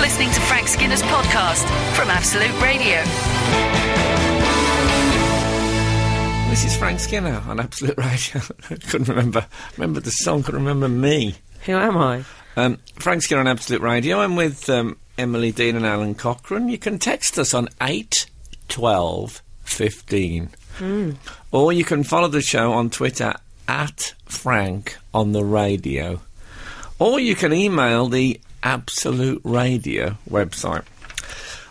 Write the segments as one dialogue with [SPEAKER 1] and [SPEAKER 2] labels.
[SPEAKER 1] listening to Frank Skinner's podcast from Absolute Radio.
[SPEAKER 2] This is Frank Skinner on Absolute Radio. couldn't remember. Remember the song, couldn't remember me.
[SPEAKER 3] Who am I?
[SPEAKER 2] Um, Frank Skinner on Absolute Radio. I'm with um, Emily Dean and Alan Cochrane. You can text us on 8 12 15.
[SPEAKER 3] Hmm.
[SPEAKER 2] Or you can follow the show on Twitter at Frank on the radio. Or you can email the Absolute Radio website.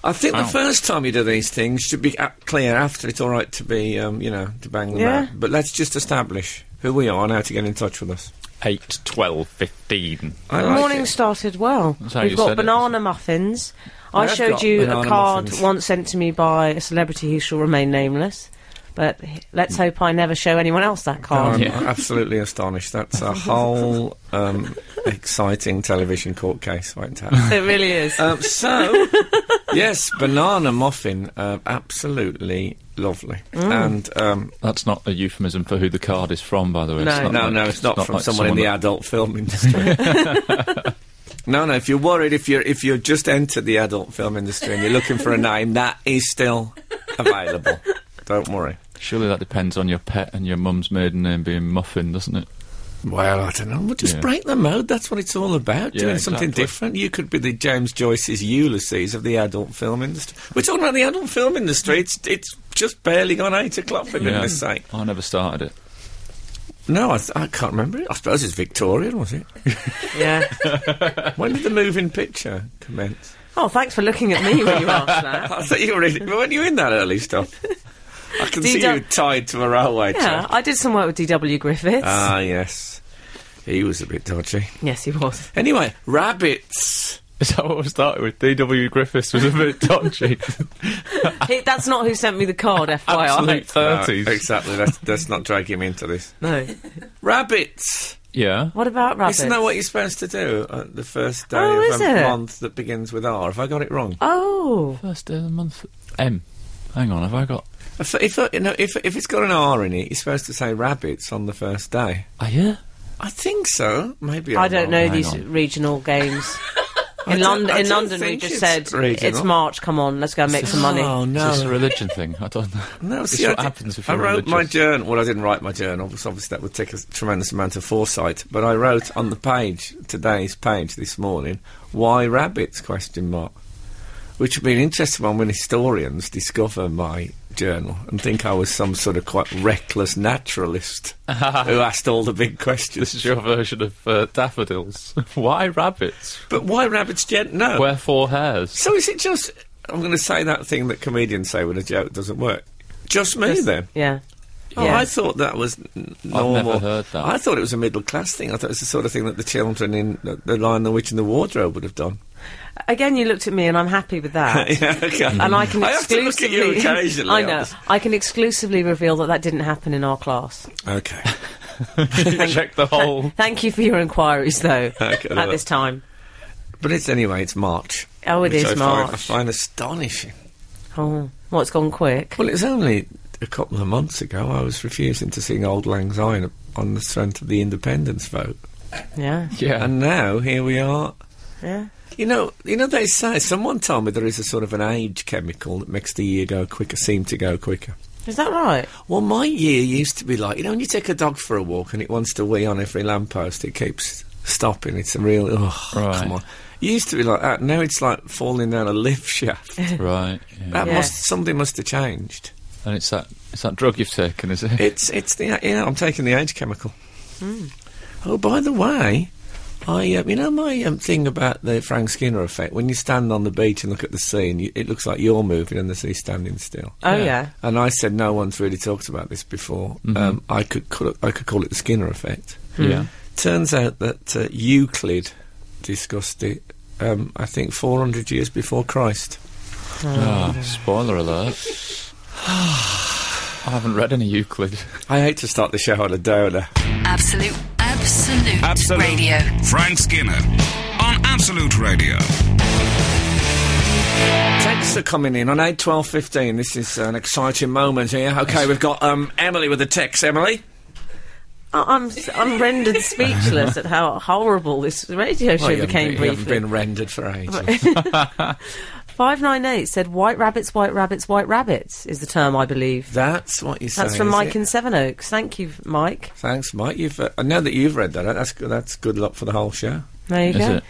[SPEAKER 2] I think the first time you do these things should be a- clear after it's all right to be, um, you know, to bang them
[SPEAKER 3] Yeah.
[SPEAKER 2] out. But let's just establish who we are and how to get in touch with us.
[SPEAKER 4] 8, 12, 15.
[SPEAKER 2] I
[SPEAKER 3] The
[SPEAKER 2] like
[SPEAKER 3] morning
[SPEAKER 2] it.
[SPEAKER 3] started well.
[SPEAKER 4] how
[SPEAKER 3] We've
[SPEAKER 4] you
[SPEAKER 3] got
[SPEAKER 4] said it.
[SPEAKER 3] banana muffins. I,
[SPEAKER 2] have
[SPEAKER 3] showed
[SPEAKER 2] got
[SPEAKER 3] you a
[SPEAKER 2] banana
[SPEAKER 3] card
[SPEAKER 2] muffins.
[SPEAKER 3] once sent to me by a celebrity who shall remain nameless. But h- let's hope I never show anyone else that card.
[SPEAKER 2] I'm
[SPEAKER 4] Yeah.
[SPEAKER 2] absolutely astonished. That's a whole um, exciting television court case, won't it?
[SPEAKER 3] It really is.
[SPEAKER 2] um, so, yes, banana muffin, uh, absolutely lovely. And um,
[SPEAKER 4] That's not a euphemism for who the card is from, by the way.
[SPEAKER 3] No.
[SPEAKER 2] no,
[SPEAKER 4] like-
[SPEAKER 2] no, it's not from
[SPEAKER 4] like
[SPEAKER 2] someone in the
[SPEAKER 4] that-
[SPEAKER 2] adult film industry. No, no. If you're worried, if you're if you've just entered the adult film industry and you're looking for a name, that is still available. Don't worry.
[SPEAKER 4] Surely that depends on your pet and your mum's maiden name being Muffin, doesn't it?
[SPEAKER 2] Well, I don't know. We'll just
[SPEAKER 4] Yeah.
[SPEAKER 2] break the mode. That's what it's all about.
[SPEAKER 4] Yeah,
[SPEAKER 2] doing something
[SPEAKER 4] exactly.
[SPEAKER 2] different. You could be the James Joyce's Ulysses of the adult film industry. We're talking about the adult film industry. It's it's just barely gone eight o'clock for goodness sake.
[SPEAKER 4] I never started it.
[SPEAKER 2] No, I, th- I can't remember it. I suppose it's Victorian, was it?
[SPEAKER 3] yeah.
[SPEAKER 2] when did the moving picture commence?
[SPEAKER 3] Oh, thanks for looking at me when you asked that.
[SPEAKER 2] I thought you were in. Weren't you in that early stuff? I can see
[SPEAKER 3] DW
[SPEAKER 2] you tied to a railway
[SPEAKER 3] Yeah,
[SPEAKER 2] track.
[SPEAKER 3] I did some work with D.W. Griffiths.
[SPEAKER 2] Ah, yes. He was a bit dodgy.
[SPEAKER 3] yes, he was.
[SPEAKER 2] Anyway, rabbits.
[SPEAKER 4] Is that what we started with? D.W. Griffiths was a bit dodgy.
[SPEAKER 3] He, that's not who sent me the card, FYI.
[SPEAKER 4] Absolute
[SPEAKER 2] No,
[SPEAKER 4] 30s.
[SPEAKER 2] exactly. That's, that's not dragging him into this.
[SPEAKER 3] No.
[SPEAKER 2] Rabbits.
[SPEAKER 4] yeah.
[SPEAKER 3] What about rabbits?
[SPEAKER 2] Isn't that what you're supposed to do on the first day
[SPEAKER 3] Oh,
[SPEAKER 2] of
[SPEAKER 3] is
[SPEAKER 2] a
[SPEAKER 3] it?
[SPEAKER 2] month that begins with R? Have I got it wrong?
[SPEAKER 3] Oh,
[SPEAKER 4] First day of the month. M. Hang on, have I got.
[SPEAKER 2] If, if, uh, you know, if, if it's got an R in it, you're supposed to say rabbits on the first day.
[SPEAKER 4] Oh, yeah?
[SPEAKER 2] I think so. Maybe
[SPEAKER 3] I
[SPEAKER 2] I'm
[SPEAKER 3] don't
[SPEAKER 2] wrong.
[SPEAKER 3] know
[SPEAKER 4] hang
[SPEAKER 3] these
[SPEAKER 4] on.
[SPEAKER 3] regional games.
[SPEAKER 2] I
[SPEAKER 3] In
[SPEAKER 2] don't-
[SPEAKER 3] London,
[SPEAKER 2] I
[SPEAKER 3] in
[SPEAKER 2] don't
[SPEAKER 3] London, we
[SPEAKER 2] think
[SPEAKER 3] just
[SPEAKER 2] it's
[SPEAKER 3] said
[SPEAKER 2] regional.
[SPEAKER 3] it's March. Come on, let's go and make some money.
[SPEAKER 2] Oh no!
[SPEAKER 4] Is this a religion thing? I don't know.
[SPEAKER 2] No,
[SPEAKER 4] This
[SPEAKER 2] see,
[SPEAKER 4] is
[SPEAKER 2] I
[SPEAKER 4] what
[SPEAKER 2] did-
[SPEAKER 4] happens if
[SPEAKER 2] I
[SPEAKER 4] you're
[SPEAKER 2] wrote my
[SPEAKER 4] religious.
[SPEAKER 2] journal. Well, I didn't write my journal because obviously that would take a s- tremendous amount of foresight. But I wrote on the page today's page this morning, "Why rabbits?" Question mark, which would be an interesting one when historians discover my journal and think I was some sort of quite reckless naturalist who asked all the big questions.
[SPEAKER 4] This is your version of uh, daffodils. Why rabbits?
[SPEAKER 2] But why rabbits? Gen- no.
[SPEAKER 4] Wherefore hares?
[SPEAKER 2] so is it just? I'm going to say that thing that comedians say when a joke doesn't work. Just me then.
[SPEAKER 3] Yeah.
[SPEAKER 2] Oh,
[SPEAKER 3] Yeah.
[SPEAKER 2] I thought that was n- normal.
[SPEAKER 4] never heard that.
[SPEAKER 2] I thought it was a middle class thing. I thought it was the sort of thing that the children in the, the Lion, the Witch, and the Wardrobe would have done.
[SPEAKER 3] Again, you looked at me, and I'm happy with that.
[SPEAKER 2] yeah, okay.
[SPEAKER 4] Mm-hmm.
[SPEAKER 3] And I can
[SPEAKER 2] I have to look at
[SPEAKER 3] exclusively.
[SPEAKER 2] you occasionally.
[SPEAKER 3] I know. I can exclusively reveal that that didn't happen in our class.
[SPEAKER 2] Okay.
[SPEAKER 4] Check the whole.
[SPEAKER 3] Thank you for your inquiries, though.
[SPEAKER 2] Okay,
[SPEAKER 3] at this time.
[SPEAKER 2] But it's anyway. It's March.
[SPEAKER 3] Oh,
[SPEAKER 2] which
[SPEAKER 3] it is
[SPEAKER 2] I find- I
[SPEAKER 3] March.
[SPEAKER 2] find astonishing.
[SPEAKER 3] Oh, well, it's gone quick.
[SPEAKER 2] Well, it's only a couple of months ago I was refusing to sing "Old Lang Syne" on the strength of the independence vote,
[SPEAKER 3] Yeah.
[SPEAKER 4] Yeah.
[SPEAKER 2] and now here we are.
[SPEAKER 3] Yeah.
[SPEAKER 2] You know, you know they say someone told me there is a sort of an age chemical that makes the year go quicker, seem to go quicker.
[SPEAKER 3] Is that right?
[SPEAKER 2] Well, my year used to be like, you know, when you take a dog for a walk and it wants to wee on every lamppost, it keeps stopping. It's a real, oh,
[SPEAKER 4] Right.
[SPEAKER 2] come on. It used to be like that. Now it's like falling down a lift shaft.
[SPEAKER 4] right. yeah.
[SPEAKER 2] That
[SPEAKER 3] Yeah.
[SPEAKER 2] must, something must have changed.
[SPEAKER 4] And it's that it's that drug you've taken, is it?
[SPEAKER 2] It's, it's the, yeah, I'm taking the age chemical. Oh, by the way, I, um, you know, my um, thing about the Frank Skinner effect, when you stand on the beach and look at the sea and you, it looks like you're moving and the sea standing still.
[SPEAKER 3] Oh,
[SPEAKER 4] Yeah.
[SPEAKER 3] yeah.
[SPEAKER 2] And I said no one's really talked about this before.
[SPEAKER 3] Mm-hmm.
[SPEAKER 2] Um, I could call it, I could call it the Skinner effect.
[SPEAKER 4] Yeah.
[SPEAKER 2] Turns out that uh, Euclid discussed it. Um, I think 400 years before Christ.
[SPEAKER 4] Ah, spoiler alert. I haven't read any Euclid.
[SPEAKER 2] I hate to start the show on a downer.
[SPEAKER 1] Absolute, absolute,
[SPEAKER 5] Absolute.
[SPEAKER 1] radio.
[SPEAKER 5] Frank Skinner on Absolute Radio.
[SPEAKER 2] Texts are coming in on eight twelve fifteen. This is an exciting moment here. Okay, we've got um, Emily with a text. Emily?
[SPEAKER 3] I- I'm s- I'm rendered speechless at how horrible this radio show
[SPEAKER 2] Well, you haven't
[SPEAKER 3] became
[SPEAKER 2] been- you haven't
[SPEAKER 3] briefly.
[SPEAKER 2] been rendered for ages.
[SPEAKER 3] Five nine eight said white rabbits, white rabbits, white rabbits is the term I believe.
[SPEAKER 2] That's what you say.
[SPEAKER 3] That's from
[SPEAKER 2] is
[SPEAKER 3] Mike
[SPEAKER 2] it?
[SPEAKER 3] in Sevenoaks. Thank you, Mike.
[SPEAKER 2] Thanks, Mike. You've uh, now that you've read that, that's good, that's good luck for the whole show.
[SPEAKER 3] There you
[SPEAKER 4] Is
[SPEAKER 3] go.
[SPEAKER 4] it?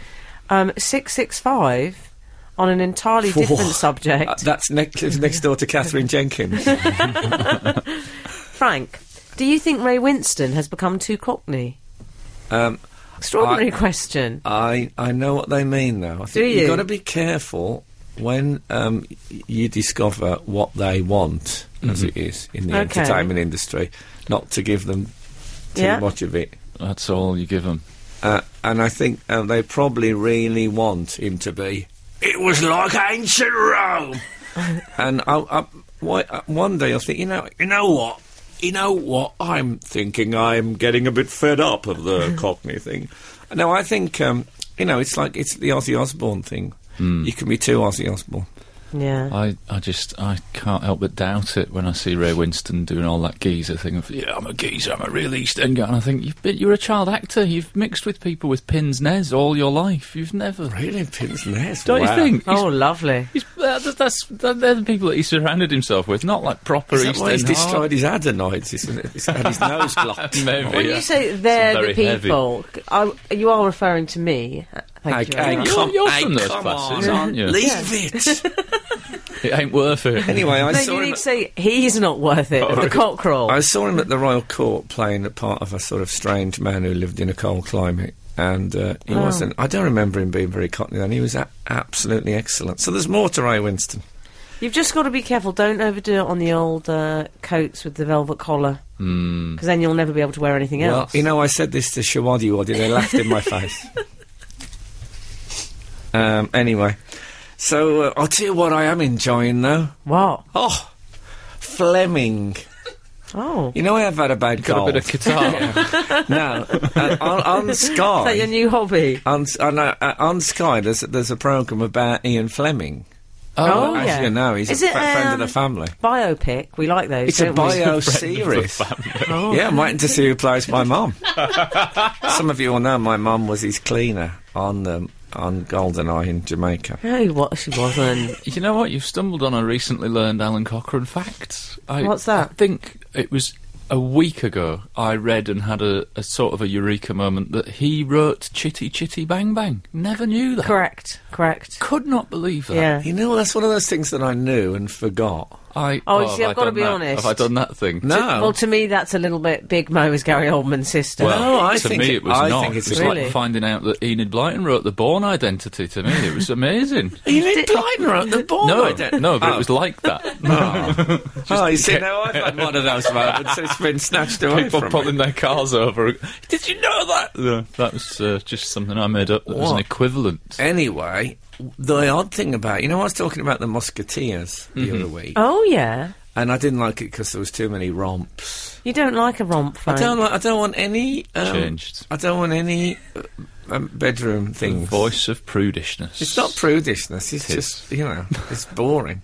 [SPEAKER 3] Um, six six five on an entirely different subject.
[SPEAKER 2] Uh, that's next next door to Catherine Jenkins.
[SPEAKER 3] Frank, do you think Ray Winston has become too cockney?
[SPEAKER 2] Um,
[SPEAKER 3] Extraordinary
[SPEAKER 2] I-
[SPEAKER 3] question.
[SPEAKER 2] I I know what they mean though. I think
[SPEAKER 3] you?
[SPEAKER 2] have got to be careful when um, y- you discover what they want, as it is in the
[SPEAKER 3] Mm-hmm. Okay.
[SPEAKER 2] entertainment industry, not to give them too
[SPEAKER 3] Yeah.
[SPEAKER 2] much of it.
[SPEAKER 4] That's all you give them.
[SPEAKER 2] Uh, and I think um, they probably really want him to be. It was like ancient Rome. and I, I, why, uh, one day I think, you know, you know what, you know what, I'm thinking I'm getting a bit fed up of the Cockney thing. No, I think um, you know, it's like it's the Ozzy Osbourne thing.
[SPEAKER 4] Hmm.
[SPEAKER 2] You can be too Ozzy Osbourne.
[SPEAKER 3] Yeah.
[SPEAKER 4] I, I just I can't help but doubt it when I see Ray Winston doing all that geezer thing of yeah I'm a geezer I'm a real East End guy and I think you've been, you're a child actor you've mixed with people with pins nez all your life you've never
[SPEAKER 2] Really, pins and hairs,
[SPEAKER 4] don't
[SPEAKER 2] wow.
[SPEAKER 4] you think He's-
[SPEAKER 3] oh, lovely.
[SPEAKER 4] he's, that- that's, that's that- they're the people that he surrounded himself with not like proper
[SPEAKER 2] Is that
[SPEAKER 4] East
[SPEAKER 2] why he's
[SPEAKER 4] End
[SPEAKER 2] destroyed his adenoids? Isn't it? He's had his nose blocked.
[SPEAKER 4] Oh, Maybe.
[SPEAKER 3] When
[SPEAKER 4] yeah.
[SPEAKER 3] you say they're the
[SPEAKER 4] It's very heavy.
[SPEAKER 3] people, I, you are referring to me. Uh,
[SPEAKER 2] Hey,
[SPEAKER 3] Thank you.
[SPEAKER 2] hey,
[SPEAKER 3] very much.
[SPEAKER 4] You're-
[SPEAKER 2] come,
[SPEAKER 4] you're
[SPEAKER 2] hey,
[SPEAKER 4] from those
[SPEAKER 2] come
[SPEAKER 4] classes,
[SPEAKER 2] on,
[SPEAKER 4] aren't you?
[SPEAKER 2] Leave it.
[SPEAKER 4] it ain't worth it
[SPEAKER 2] Anyway, I
[SPEAKER 3] No,
[SPEAKER 2] saw him.
[SPEAKER 3] you
[SPEAKER 2] Oh,
[SPEAKER 3] need to say he's not worth it. the cockerel.
[SPEAKER 2] I saw him at the Royal Court playing the part of a sort of strange man who lived in a cold climate. And uh, he
[SPEAKER 3] Oh.
[SPEAKER 2] wasn't. I don't remember him being very cockney then. He was a- absolutely excellent. So there's more to Ray Winston.
[SPEAKER 3] You've just got to be careful. Don't overdo it on the old uh, coats with the velvet collar, because
[SPEAKER 2] Hmm.
[SPEAKER 3] then you'll never be able to wear anything
[SPEAKER 2] Well,
[SPEAKER 3] else.
[SPEAKER 2] you know, I said this to Shawadi Wadi. They laughed in my face. Um, anyway, so uh, I'll tell you what I am enjoying though.
[SPEAKER 3] what?
[SPEAKER 2] Oh, Fleming.
[SPEAKER 3] Oh,
[SPEAKER 2] You know, I have had a bad
[SPEAKER 4] got a
[SPEAKER 2] cold.
[SPEAKER 4] bit of guitar
[SPEAKER 2] no, uh, on, on Sky.
[SPEAKER 3] is that your new hobby?
[SPEAKER 2] on, s- on, uh, uh, on Sky, there's, there's a programme about Ian Fleming.
[SPEAKER 3] Oh,
[SPEAKER 2] As
[SPEAKER 3] yeah.
[SPEAKER 2] you know, he's
[SPEAKER 3] Is
[SPEAKER 2] a
[SPEAKER 3] it,
[SPEAKER 2] fa- friend of
[SPEAKER 3] um,
[SPEAKER 2] the family.
[SPEAKER 3] Biopic. We like those.
[SPEAKER 2] It's a
[SPEAKER 3] don't we?
[SPEAKER 2] bio series.
[SPEAKER 3] Oh.
[SPEAKER 2] Yeah, I'm waiting to see who plays my mum. Some of you will know my mum was his cleaner on um, on Goldeneye in Jamaica.
[SPEAKER 3] No, what she wasn't.
[SPEAKER 4] You know what? You've stumbled on a recently learned Alan Cochrane fact. I,
[SPEAKER 3] What's that?
[SPEAKER 4] I think it was a week ago I read and had a, a sort of a eureka moment that he wrote Chitty Chitty Bang Bang. Never knew that.
[SPEAKER 3] correct. Correct.
[SPEAKER 4] Could not believe that.
[SPEAKER 3] Yeah.
[SPEAKER 2] You know, that's one of those things that I knew and forgot.
[SPEAKER 4] I,
[SPEAKER 3] Oh, you
[SPEAKER 4] have
[SPEAKER 3] see, I've
[SPEAKER 4] I
[SPEAKER 3] gotta
[SPEAKER 4] done
[SPEAKER 3] be
[SPEAKER 4] that?
[SPEAKER 3] honest.
[SPEAKER 4] Have I done that thing?
[SPEAKER 2] No.
[SPEAKER 3] Well, to me, that's a little bit. Big Mo is Gary Oldman's sister.
[SPEAKER 4] Well,
[SPEAKER 2] No, I
[SPEAKER 4] to
[SPEAKER 2] think
[SPEAKER 4] me
[SPEAKER 2] it-
[SPEAKER 4] it, was
[SPEAKER 2] I
[SPEAKER 4] not.
[SPEAKER 2] think it's
[SPEAKER 4] it was
[SPEAKER 3] really-
[SPEAKER 4] like finding out that Enid Blyton wrote The Born Identity to me. It was amazing.
[SPEAKER 2] You did Blyton at the ball.
[SPEAKER 4] no,
[SPEAKER 2] I don't-
[SPEAKER 4] no, but
[SPEAKER 2] Oh.
[SPEAKER 4] it was like that.
[SPEAKER 2] Oh, you see, now I've had one of those moments. It's been snatched away
[SPEAKER 4] People
[SPEAKER 2] from me.
[SPEAKER 4] pulling their cars over. Did you know that? Yeah, that was uh, just something I made up that was an
[SPEAKER 2] What?
[SPEAKER 4] equivalent.
[SPEAKER 2] Anyway, the odd thing about you know I was talking about the Musketeers the
[SPEAKER 4] Mm-hmm.
[SPEAKER 2] other week,
[SPEAKER 3] oh yeah.
[SPEAKER 2] and I didn't like it because there was too many romps.
[SPEAKER 3] You don't like a romp, Frank.
[SPEAKER 2] I don't like. I don't want any um,
[SPEAKER 4] Changed. Mm.
[SPEAKER 2] I don't want any uh, um, bedroom things.
[SPEAKER 4] Voice of prudishness.
[SPEAKER 2] It's not prudishness. It's
[SPEAKER 4] It is.
[SPEAKER 2] just you know it's boring.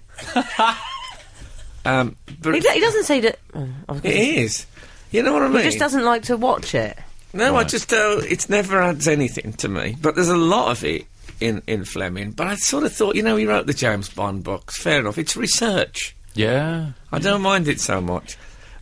[SPEAKER 2] um, but
[SPEAKER 3] He, do- he doesn't say that. oh, I was
[SPEAKER 2] it
[SPEAKER 3] gonna say-
[SPEAKER 2] is. You know what I mean?
[SPEAKER 3] he just doesn't like to watch it.
[SPEAKER 2] No, I
[SPEAKER 4] Right.
[SPEAKER 2] just uh, it's never adds anything to me. But there's a lot of it in in Fleming. But I sort of thought, you know, he wrote the James Bond books. Fair enough. It's research.
[SPEAKER 4] Yeah.
[SPEAKER 2] I don't mind it so much.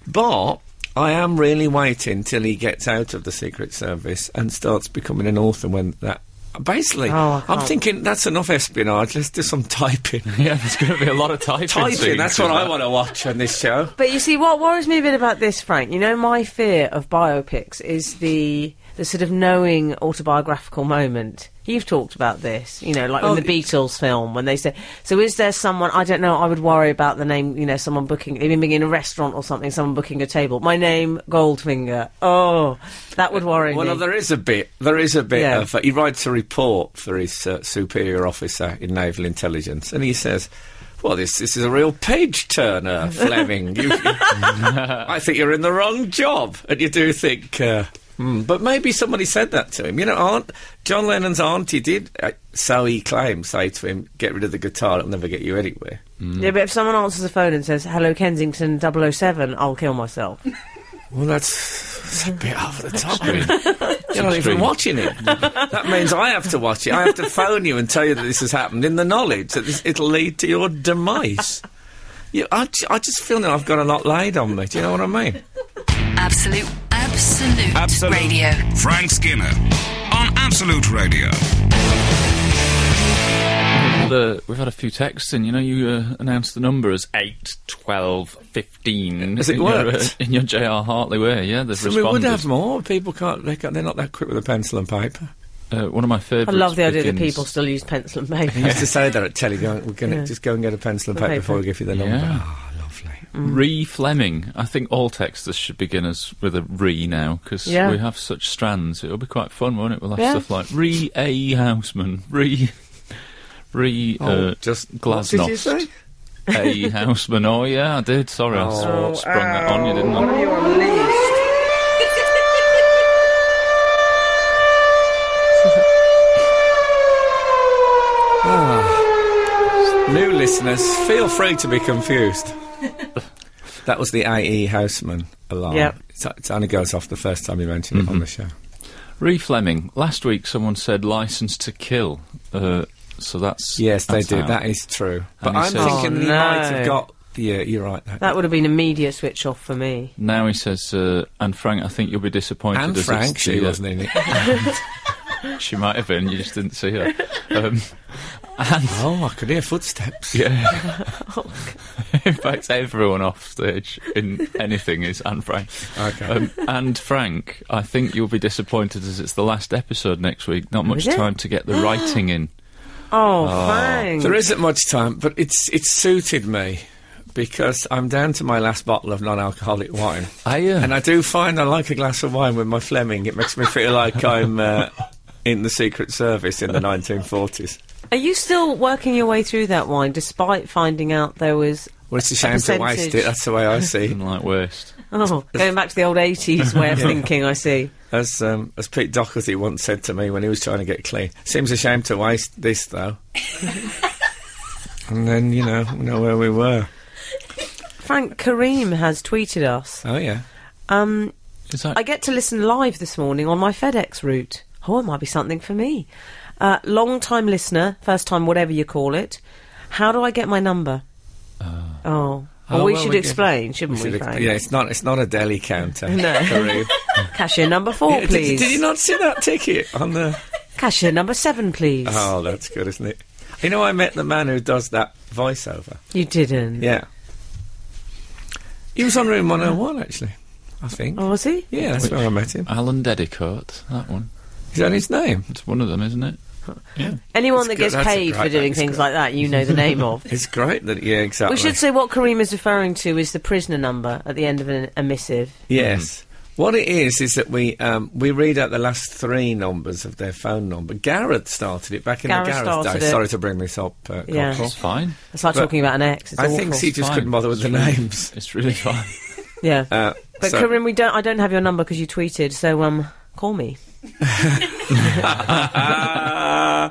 [SPEAKER 2] But I am really waiting till he gets out of the Secret Service and starts becoming an author when that. Basically,
[SPEAKER 3] Oh, I
[SPEAKER 2] I'm
[SPEAKER 3] can't.
[SPEAKER 2] thinking that's enough espionage. Let's do some typing.
[SPEAKER 4] Yeah, there's going to be a lot of typing.
[SPEAKER 2] typing,
[SPEAKER 4] scenes
[SPEAKER 2] that's
[SPEAKER 4] in
[SPEAKER 2] what I
[SPEAKER 4] that.
[SPEAKER 2] want to watch on this show.
[SPEAKER 3] But you see, what worries me a bit about this, Frank, you know, my fear of biopics is the the sort of knowing autobiographical moment. You've talked about this, you know, like
[SPEAKER 2] Oh,
[SPEAKER 3] in the Beatles film when they say, "So is there someone?" I don't know. I would worry about the name, you know, someone booking, even being in a restaurant or something, someone booking a table. My name, Goldfinger. Oh, that would worry
[SPEAKER 2] Well,
[SPEAKER 3] me.
[SPEAKER 2] no, there is a bit. There is a bit
[SPEAKER 3] Yeah.
[SPEAKER 2] of. he writes a report for his uh, superior officer in naval intelligence, and he says, "Well, this this is a real page turner, Fleming. You, I think you're in the wrong job." And you do think. Uh, Hmm, but maybe somebody said that to him. You know, aunt, John Lennon's auntie did, uh, so he claims, say to him, get rid of the guitar, it'll never get you anywhere.
[SPEAKER 3] Yeah, but if someone oh answers the phone and says, "Hello, Kensington 007," I'll kill myself.
[SPEAKER 2] Well, that's It's a bit over the top. You're not even
[SPEAKER 4] extreme.
[SPEAKER 2] watching it. that means I have to watch it. I have to phone you and tell you that this has happened in the knowledge that this, it'll lead to your demise. You, I, ju- I just feel that I've got a lot laid on me. Do you know what I mean?
[SPEAKER 1] Absolute, absolute,
[SPEAKER 5] Absolute.
[SPEAKER 1] radio.
[SPEAKER 5] Frank Skinner on Absolute Radio.
[SPEAKER 4] The, we've had a few texts in. You know, you uh, announced the number as 8, 12, 15.
[SPEAKER 2] Has it
[SPEAKER 4] in your, uh,
[SPEAKER 2] worked?
[SPEAKER 4] in your J.R. Hartley way, yeah. They've
[SPEAKER 2] So we
[SPEAKER 4] responded.
[SPEAKER 2] would have more. People can't. They can't they're not that quick with a pencil and paper.
[SPEAKER 4] Uh, one of my
[SPEAKER 3] I
[SPEAKER 4] favourites.
[SPEAKER 3] love the idea that
[SPEAKER 4] begins-
[SPEAKER 3] people still use pencil and paper.
[SPEAKER 2] I used to say that at telly. Going, we're going to
[SPEAKER 3] Yeah.
[SPEAKER 2] just go and get a pencil and
[SPEAKER 3] The
[SPEAKER 2] paper,
[SPEAKER 3] paper.
[SPEAKER 2] before we give you the number.
[SPEAKER 4] Yeah.
[SPEAKER 2] Ah, lovely.
[SPEAKER 4] Re Fleming. I think all texters should begin us with a re now because
[SPEAKER 3] Yeah.
[SPEAKER 4] we have such strands. It'll be quite fun, won't it? We'll have
[SPEAKER 3] Yeah.
[SPEAKER 4] stuff like re A Houseman, re re uh,
[SPEAKER 2] Oh, just
[SPEAKER 4] Glasnost,
[SPEAKER 2] What did you say?
[SPEAKER 4] A Houseman. Oh yeah, I did. Sorry, I s-
[SPEAKER 2] Oh.
[SPEAKER 4] sprung that on you, didn't I?
[SPEAKER 3] you on least?
[SPEAKER 2] Ah, New listeners, feel free to be confused. that was the IE Houseman alarm.
[SPEAKER 3] Yep.
[SPEAKER 2] It's- It only goes off the first time you mention it on the show.
[SPEAKER 4] Re Fleming. Last week, someone said "License to Kill," uh, so that's
[SPEAKER 2] Yes, they
[SPEAKER 4] that's
[SPEAKER 2] do.
[SPEAKER 4] out.
[SPEAKER 2] That is true. But
[SPEAKER 4] he
[SPEAKER 2] I'm
[SPEAKER 4] says-
[SPEAKER 2] thinking
[SPEAKER 3] Oh,
[SPEAKER 2] they might
[SPEAKER 3] no.
[SPEAKER 2] have got. Yeah, you're right. That,
[SPEAKER 3] That would have been a media switch off for me.
[SPEAKER 4] Now he says, uh, "And Frank, I think you'll be disappointed."
[SPEAKER 2] and
[SPEAKER 4] as
[SPEAKER 2] Frank,
[SPEAKER 4] it's
[SPEAKER 2] she
[SPEAKER 4] the, uh,
[SPEAKER 2] wasn't in it.
[SPEAKER 4] She might have been. You just didn't see her. Um, and
[SPEAKER 2] oh, I could hear footsteps.
[SPEAKER 4] Yeah. in fact, everyone off stage in anything is Anne Frank.
[SPEAKER 2] Okay.
[SPEAKER 4] Um, and Frank, I think you'll be disappointed as it's the last episode next week. Not much
[SPEAKER 3] Is it?
[SPEAKER 4] time to get the writing in.
[SPEAKER 3] Oh, thanks.
[SPEAKER 2] There isn't much time, but it's it's suited me because I'm down to my last bottle of non-alcoholic wine,
[SPEAKER 4] I, uh,
[SPEAKER 2] and I do find I like a glass of wine with my Fleming. It makes me feel like I'm uh, in the Secret Service in the 1940s.
[SPEAKER 3] Are you still working your way through that wine despite finding out there was.
[SPEAKER 2] Well, it's a shame to waste it.
[SPEAKER 3] percentage.
[SPEAKER 2] That's the way I see. it.
[SPEAKER 4] didn't like waste.
[SPEAKER 3] Oh, going back to the old 80s way of thinking, I see.
[SPEAKER 2] As um, as Pete Doherty once said to me when he was trying to get clean, seems a shame to waste this though. and then you know, we know where we were.
[SPEAKER 3] Frank Kareem has tweeted us
[SPEAKER 2] Oh yeah.
[SPEAKER 3] um,
[SPEAKER 4] It's like,
[SPEAKER 3] I get to listen live this morning on my FedEx route. Oh, it might be something for me. Uh, Long time listener, first time, whatever you call it. How do I get my number? oh. Well,
[SPEAKER 2] Oh,
[SPEAKER 3] we
[SPEAKER 2] well,
[SPEAKER 3] should
[SPEAKER 2] we
[SPEAKER 3] explain, shouldn't we,
[SPEAKER 2] Should ex-
[SPEAKER 3] Frank?
[SPEAKER 2] yeah, it's not it's not a deli counter.
[SPEAKER 3] No.
[SPEAKER 2] Kareem.
[SPEAKER 3] Cashier number four,
[SPEAKER 2] Yeah, did-
[SPEAKER 3] please.
[SPEAKER 2] Did, you not see that ticket on the?
[SPEAKER 3] Cashier number seven, please.
[SPEAKER 2] Oh, that's good, isn't it? You know, I met the man who does that voiceover.
[SPEAKER 3] You didn't.
[SPEAKER 2] Yeah, he was on room one hundred and one actually. I think.
[SPEAKER 3] Oh, was he?
[SPEAKER 2] Yeah, that's where I met him.
[SPEAKER 4] Alan Dedicote, that one.
[SPEAKER 2] Is that his name?
[SPEAKER 4] It's one of them, isn't it? Yeah.
[SPEAKER 3] Anyone that
[SPEAKER 2] That's good, that's
[SPEAKER 3] gets
[SPEAKER 2] a
[SPEAKER 3] paid
[SPEAKER 2] great-
[SPEAKER 3] for doing
[SPEAKER 2] that's
[SPEAKER 3] things
[SPEAKER 2] good.
[SPEAKER 3] like that, you know the name of.
[SPEAKER 2] It's great that yeah, exactly.
[SPEAKER 3] We should say what Kareem is referring to is the prisoner number at the end of an, a missive.
[SPEAKER 2] Yes. What it is is that we um, we read out the last three numbers of their phone number. Gareth started it back in
[SPEAKER 3] Gareth
[SPEAKER 2] the Gareth
[SPEAKER 3] started
[SPEAKER 2] days.
[SPEAKER 3] it.
[SPEAKER 2] Sorry to bring this up, uh,
[SPEAKER 3] Yeah.
[SPEAKER 2] Corporal.
[SPEAKER 4] It's fine.
[SPEAKER 3] It's like
[SPEAKER 2] But
[SPEAKER 3] talking about an ex. It's
[SPEAKER 2] I
[SPEAKER 3] awful.
[SPEAKER 2] think he just
[SPEAKER 4] Fine.
[SPEAKER 2] couldn't bother with the names.
[SPEAKER 4] It's really fine.
[SPEAKER 3] Yeah.
[SPEAKER 2] Uh,
[SPEAKER 3] But
[SPEAKER 2] so-
[SPEAKER 3] Karim, we don't. I don't have your number because you tweeted. So um, call me.
[SPEAKER 2] Ah,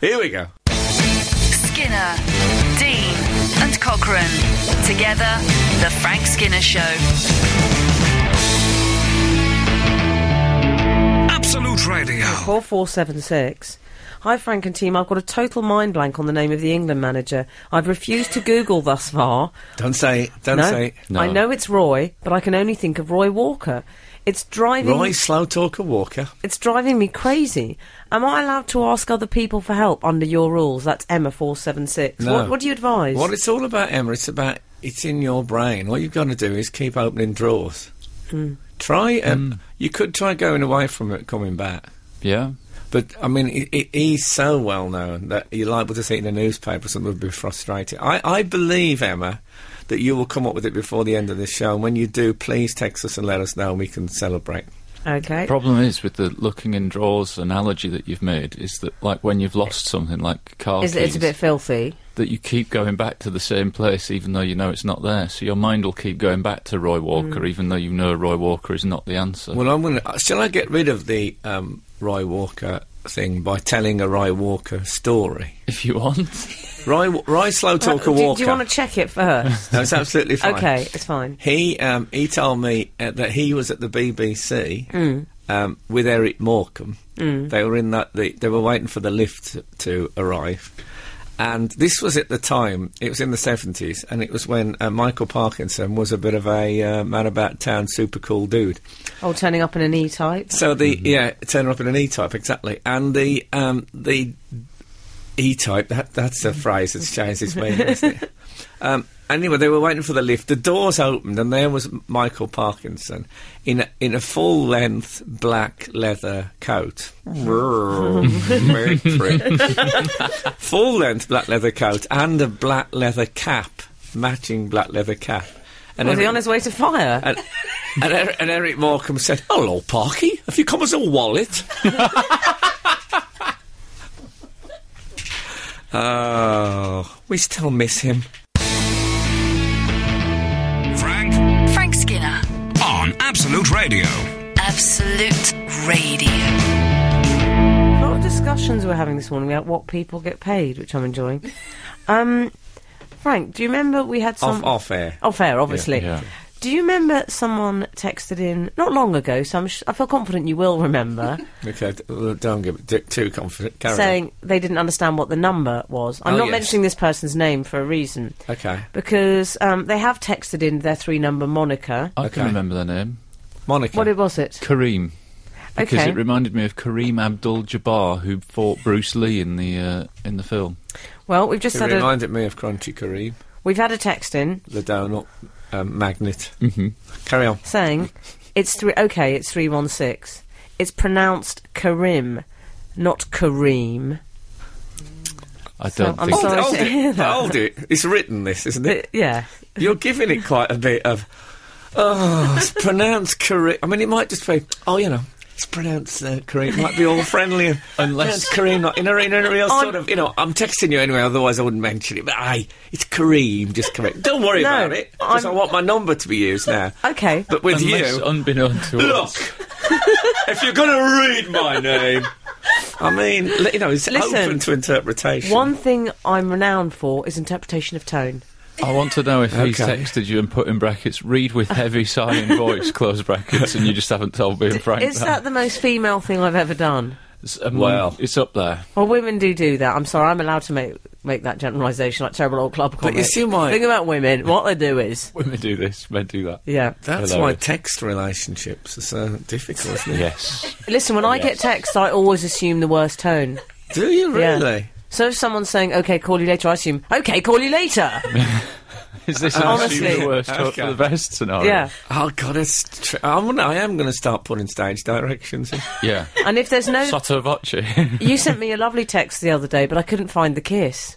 [SPEAKER 2] here we go.
[SPEAKER 1] Skinner, Dean, and Cochrane. Together, The Frank Skinner Show.
[SPEAKER 5] Absolute Radio.
[SPEAKER 2] Oh.
[SPEAKER 3] Four four seven six. Hi Frank and team. I've got a total mind blank on the name of the England manager. I've refused to Google thus far.
[SPEAKER 2] Don't say it. Don't
[SPEAKER 3] No,
[SPEAKER 2] say it.
[SPEAKER 4] No.
[SPEAKER 3] I know it's Roy, but I can only think of Roy Walker. It's driving.
[SPEAKER 2] Roy Slow Talker Walker.
[SPEAKER 3] It's driving me crazy. Am I allowed to ask other people for help under your rules? That's Emma four seven six.
[SPEAKER 2] No.
[SPEAKER 3] What, what do you advise?
[SPEAKER 2] What it's all about, Emma, it's about it's in your brain. All you've got to do is keep opening drawers.
[SPEAKER 3] Mm.
[SPEAKER 2] Try and you could try going away from it, coming back.
[SPEAKER 4] Yeah.
[SPEAKER 2] But I mean, it, it, he's so well known that you're liable to see it in a newspaper. Something would be frustrating. I, I believe Emma that you will come up with it before the end of this show. And when you do, please text us and let us know, and we can celebrate.
[SPEAKER 3] okay.
[SPEAKER 4] Problem is with the looking in drawers analogy that you've made is that like when you've lost something like
[SPEAKER 2] oh,
[SPEAKER 4] car
[SPEAKER 3] Is it- it's a
[SPEAKER 4] keys,
[SPEAKER 3] bit filthy.
[SPEAKER 4] that you keep going back to the same place even though you know it's not there. So your mind will keep going back to Roy Walker even though you know Roy Walker is not the answer.
[SPEAKER 2] Well, I'm gonna. uh, Shall I get rid of the um, Roy Walker thing by telling a Roy Walker story?
[SPEAKER 4] if you want.
[SPEAKER 2] Roy, Roy Slow
[SPEAKER 3] Uh,
[SPEAKER 2] Talker
[SPEAKER 3] do,
[SPEAKER 2] Walker.
[SPEAKER 3] do you want to check it first?
[SPEAKER 2] That's absolutely fine.
[SPEAKER 3] okay, it's fine.
[SPEAKER 2] He um, he told me uh, that he was at the BBC
[SPEAKER 3] Mm.
[SPEAKER 2] um, with Eric Morecambe. They were in that the, they were waiting for the lift to, to arrive, and this was at the time it was in the seventies, and it was when uh, Michael Parkinson was a bit of a uh, man about town, super cool dude.
[SPEAKER 3] Oh, turning up in an E-type.
[SPEAKER 2] So the yeah, turn her up in an E-type exactly, and the um, the E-type that that's a phrase that's changed its meaning. Isn't it? um, anyway, they were waiting for the lift. The doors opened, and there was Michael Parkinson in a, in a full length black leather coat, full length black leather coat, and a black leather cap, matching black leather cap. And
[SPEAKER 3] Was he
[SPEAKER 2] every-
[SPEAKER 3] on his way to fire?
[SPEAKER 2] and, and, Er- and Eric Morecambe said, Hello, Parky. Have you come as a wallet? oh, we still miss him.
[SPEAKER 5] Frank
[SPEAKER 1] Frank Skinner,
[SPEAKER 5] on Absolute Radio.
[SPEAKER 1] Absolute Radio.
[SPEAKER 3] A lot of discussions we're having this morning about what people get paid, which I'm enjoying. um, Frank, do you remember we had
[SPEAKER 2] Off,
[SPEAKER 3] some
[SPEAKER 2] off air.
[SPEAKER 3] Off air, obviously.
[SPEAKER 4] Yeah.
[SPEAKER 3] Do you remember someone texted in not long ago? So I'm sh- I feel confident you will remember
[SPEAKER 2] Okay, d- well, don't get d- too confident. Carry on.
[SPEAKER 3] saying they didn't understand what the number was. I'm
[SPEAKER 2] Oh,
[SPEAKER 3] not
[SPEAKER 2] yes.
[SPEAKER 3] mentioning this person's name for a reason
[SPEAKER 2] Okay.
[SPEAKER 3] because um, they have texted in their three number moniker.
[SPEAKER 4] I
[SPEAKER 2] Okay.
[SPEAKER 4] can remember the name.
[SPEAKER 2] Monica.
[SPEAKER 3] What was it?
[SPEAKER 4] Kareem. Because
[SPEAKER 3] Okay.
[SPEAKER 4] it reminded me of Kareem Abdul-Jabbar, who fought Bruce Lee in the uh, in the film.
[SPEAKER 3] Well, we've just
[SPEAKER 2] it
[SPEAKER 3] had a
[SPEAKER 2] reminded me of Crunchy Kareem,
[SPEAKER 3] we've had a text in
[SPEAKER 2] the donut um, magnet. Carry on.
[SPEAKER 3] saying it's three. Okay, it's three one six. It's pronounced Karim, not Kareem.
[SPEAKER 4] I
[SPEAKER 3] So,
[SPEAKER 4] don't
[SPEAKER 3] I'm
[SPEAKER 4] think.
[SPEAKER 3] sorry.
[SPEAKER 2] hold,
[SPEAKER 3] to hear
[SPEAKER 2] it.
[SPEAKER 3] that.
[SPEAKER 2] hold it. It's written, this, isn't it?
[SPEAKER 3] But, yeah.
[SPEAKER 2] You're giving it quite a bit of. Oh, it's pronounced Korean. I mean, it might just be. Oh, you know, it's pronounced uh, Korean. It might be all friendly. and-
[SPEAKER 4] Unless-
[SPEAKER 2] pronounced Korean, not in a, in a real
[SPEAKER 3] I'm-
[SPEAKER 2] sort of. You know, I'm texting you anyway. Otherwise, I wouldn't mention it. But aye, it's Kareem. Just correct. Don't worry
[SPEAKER 3] No,
[SPEAKER 2] about it. 'cause I
[SPEAKER 3] I'm-
[SPEAKER 2] want my number to be used now.
[SPEAKER 3] Okay.
[SPEAKER 2] But with
[SPEAKER 4] Unless,
[SPEAKER 2] you,
[SPEAKER 4] unbeknown to
[SPEAKER 2] look.
[SPEAKER 4] us,
[SPEAKER 2] if you're going to read my name, I mean, li- you know, it's
[SPEAKER 3] Listen.
[SPEAKER 2] open to interpretation.
[SPEAKER 3] One thing I'm renowned for is interpretation of tone.
[SPEAKER 4] I want to know if he
[SPEAKER 2] Okay.
[SPEAKER 4] texted you and put in brackets "read with heavy sigh and voice" close brackets, and you just haven't told me. And Frank,
[SPEAKER 3] Is that the most female thing I've ever done?
[SPEAKER 4] It's among-
[SPEAKER 2] Well.
[SPEAKER 4] um, it's up there.
[SPEAKER 3] Well, women do do that. I'm sorry, I'm allowed to make make that generalisation like terrible old club comic.
[SPEAKER 2] you see why-
[SPEAKER 3] Thing about women, what they do is,
[SPEAKER 4] Women do this, men do that.
[SPEAKER 3] yeah.
[SPEAKER 2] That's
[SPEAKER 4] Hello.
[SPEAKER 2] why text relationships are so difficult, isn't it?
[SPEAKER 4] Oh, Yes.
[SPEAKER 3] Listen, when I get texts, I always assume the worst tone.
[SPEAKER 2] Do you
[SPEAKER 3] Yeah.
[SPEAKER 2] really?
[SPEAKER 3] So if someone's saying "Okay, call you later," I assume "Okay, call you later."
[SPEAKER 4] Is this
[SPEAKER 3] Honestly.
[SPEAKER 4] honestly the worst hope
[SPEAKER 2] Okay.
[SPEAKER 4] for the best scenario?
[SPEAKER 3] yeah.
[SPEAKER 2] Oh God, it's tr- I'm gonna, I am going to start putting stage directions. in.
[SPEAKER 4] Yeah.
[SPEAKER 3] And if there's no,
[SPEAKER 4] Sotto voce.
[SPEAKER 3] you sent me a lovely text the other day, but I couldn't find the kiss.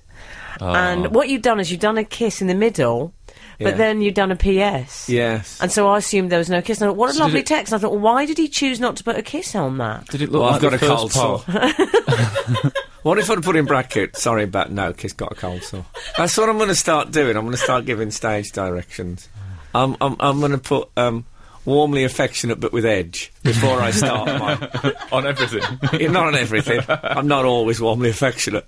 [SPEAKER 4] Oh.
[SPEAKER 3] And what you've done is you've done a kiss in the middle,
[SPEAKER 2] Yeah.
[SPEAKER 3] but then you've done a PS.
[SPEAKER 2] yes.
[SPEAKER 3] And so I assumed there was no kiss. And I thought, what a
[SPEAKER 4] So did
[SPEAKER 3] lovely
[SPEAKER 4] it-
[SPEAKER 3] text. And I thought, well, why did he choose not to put a kiss on that?
[SPEAKER 4] Did it look
[SPEAKER 2] well,
[SPEAKER 4] like
[SPEAKER 2] I've got
[SPEAKER 4] the
[SPEAKER 2] a
[SPEAKER 4] first
[SPEAKER 2] cold
[SPEAKER 4] part?
[SPEAKER 2] sore. what if I'd put in bracket? Sorry about no, kid's got a cold sore. That's what I'm going to start doing. I'm going to start giving stage directions. I'm I'm, I'm going to put um, warmly affectionate but with edge before I start mine.
[SPEAKER 4] on everything.
[SPEAKER 2] Yeah, not on everything. I'm not always warmly affectionate.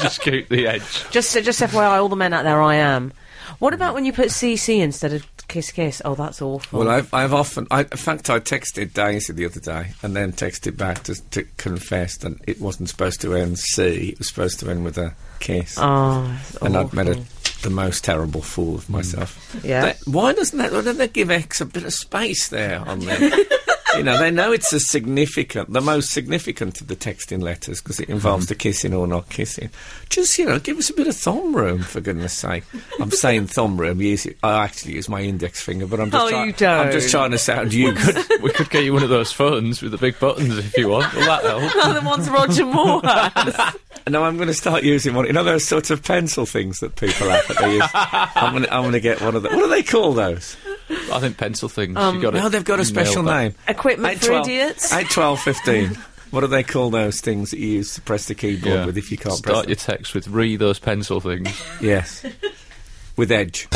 [SPEAKER 4] Just keep the edge.
[SPEAKER 3] Just, so- just FYI, all the men out there, I am. What about when you put CC instead of kiss kiss? Oh, that's awful.
[SPEAKER 2] Well, I've, I've often, I, in fact, I texted Daisy the other day and then texted back to, to confess that it wasn't supposed to end C, it was supposed to end with a kiss.
[SPEAKER 3] oh, it's
[SPEAKER 2] and I'd
[SPEAKER 3] awful.
[SPEAKER 2] made a, the most terrible fool of myself.
[SPEAKER 3] Yeah.
[SPEAKER 2] That- why doesn't that, why don't they give X a bit of space there on there? you know, they know it's a significant, the most significant of the texting letters because it involves the kissing or not kissing. Just, you know, give us a bit of thumb room, for goodness sake. I'm saying thumb room, use it, I actually use my index finger, but I'm just,
[SPEAKER 3] Oh,
[SPEAKER 2] try-
[SPEAKER 3] you don't.
[SPEAKER 2] I'm just trying to sound you good.
[SPEAKER 4] We could get you one of those phones with the big buttons if you want. Will that help?
[SPEAKER 3] Another one's Roger Moore.
[SPEAKER 2] No, I'm going to start using one. You know those sorts of pencil things that people have that they use? I'm going to, I'm going to get one of those. What do they call those?
[SPEAKER 4] I think pencil things. you got it.
[SPEAKER 2] Um, No, they've got a
[SPEAKER 4] You nailed
[SPEAKER 2] special
[SPEAKER 4] that.
[SPEAKER 2] name.
[SPEAKER 3] Equipment
[SPEAKER 2] Eight
[SPEAKER 3] for
[SPEAKER 2] twelve-
[SPEAKER 3] idiots?
[SPEAKER 2] Eight, twelve, fifteen. what do they call those things that you use to press the keyboard
[SPEAKER 4] Yeah.
[SPEAKER 2] with if you can't
[SPEAKER 4] Start your
[SPEAKER 2] press
[SPEAKER 4] text with re those pencil things.
[SPEAKER 2] them? Yes. With edge.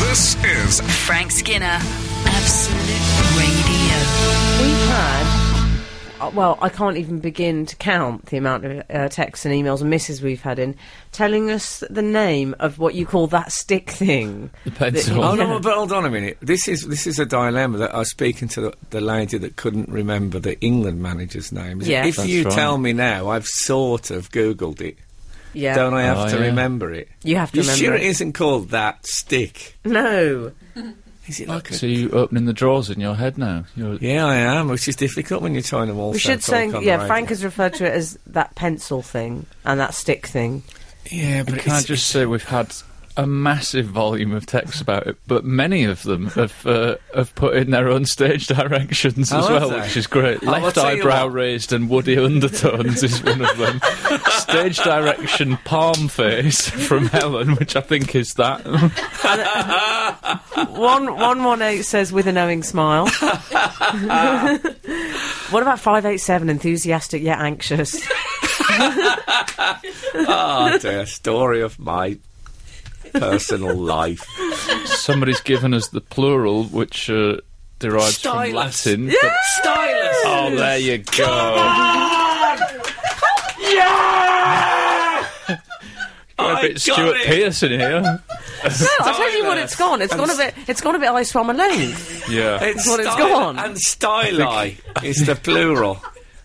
[SPEAKER 5] This is
[SPEAKER 1] Frank Skinner, Absolute Radio.
[SPEAKER 3] We've had. uh, well, I can't even begin to count the amount of uh, texts and emails and misses we've had in telling us the name of what you call that stick thing.
[SPEAKER 4] The
[SPEAKER 3] That-
[SPEAKER 4] pencil.
[SPEAKER 2] Oh
[SPEAKER 3] Yeah.
[SPEAKER 2] no! But hold on a minute. This is this is a dilemma that I was speaking to the, the lady that couldn't remember the England manager's name. Is it,
[SPEAKER 3] Yeah.
[SPEAKER 2] If
[SPEAKER 4] That's
[SPEAKER 2] you
[SPEAKER 4] right.
[SPEAKER 2] tell me now, I've sort of googled it.
[SPEAKER 3] Yeah.
[SPEAKER 2] Don't I have
[SPEAKER 4] Oh,
[SPEAKER 2] to
[SPEAKER 4] yeah.
[SPEAKER 2] remember it?
[SPEAKER 3] You have to
[SPEAKER 2] You
[SPEAKER 3] remember
[SPEAKER 2] sure
[SPEAKER 3] it.
[SPEAKER 2] it isn't called that stick?
[SPEAKER 3] No.
[SPEAKER 2] Is it like a?
[SPEAKER 4] So you opening the drawers in your head now? You're,
[SPEAKER 2] Yeah, I am. Which is difficult when you're trying to all.
[SPEAKER 3] We should say, yeah, Frank has referred to it as that pencil thing and that stick thing.
[SPEAKER 2] Yeah, but
[SPEAKER 4] Can I
[SPEAKER 2] it's-
[SPEAKER 4] just say we've had a massive volume of texts about it, but many of them have uh, have put in their own stage directions
[SPEAKER 2] Oh,
[SPEAKER 4] as
[SPEAKER 2] have
[SPEAKER 4] well,
[SPEAKER 2] they?
[SPEAKER 4] which is great.
[SPEAKER 2] Oh, I'll
[SPEAKER 4] Left
[SPEAKER 2] tell you
[SPEAKER 4] eyebrow
[SPEAKER 2] what.
[SPEAKER 4] raised and woody undertones is one of them. stage direction palm face from Helen, which I think is that.
[SPEAKER 3] One one one eight says with a knowing smile. what about five eight seven? Enthusiastic yet anxious.
[SPEAKER 2] Ah, dear, story of my personal life.
[SPEAKER 4] Somebody's given us the plural, which uh, derives from
[SPEAKER 2] Stylus.
[SPEAKER 4] Latin. but-
[SPEAKER 2] Stylus.
[SPEAKER 4] Oh, there you go.
[SPEAKER 2] I
[SPEAKER 4] A bit
[SPEAKER 2] got
[SPEAKER 4] Stuart
[SPEAKER 2] it.
[SPEAKER 4] Pearson here.
[SPEAKER 3] No, I tell you what, it's gone. It's gone a bit. It's gone a bit. I swam alone.
[SPEAKER 4] Yeah.
[SPEAKER 2] It's
[SPEAKER 3] Well, it's
[SPEAKER 2] styli-
[SPEAKER 3] gone.
[SPEAKER 2] And styli is the plural.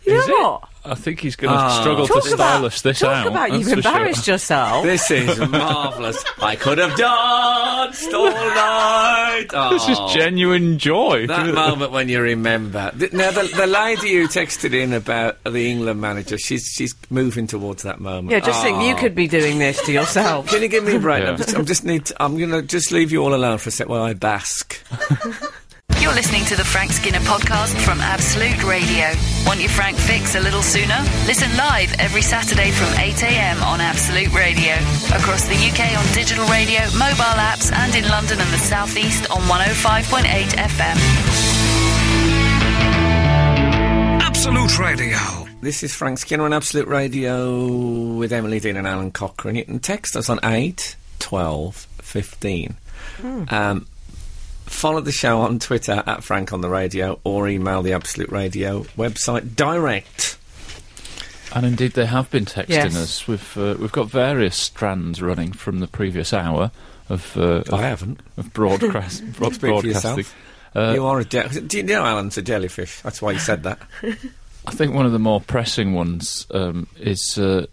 [SPEAKER 3] You
[SPEAKER 4] Is
[SPEAKER 3] know
[SPEAKER 4] it?
[SPEAKER 3] what?
[SPEAKER 4] I think he's going to
[SPEAKER 2] Ah.
[SPEAKER 4] struggle
[SPEAKER 3] Talk
[SPEAKER 4] to
[SPEAKER 3] about
[SPEAKER 4] style us this
[SPEAKER 3] talk
[SPEAKER 4] out.
[SPEAKER 3] about
[SPEAKER 4] that's
[SPEAKER 3] you've
[SPEAKER 4] for sure.
[SPEAKER 3] embarrassed yourself.
[SPEAKER 2] This is marvellous. I could have danced all night.
[SPEAKER 4] This is
[SPEAKER 2] Oh,
[SPEAKER 4] genuine joy.
[SPEAKER 2] That moment when you remember. Th- Now, the, the lady who texted in about the England manager, she's she's moving towards that moment.
[SPEAKER 3] yeah, just think you
[SPEAKER 2] Ah.
[SPEAKER 3] could be doing this to yourself.
[SPEAKER 2] Can you give me a break?
[SPEAKER 4] Yeah.
[SPEAKER 2] I'm, just, I'm just need. To, I'm gonna just leave you all alone for a sec while I bask.
[SPEAKER 1] You're listening to the Frank Skinner podcast from Absolute Radio. Want your Frank fix a little sooner? Listen live every Saturday from 8 a.m. on Absolute Radio. Across the UK on digital radio, mobile apps, and in London and the South East on 105.8 FM.
[SPEAKER 5] Absolute Radio.
[SPEAKER 2] This is Frank Skinner on Absolute Radio with Emily Dean and Alan Cochrane. You can text us on 8 12 15.
[SPEAKER 3] Hmm.
[SPEAKER 2] Um, follow the show on Twitter at Frank on the Radio or email the Absolute Radio website direct.
[SPEAKER 4] And indeed, they have been texting
[SPEAKER 3] Yes.
[SPEAKER 4] us. We've uh, we've got various strands running from the previous hour of uh, of,
[SPEAKER 2] haven't.
[SPEAKER 4] of broadcast broad-
[SPEAKER 2] Speak for
[SPEAKER 4] broadcasting.
[SPEAKER 2] yourself.
[SPEAKER 4] Uh,
[SPEAKER 2] you are a jellyfish. Do you know Alan's a jellyfish? That's why you said that.
[SPEAKER 4] I think one of the more pressing ones um, is uh,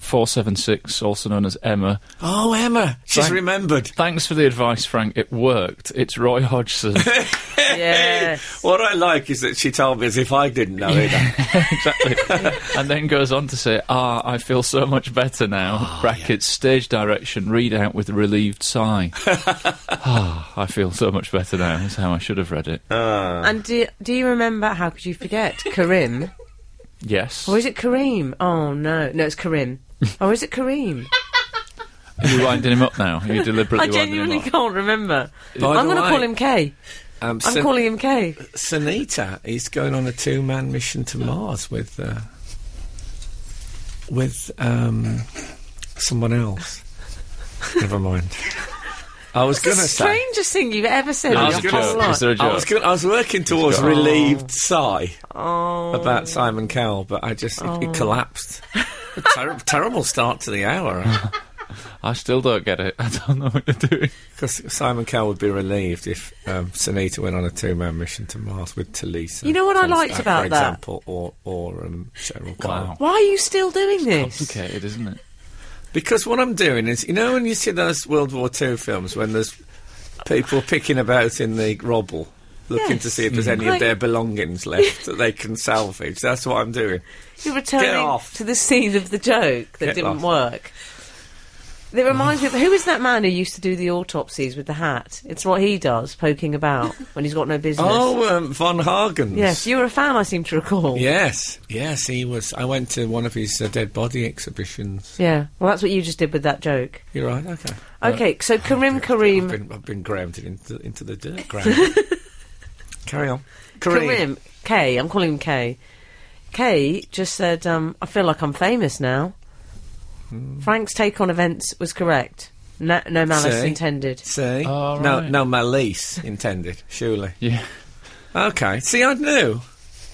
[SPEAKER 4] four seven six, also known as Emma.
[SPEAKER 2] oh, Emma. She's
[SPEAKER 4] Frank-
[SPEAKER 2] remembered.
[SPEAKER 4] Thanks for the advice, Frank. It worked. It's Roy Hodgson.
[SPEAKER 3] Yes.
[SPEAKER 2] What I like is that she told me as if I didn't know either.
[SPEAKER 4] exactly. and then goes on to say, "Ah, I feel so much better
[SPEAKER 2] Ah,
[SPEAKER 4] now." brackets stage direction read out with a relieved sigh. Ah, I feel so much better now. Is how I should have read it.
[SPEAKER 3] And do, do you remember? How could you forget Karim?
[SPEAKER 4] yes,
[SPEAKER 3] Or is it Kareem? Oh no, no, it's Karim. Or is it Kareem?
[SPEAKER 4] are you winding him up now? Are you deliberately
[SPEAKER 3] I
[SPEAKER 4] winding him
[SPEAKER 3] genuinely
[SPEAKER 4] up?
[SPEAKER 3] can't remember.
[SPEAKER 2] By
[SPEAKER 3] I'm
[SPEAKER 2] the
[SPEAKER 3] going to
[SPEAKER 2] way-
[SPEAKER 3] call him K.
[SPEAKER 2] Um,
[SPEAKER 3] I'm
[SPEAKER 2] Sen-
[SPEAKER 3] calling him K.
[SPEAKER 2] Sanita is going on a two-man mission to Mars with uh, with um, someone else. Never mind. I was going
[SPEAKER 3] It's
[SPEAKER 2] to
[SPEAKER 3] the
[SPEAKER 2] say.
[SPEAKER 3] strangest thing you've ever said
[SPEAKER 2] No,
[SPEAKER 3] in
[SPEAKER 2] it's
[SPEAKER 3] your
[SPEAKER 2] good.
[SPEAKER 3] whole
[SPEAKER 2] It's-
[SPEAKER 4] Is
[SPEAKER 3] life.
[SPEAKER 4] there a joke?
[SPEAKER 2] I was, gonna, I was working towards
[SPEAKER 4] got-
[SPEAKER 2] relieved sigh
[SPEAKER 3] Oh,
[SPEAKER 2] about Simon Cowell, but I just it, it collapsed. a ter- terrible start to the hour.
[SPEAKER 4] I still don't get it. I don't know what you're doing.
[SPEAKER 2] Because Simon Cowell would be relieved if um, Sunita went on a two-man mission to Mars with Talisa.
[SPEAKER 3] You know what I liked
[SPEAKER 2] Tonstack,
[SPEAKER 3] about
[SPEAKER 2] for
[SPEAKER 3] that?
[SPEAKER 2] example, or or um, Cheryl Cole.
[SPEAKER 3] why are you still doing this?
[SPEAKER 4] Complicated, isn't it?
[SPEAKER 2] Because what I'm doing is, you know, when you see those World War II films when there's people picking about in the rubble, looking to
[SPEAKER 3] Yes. Mm.
[SPEAKER 2] see if there's any
[SPEAKER 3] Like-
[SPEAKER 2] of their belongings left that they can salvage. That's what I'm doing.
[SPEAKER 3] You're returning
[SPEAKER 2] off.
[SPEAKER 3] to the scene of the joke that
[SPEAKER 2] Get
[SPEAKER 3] didn't
[SPEAKER 2] off.
[SPEAKER 3] work. It reminds me of who is that man who used to do the autopsies with the hat? It's what he does, poking about when he's got no business.
[SPEAKER 2] Oh, um, Von Hagens.
[SPEAKER 3] yes, you were a fan, I seem to recall.
[SPEAKER 2] Yes, yes, he was. I went to one of his uh, dead body exhibitions.
[SPEAKER 3] Yeah. Well, that's what you just did with that joke.
[SPEAKER 2] You're right. Okay.
[SPEAKER 3] Okay, so Karim
[SPEAKER 2] I've
[SPEAKER 3] Karim
[SPEAKER 2] been, I've been grounded into, into the dirt ground. Carry on. Kareem.
[SPEAKER 3] Karim K. I'm calling him K. K just said, um, "I feel like I'm famous now."
[SPEAKER 2] Hmm.
[SPEAKER 3] Frank's take on events was correct. No, no malice
[SPEAKER 2] See?
[SPEAKER 3] intended.
[SPEAKER 2] See?
[SPEAKER 4] All
[SPEAKER 2] No,
[SPEAKER 4] right.
[SPEAKER 2] no malice intended, surely.
[SPEAKER 4] Yeah.
[SPEAKER 2] Okay. See, I knew.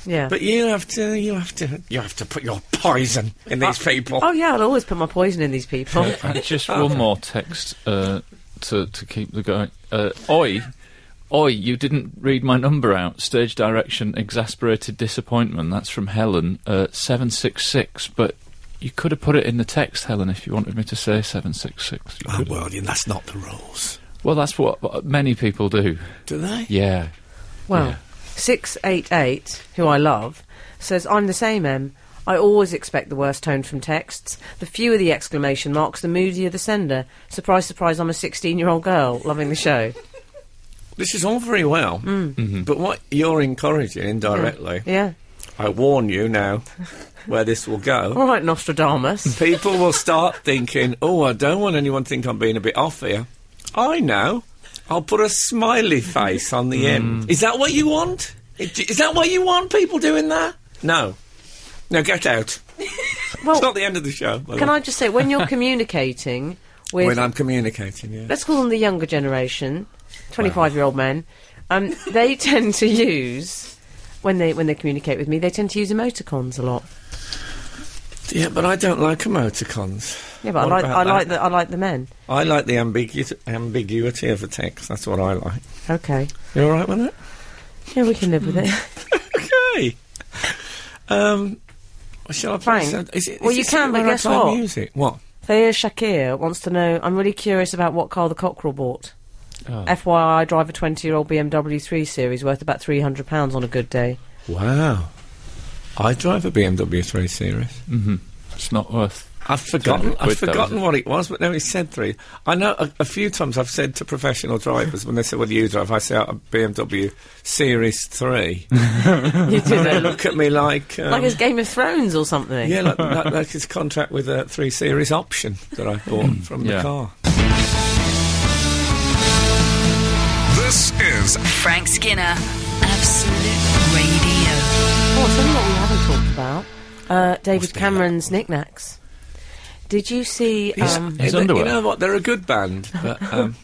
[SPEAKER 3] Yeah.
[SPEAKER 2] But you have to, you have to, you have to put your poison in these people.
[SPEAKER 3] oh yeah, I'll always put my poison in these people.
[SPEAKER 4] And just one more text uh, to to keep the going. Uh, Oi, oi! You didn't read my number out. Stage direction, exasperated disappointment. That's from Helen. Uh, seven six six. But you could have put it in the text, Helen, if you wanted me to say seven six six.
[SPEAKER 2] Oh, well, yeah, that's not the rules.
[SPEAKER 4] Well, that's what what many people do.
[SPEAKER 2] Do they?
[SPEAKER 4] Yeah.
[SPEAKER 3] Well,
[SPEAKER 4] Yeah.
[SPEAKER 3] 688, who I love, says, I'm the same, Em. I always expect the worst tone from texts. The fewer the exclamation marks, the moodier the sender. Surprise, surprise, I'm a 16 year old girl loving the show.
[SPEAKER 2] This is all very well,
[SPEAKER 3] Mm.
[SPEAKER 2] but what you're encouraging indirectly,
[SPEAKER 3] Yeah.
[SPEAKER 2] I warn you now where this will go.
[SPEAKER 3] All right, Nostradamus.
[SPEAKER 2] People will start thinking, oh, I don't want anyone to think I'm being a bit off here. I know. I'll put a smiley face on the end. Is that what you want? Is is that what you want, people doing that? No. No, get out.
[SPEAKER 3] Well,
[SPEAKER 2] it's not the end of the show. by the
[SPEAKER 3] Can
[SPEAKER 2] way.
[SPEAKER 3] I just say, when you're communicating with.
[SPEAKER 2] When I'm communicating, yeah.
[SPEAKER 3] let's call them the younger generation, 25 year old men, um, they tend to use, when they, when they communicate with me, they tend to use emoticons a lot.
[SPEAKER 2] Yeah, but I don't like emoticons.
[SPEAKER 3] Yeah, but I
[SPEAKER 2] What
[SPEAKER 3] like,
[SPEAKER 2] about
[SPEAKER 3] I, like
[SPEAKER 2] that?
[SPEAKER 3] the, I like the men.
[SPEAKER 2] I like the ambigu- ambiguity of a text. That's what I like.
[SPEAKER 3] Okay.
[SPEAKER 2] You all right with it?
[SPEAKER 3] Yeah, we can live with it.
[SPEAKER 2] Hmm. Okay. Um, well, shall I play?
[SPEAKER 3] Frank,
[SPEAKER 2] some- Is it, is
[SPEAKER 3] well, you
[SPEAKER 2] it
[SPEAKER 3] can, but
[SPEAKER 2] where I
[SPEAKER 3] guess
[SPEAKER 2] play
[SPEAKER 3] what?
[SPEAKER 2] Music. What?
[SPEAKER 3] Thea Shakir wants to know I'm really curious about what car the Cockerel bought. FYI, I drive a 20 year old BMW 3 Series worth about £300 on a good day.
[SPEAKER 2] Wow. I drive a BMW 3 Series.
[SPEAKER 4] It's not worth.
[SPEAKER 2] I've forgotten.
[SPEAKER 4] quid,
[SPEAKER 2] I've
[SPEAKER 4] though,
[SPEAKER 2] forgotten
[SPEAKER 4] is it?
[SPEAKER 2] what it was, but no, he said three. I know a, a few times I've said to professional drivers when they say, "What do you drive?" I say, "A BMW Series 3.
[SPEAKER 3] You do
[SPEAKER 2] They
[SPEAKER 3] that look
[SPEAKER 2] look at me like, um,
[SPEAKER 3] like it's Game of Thrones or something.
[SPEAKER 2] yeah, like, like, like his contract with a three series option that I bought from the
[SPEAKER 4] Mm. Yeah.
[SPEAKER 2] car.
[SPEAKER 5] This is
[SPEAKER 1] Frank Skinner, Absolute Radio.
[SPEAKER 3] Oh, something that we haven't talked about uh, David Cameron's knickknacks. Did you see.
[SPEAKER 2] He's-
[SPEAKER 3] Um,
[SPEAKER 4] His
[SPEAKER 2] you know-
[SPEAKER 4] underwear.
[SPEAKER 2] You know what? They're a good band, but um,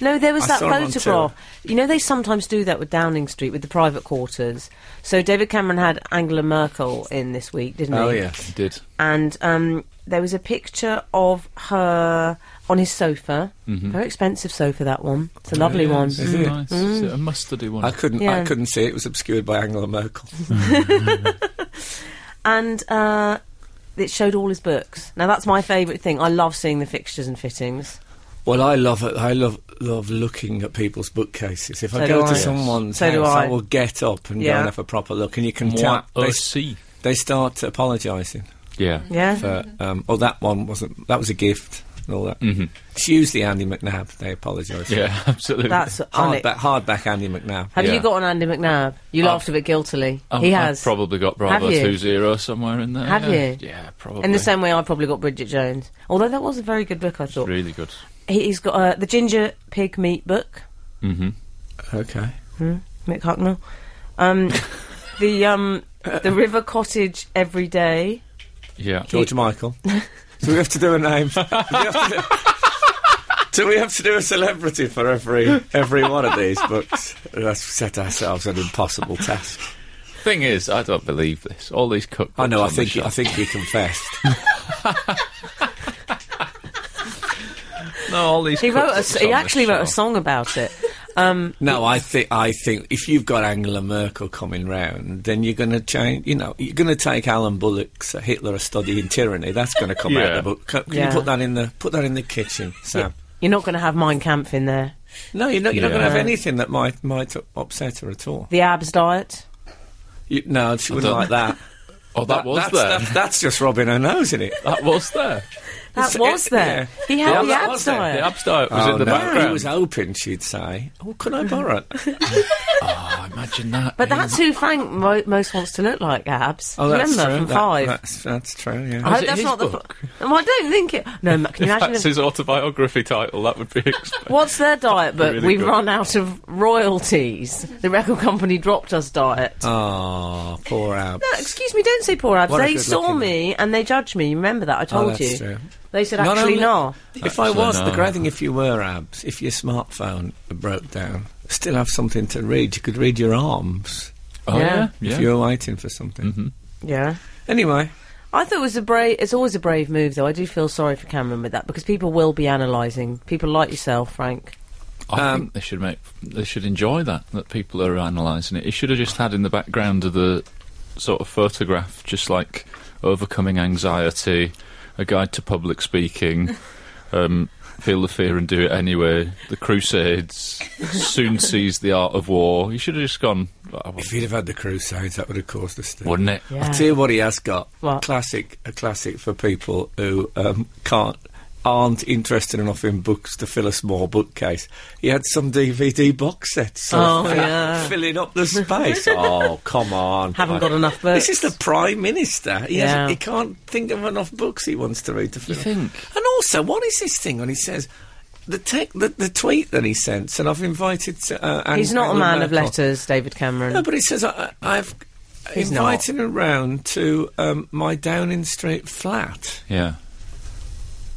[SPEAKER 3] No, there was
[SPEAKER 2] I
[SPEAKER 3] that
[SPEAKER 2] saw 'em on
[SPEAKER 3] photograph. You know, they sometimes do that with Downing Street, with the private quarters. So David Cameron had Angela Merkel in this week, didn't he?
[SPEAKER 2] oh yeah.
[SPEAKER 4] He did.
[SPEAKER 3] and um, there was a picture of her on his sofa. Very expensive sofa, that one. It's a lovely
[SPEAKER 2] Mm-hmm.
[SPEAKER 3] Mm.
[SPEAKER 2] yeah,
[SPEAKER 3] one.
[SPEAKER 2] it's it?
[SPEAKER 4] Is it nice? Is it a mustardy one?
[SPEAKER 2] I couldn't. I
[SPEAKER 3] Yeah.
[SPEAKER 2] couldn't see it. It was obscured by Angela Merkel.
[SPEAKER 3] And uh, it showed all his books. Now, that's my favourite thing. I love seeing the fixtures and fittings.
[SPEAKER 2] Well, I love it. I love love looking at people's bookcases. If I
[SPEAKER 3] So
[SPEAKER 2] go
[SPEAKER 3] do
[SPEAKER 2] to
[SPEAKER 3] I.
[SPEAKER 2] someone's
[SPEAKER 3] So do
[SPEAKER 2] house, I.
[SPEAKER 3] I.
[SPEAKER 2] will get up and go
[SPEAKER 3] Yeah.
[SPEAKER 2] and have a proper look. And you can
[SPEAKER 4] Moi
[SPEAKER 2] tell they, s-
[SPEAKER 4] aussi.
[SPEAKER 2] they start apologising.
[SPEAKER 4] Yeah.
[SPEAKER 3] Yeah?
[SPEAKER 2] for, Um, oh, that one wasn't. That was a gift. And all that. Mm-hmm. It's usually Andy McNab. They apologise.
[SPEAKER 4] Yeah, absolutely.
[SPEAKER 3] That's on it.
[SPEAKER 2] Hardback, hardback Andy McNab.
[SPEAKER 3] Have you
[SPEAKER 4] yeah.
[SPEAKER 3] got an Andy McNab? You laughed a bit guiltily.
[SPEAKER 4] I've-
[SPEAKER 3] he
[SPEAKER 4] Oh, I've
[SPEAKER 3] has.
[SPEAKER 4] probably got Bravo
[SPEAKER 3] you?
[SPEAKER 4] Two Zero somewhere in there.
[SPEAKER 3] Have
[SPEAKER 4] yeah.
[SPEAKER 3] you?
[SPEAKER 4] Yeah, probably.
[SPEAKER 3] In the same way I probably got Bridget Jones. Although that was a very good book, I thought.
[SPEAKER 4] Really good.
[SPEAKER 3] He- He's got uh, the Ginger Pig Meat book.
[SPEAKER 4] Mm-hmm.
[SPEAKER 2] Okay.
[SPEAKER 3] Mick Hucknall. Um, the um, the River Cottage every day.
[SPEAKER 4] Yeah.
[SPEAKER 2] George Michael. do we have to do a name? Do we have to do, do we have to do a celebrity for every every one of these books? Let's set ourselves an impossible task.
[SPEAKER 4] Thing is, I don't believe this. All these cookbooks.
[SPEAKER 2] I know.
[SPEAKER 4] on
[SPEAKER 2] I
[SPEAKER 4] the
[SPEAKER 2] think
[SPEAKER 4] shelf.
[SPEAKER 2] I think you confessed.
[SPEAKER 4] no, all these.
[SPEAKER 3] He wrote a,
[SPEAKER 4] cookbooks
[SPEAKER 3] s- he
[SPEAKER 4] on the
[SPEAKER 3] actually wrote a
[SPEAKER 4] shelf.
[SPEAKER 3] song about it.
[SPEAKER 2] no, I think I think if you've got Angela Merkel coming round, then you're going to change. You know, you're going to take Alan Bullock's uh, Hitler: A Study in Tyranny. That's going to come out
[SPEAKER 4] Yeah.
[SPEAKER 2] of the book. Can, can
[SPEAKER 3] Yeah.
[SPEAKER 2] you put that in the put that in the kitchen, Sam?
[SPEAKER 3] You're not going to have Mein Kampf in there.
[SPEAKER 2] No, you're not. You're not going
[SPEAKER 4] Yeah.
[SPEAKER 2] to have anything that might might upset her at all.
[SPEAKER 3] The abs diet.
[SPEAKER 2] You, no, she wouldn't
[SPEAKER 4] don't-
[SPEAKER 2] like that.
[SPEAKER 4] Oh, that, was
[SPEAKER 2] that's,
[SPEAKER 4] there.
[SPEAKER 2] that-
[SPEAKER 4] That,
[SPEAKER 2] that's just rubbing her nose in it.
[SPEAKER 4] was there.
[SPEAKER 3] That
[SPEAKER 2] It's-
[SPEAKER 3] was
[SPEAKER 2] it-
[SPEAKER 3] there.
[SPEAKER 2] yeah.
[SPEAKER 3] He had
[SPEAKER 2] Yeah,
[SPEAKER 3] the,
[SPEAKER 2] that
[SPEAKER 3] abs
[SPEAKER 2] was there.
[SPEAKER 4] The
[SPEAKER 3] diet.
[SPEAKER 4] upstart was in the
[SPEAKER 2] Oh, no,
[SPEAKER 4] background.
[SPEAKER 2] He was
[SPEAKER 3] uh,
[SPEAKER 2] hoping she'd say, "Oh, can I borrow it?"
[SPEAKER 4] oh, imagine that.
[SPEAKER 3] but
[SPEAKER 4] yeah.
[SPEAKER 3] that's who Frank mo- most wants to look like abs.
[SPEAKER 2] Oh, that's
[SPEAKER 3] Remember
[SPEAKER 2] true.
[SPEAKER 3] from
[SPEAKER 2] That-
[SPEAKER 3] Five.
[SPEAKER 2] That's, that's true. Yeah.
[SPEAKER 3] I
[SPEAKER 4] Was
[SPEAKER 3] hope
[SPEAKER 4] it
[SPEAKER 3] that's
[SPEAKER 4] his
[SPEAKER 3] not
[SPEAKER 4] book?
[SPEAKER 3] the. Fu- well, I don't think it. No, ma- can you imagine?
[SPEAKER 4] That's
[SPEAKER 3] if-
[SPEAKER 4] his autobiography title. That would be. Expensive.
[SPEAKER 3] What's their diet book?
[SPEAKER 4] Really
[SPEAKER 3] We've
[SPEAKER 4] good.
[SPEAKER 3] run out of royalties. The record company dropped us diet.
[SPEAKER 2] Oh, poor Abs.
[SPEAKER 3] No, excuse me, don't say poor abs.
[SPEAKER 2] What a
[SPEAKER 3] They
[SPEAKER 2] good
[SPEAKER 3] saw
[SPEAKER 2] looking
[SPEAKER 3] me and they judged me. You Remember that? I told
[SPEAKER 2] Oh, that's
[SPEAKER 3] you.
[SPEAKER 2] true.
[SPEAKER 3] They said,
[SPEAKER 2] Not
[SPEAKER 3] actually,
[SPEAKER 2] only-
[SPEAKER 3] no.
[SPEAKER 2] If I was,
[SPEAKER 4] no.
[SPEAKER 2] the great thing if you were Abs, if your smartphone broke down, still have something to read. You could read your arms.
[SPEAKER 4] Oh, yeah.
[SPEAKER 3] Yeah.
[SPEAKER 4] Yeah. Mm-hmm.
[SPEAKER 2] if you're waiting for something.
[SPEAKER 3] Yeah.
[SPEAKER 2] Anyway,
[SPEAKER 3] I thought it was a brave. It's always a brave move, though. I do feel sorry for Cameron with that because people will be analysing. People like yourself, Frank.
[SPEAKER 4] I
[SPEAKER 2] Um,
[SPEAKER 4] think they should make they should enjoy that that people are analysing it. It should have just had in the background of the sort of photograph, just like overcoming anxiety, a guide to public speaking, um, feel the fear and do it anyway. The Crusades soon sees the art of war. You should have just gone, "Oh,
[SPEAKER 2] if he'd have had the Crusades, that would have caused a stir.
[SPEAKER 4] wouldn't it?
[SPEAKER 3] Yeah.
[SPEAKER 2] I tell you what, he has got
[SPEAKER 3] What?
[SPEAKER 2] classic a classic for people who um, can't aren't interested enough in books to fill a small bookcase. He had some DVD box sets, so
[SPEAKER 3] Oh,
[SPEAKER 2] fill-
[SPEAKER 3] yeah.
[SPEAKER 2] filling up the space. oh come on!
[SPEAKER 3] Haven't
[SPEAKER 2] Like,
[SPEAKER 3] got enough books.
[SPEAKER 2] This is the prime minister. He,
[SPEAKER 3] Yeah.
[SPEAKER 2] hasn't he can't think of enough books he wants to read to fill.
[SPEAKER 4] You think?
[SPEAKER 2] And also, what is this thing when he says? The, tech, the, the tweet that he sent, and I've invited. Uh, Ang-
[SPEAKER 3] He's not a
[SPEAKER 2] Angela
[SPEAKER 3] man of
[SPEAKER 2] Merkel.
[SPEAKER 3] letters, David Cameron.
[SPEAKER 2] No, but he says I, I- I've
[SPEAKER 3] He's
[SPEAKER 2] invited him round to um, my Downing Street flat.
[SPEAKER 4] Yeah.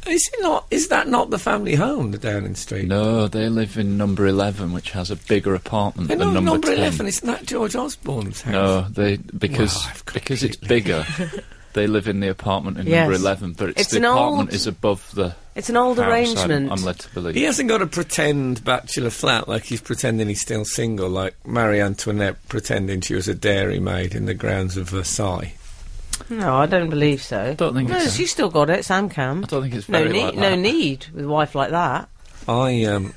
[SPEAKER 2] Is it not? Is that not the family home, the Downing Street?
[SPEAKER 4] No, they live in number eleven, which has a bigger apartment
[SPEAKER 2] And
[SPEAKER 4] than
[SPEAKER 2] number,
[SPEAKER 4] number, ten.
[SPEAKER 2] eleven. Isn't that George Osborne's house?
[SPEAKER 4] No, they because
[SPEAKER 2] Wow, I've
[SPEAKER 4] because it's
[SPEAKER 2] completely-
[SPEAKER 4] bigger. they live in the apartment in number
[SPEAKER 3] Yes.
[SPEAKER 4] eleven, but it's,
[SPEAKER 3] It's
[SPEAKER 4] the
[SPEAKER 3] an
[SPEAKER 4] apartment
[SPEAKER 3] old-
[SPEAKER 4] is above the.
[SPEAKER 3] it's an old
[SPEAKER 4] house, I'm-
[SPEAKER 3] arrangement.
[SPEAKER 4] I'm, led to believe.
[SPEAKER 2] He hasn't got a pretend bachelor flat like he's pretending he's still single, like Marie Antoinette pretending she was a dairymaid in the grounds of Versailles.
[SPEAKER 3] no, I don't believe so.
[SPEAKER 4] Don't think
[SPEAKER 3] no,
[SPEAKER 4] it's-
[SPEAKER 3] she's still got it. Sam Cam.
[SPEAKER 4] I don't think it's
[SPEAKER 3] No
[SPEAKER 4] very
[SPEAKER 3] need.
[SPEAKER 4] like
[SPEAKER 3] no
[SPEAKER 4] that.
[SPEAKER 3] need with a wife like that.
[SPEAKER 2] I um,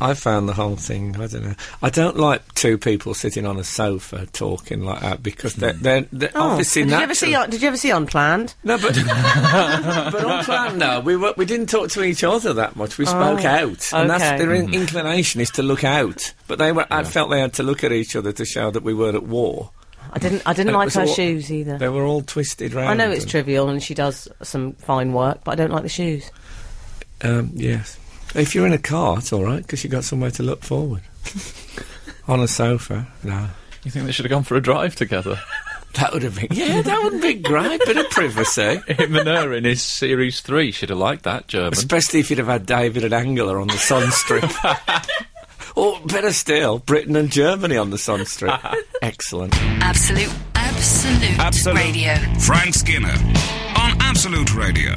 [SPEAKER 2] I found the whole thing. I don't know. I don't like two people sitting on a sofa talking like that because
[SPEAKER 4] Hmm.
[SPEAKER 2] they're they're, they're obviously
[SPEAKER 3] Oh, did you ever
[SPEAKER 2] natural.
[SPEAKER 3] see? Did you ever see Unplanned?
[SPEAKER 2] No, but but on plan. No, we were, we didn't talk to each other that much. We spoke out, and
[SPEAKER 3] Oh, okay.
[SPEAKER 2] that's their in- inclination is to look out. But they were. I felt they had to look at each other to show that we were at war.
[SPEAKER 3] I didn't. I didn't
[SPEAKER 2] And it
[SPEAKER 3] like
[SPEAKER 2] was
[SPEAKER 3] her
[SPEAKER 2] all-
[SPEAKER 3] shoes either.
[SPEAKER 2] They were all twisted round.
[SPEAKER 3] I know it's
[SPEAKER 2] and,
[SPEAKER 3] trivial and she does some fine work, but I don't like the shoes.
[SPEAKER 2] Um, yes. If you're in a car, it's all right because you got somewhere to look forward. on a sofa, no.
[SPEAKER 4] You think they should have gone for a drive together?
[SPEAKER 2] That would have been yeah. That would be great. Bit of privacy,
[SPEAKER 4] Him and her in his series three should have liked that German.
[SPEAKER 2] especially if you'd have had David and Angela on the Sunstrip. or better still, Britain and Germany on the Sunstrip. Excellent.
[SPEAKER 1] Absolute, absolute,
[SPEAKER 2] Absolute.
[SPEAKER 1] radio.
[SPEAKER 5] Frank Skinner on Absolute Radio.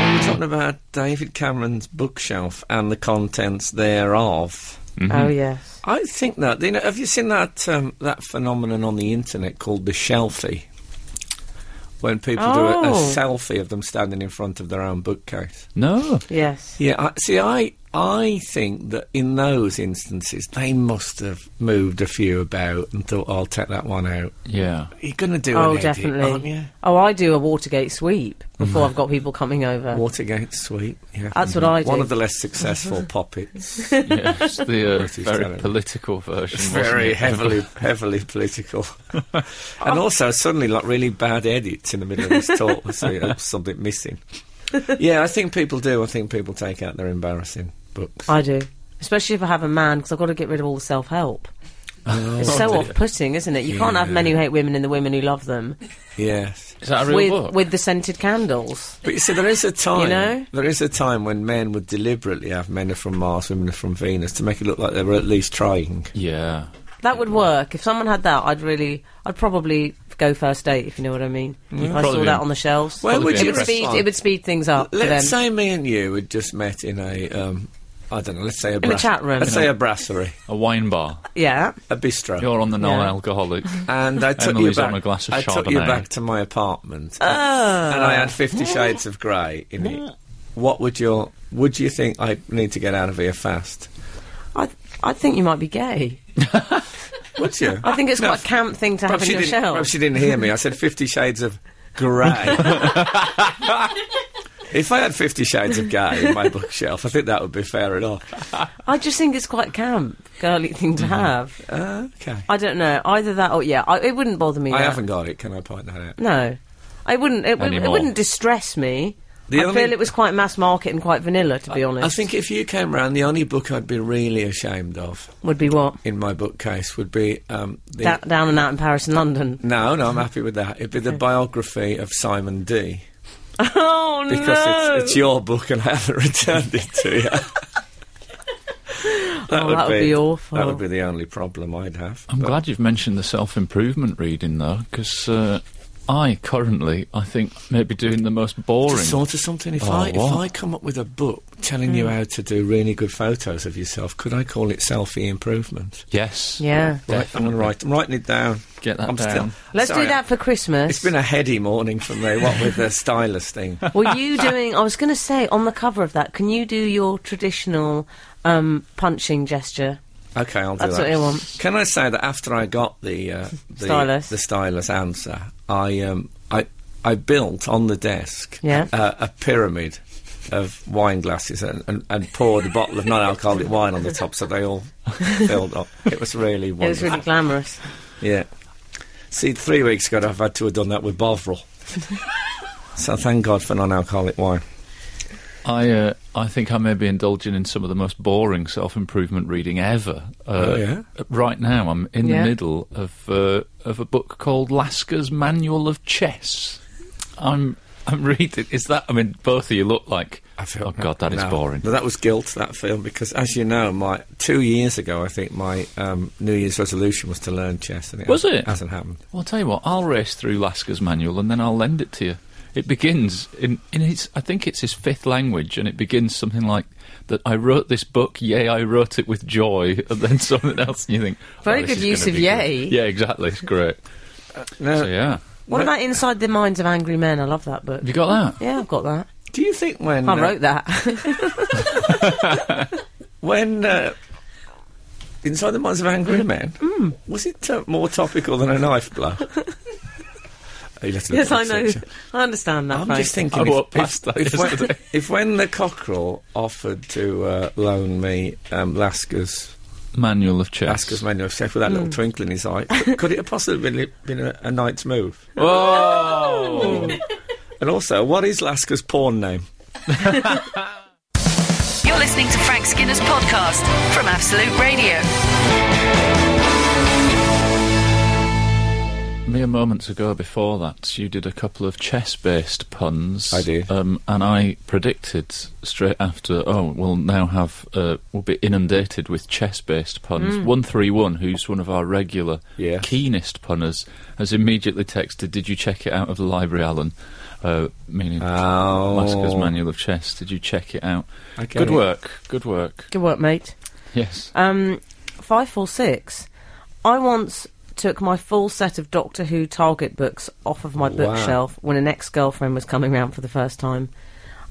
[SPEAKER 2] We were talking about David Cameron's bookshelf and the contents thereof.
[SPEAKER 3] Oh yes.
[SPEAKER 2] I think that you know. Have you seen that um, that phenomenon on the internet called the shelfie? When people do a, a
[SPEAKER 3] Oh.
[SPEAKER 2] selfie of them standing in front of their own bookcase.
[SPEAKER 4] No,
[SPEAKER 3] Yes.
[SPEAKER 2] Yeah, I, see, I I think that in those instances they must have moved a few about and thought, "I'll take that one out."
[SPEAKER 4] yeah,
[SPEAKER 2] You're going to do an
[SPEAKER 3] Oh,
[SPEAKER 2] edit, aren't
[SPEAKER 3] definitely.
[SPEAKER 2] you? Mm-hmm.
[SPEAKER 3] Oh, I do a Watergate sweep before I've got people coming over.
[SPEAKER 2] Watergate sweep. Yeah, Mm-hmm.
[SPEAKER 3] That's what I do.
[SPEAKER 2] One of the less successful puppets.
[SPEAKER 4] yeah. It's the uh,
[SPEAKER 2] British
[SPEAKER 4] very
[SPEAKER 2] talent.
[SPEAKER 4] political version.
[SPEAKER 2] It's
[SPEAKER 4] wasn't
[SPEAKER 2] very
[SPEAKER 4] it?
[SPEAKER 2] heavily, heavily political, and also suddenly like really bad edits in the middle of this talk, so you know, something missing. Yeah, I think people do. I think people take out their embarrassing books.
[SPEAKER 3] I do, especially if I have a man, because I've got to get rid of all the self-help.
[SPEAKER 2] Oh,
[SPEAKER 3] it's so off-putting, isn't it? You can't have men who hate women and the women who love them
[SPEAKER 2] Yes.
[SPEAKER 4] Is that a real
[SPEAKER 3] with
[SPEAKER 4] book?
[SPEAKER 3] with the scented candles.
[SPEAKER 2] But you see, there is a time.
[SPEAKER 3] know?
[SPEAKER 2] There is a time when men would deliberately have men are from Mars, women are from Venus, to make it look like they were at least trying.
[SPEAKER 4] yeah,
[SPEAKER 3] That would work. If someone had that, I'd really, I'd probably go first date if you know what I mean.
[SPEAKER 2] Mm-hmm.
[SPEAKER 3] If I
[SPEAKER 4] Probably
[SPEAKER 3] saw
[SPEAKER 4] be-
[SPEAKER 3] that on the shelves.
[SPEAKER 2] Where
[SPEAKER 4] would
[SPEAKER 3] it
[SPEAKER 4] you
[SPEAKER 3] would speed?
[SPEAKER 2] respond?
[SPEAKER 3] It would speed things up. for them.
[SPEAKER 2] Let's say me and you had just met in a, um, I don't know, let's say a
[SPEAKER 3] a
[SPEAKER 2] brass-
[SPEAKER 3] chat room.
[SPEAKER 2] Let's say a brasserie,
[SPEAKER 4] a wine bar.
[SPEAKER 3] yeah.
[SPEAKER 2] a bistro,
[SPEAKER 4] You're on the non-alcoholic.
[SPEAKER 2] and I took
[SPEAKER 4] Emily's
[SPEAKER 2] you back.
[SPEAKER 4] on a glass of
[SPEAKER 2] I took you
[SPEAKER 4] Chardonnay.
[SPEAKER 2] back to my
[SPEAKER 3] Oh.
[SPEAKER 2] apartment, and I had Fifty Shades of Grey in it. What would your? Would you think I need to get out of here fast?
[SPEAKER 3] I, I think you might be gay.
[SPEAKER 2] Would you?
[SPEAKER 3] I think it's
[SPEAKER 2] No,
[SPEAKER 3] quite a camp thing to have
[SPEAKER 2] Perhaps
[SPEAKER 3] in
[SPEAKER 2] she,
[SPEAKER 3] your
[SPEAKER 2] didn't, perhaps
[SPEAKER 3] shelves.
[SPEAKER 2] she didn't hear me. I said Fifty Shades of Grey. if I had Fifty Shades of Grey in my bookshelf, I think that would be fair enough.
[SPEAKER 3] I just think it's quite a camp, girly thing
[SPEAKER 2] Mm-hmm.
[SPEAKER 3] to have.
[SPEAKER 2] Okay.
[SPEAKER 3] I don't know. Either that or, yeah, I, it wouldn't bother me.
[SPEAKER 2] I
[SPEAKER 3] that.
[SPEAKER 2] haven't got it. Can I point that out?
[SPEAKER 3] No. I wouldn't, it, would- it
[SPEAKER 4] Anymore.
[SPEAKER 3] wouldn't distress me.
[SPEAKER 2] The
[SPEAKER 3] I
[SPEAKER 2] only-
[SPEAKER 3] feel it was quite mass market and quite vanilla, to be honest.
[SPEAKER 2] I think if you came round, the only book I'd be really ashamed of
[SPEAKER 3] Would be what?
[SPEAKER 2] in my bookcase would be um, the.
[SPEAKER 3] Da- down and out in Paris and London.
[SPEAKER 2] no, no, I'm happy with that. It'd be the biography of Simon D.
[SPEAKER 3] Oh,
[SPEAKER 2] Because it's, it's your book and I haven't returned it to you.
[SPEAKER 3] Oh, that would be awful.
[SPEAKER 2] That would be the only problem I'd have.
[SPEAKER 4] I'm
[SPEAKER 2] But
[SPEAKER 4] glad you've mentioned the self improvement reading, though, because uh, I currently, I think, maybe doing the most boring.
[SPEAKER 2] To sort of something, if
[SPEAKER 4] Oh,
[SPEAKER 2] I if
[SPEAKER 4] what?
[SPEAKER 2] I come up with a book telling
[SPEAKER 4] Hmm.
[SPEAKER 2] you how to do really good photos of yourself, could I call it selfie improvement?
[SPEAKER 4] Yes.
[SPEAKER 3] Yeah.
[SPEAKER 2] Right, I'm going to write. I'm writing it down.
[SPEAKER 4] Get that
[SPEAKER 2] I'm still-
[SPEAKER 4] down.
[SPEAKER 3] Let's
[SPEAKER 2] Sorry,
[SPEAKER 3] do that for Christmas.
[SPEAKER 2] It's been a heady morning for me. What with the stylus thing.
[SPEAKER 3] Were you doing? I was going to say on the cover of that. Can you do your traditional um, punching gesture?
[SPEAKER 2] Okay, I'll do
[SPEAKER 3] That's
[SPEAKER 2] that.
[SPEAKER 3] what I want.
[SPEAKER 2] Can I say that after I got the uh, the,
[SPEAKER 3] Stylus.
[SPEAKER 2] the stylus answer, I um I I built on the desk
[SPEAKER 3] Yeah.
[SPEAKER 2] uh, a pyramid of wine glasses and, and, and poured a bottle of non-alcoholic wine on the top, so they all filled up. It was really wonderful.
[SPEAKER 3] It was really glamorous.
[SPEAKER 2] Yeah. See, three weeks ago, I've had to have done that with Bovril. so thank God for non-alcoholic wine.
[SPEAKER 4] I uh, I think I may be indulging in some of the most boring self improvement reading ever. Uh,
[SPEAKER 2] Oh, yeah?
[SPEAKER 4] Right now, I'm in
[SPEAKER 3] Yeah.
[SPEAKER 4] the middle of uh, of a book called Lasker's Manual of Chess. I'm I'm reading. Is that? I mean, both of you look like. oh God, that is
[SPEAKER 2] No.
[SPEAKER 4] boring.
[SPEAKER 2] But that was guilt, that film, because as you know, my two years ago, I think my um, New Year's resolution was to learn chess, and it,
[SPEAKER 4] Was
[SPEAKER 2] hasn't-
[SPEAKER 4] it?
[SPEAKER 2] hasn't happened.
[SPEAKER 4] Well, I'll tell you what. I'll race through Lasker's Manual and then I'll lend it to you. It begins in in his. I think it's his fifth language, and it begins something like that. I wrote this book. Yay! I wrote it with joy, and then something else. And you think "Oh,
[SPEAKER 3] Very
[SPEAKER 4] this
[SPEAKER 3] good
[SPEAKER 4] is
[SPEAKER 3] use
[SPEAKER 4] gonna
[SPEAKER 3] of
[SPEAKER 4] be good.
[SPEAKER 3] yay.
[SPEAKER 4] Yeah, exactly. It's great.
[SPEAKER 2] No,
[SPEAKER 4] So yeah.
[SPEAKER 3] What about Inside the Minds of Angry Men? I love that book.
[SPEAKER 4] Have you got that?
[SPEAKER 3] Yeah, I've got that.
[SPEAKER 2] Do you think when
[SPEAKER 3] I
[SPEAKER 2] uh,
[SPEAKER 3] wrote that.
[SPEAKER 2] when uh, Inside the Minds of Angry Men
[SPEAKER 3] Mm.
[SPEAKER 2] was it uh, more topical than a knife blow? Oh, you'll have to look
[SPEAKER 3] yes,
[SPEAKER 2] at
[SPEAKER 3] I
[SPEAKER 2] the
[SPEAKER 3] know.
[SPEAKER 2] section.
[SPEAKER 3] I understand that.
[SPEAKER 2] I'm
[SPEAKER 3] Frank.
[SPEAKER 2] just thinking.
[SPEAKER 4] I
[SPEAKER 2] if,
[SPEAKER 4] walked
[SPEAKER 2] if-
[SPEAKER 4] past that
[SPEAKER 2] if when,
[SPEAKER 4] yesterday.
[SPEAKER 2] if when the cockerel offered to uh, loan me um, Lasker's
[SPEAKER 4] Manual of Chess.
[SPEAKER 2] Lasker's menu of chef with that
[SPEAKER 3] Hmm.
[SPEAKER 2] little twinkle in his eye, could, could it have possibly been, been a, a night's move?
[SPEAKER 4] Oh!
[SPEAKER 2] And also, what is Lasker's porn name?
[SPEAKER 1] You're listening to Frank Skinner's podcast from Absolute Radio.
[SPEAKER 4] Mere moments ago, before that, you did a couple of chess-based puns.
[SPEAKER 2] I did.
[SPEAKER 4] um, and I predicted straight after. Oh, we'll now have uh, we'll be inundated with chess-based puns. One three one, who's one of our regular
[SPEAKER 2] Yes.
[SPEAKER 4] keenest punners, has immediately texted, "Did you check it out of the library, Alan?" Uh, meaning
[SPEAKER 2] Oh.
[SPEAKER 4] Lasker's Manual of Chess. Did you check it out?
[SPEAKER 2] I get
[SPEAKER 4] Good
[SPEAKER 2] it.
[SPEAKER 4] work. Good work.
[SPEAKER 3] Good work, mate.
[SPEAKER 4] Yes.
[SPEAKER 3] Um, five four six. I once took my full set of Doctor Who target books off of my
[SPEAKER 2] Wow.
[SPEAKER 3] bookshelf when an ex girlfriend was coming round for the first time.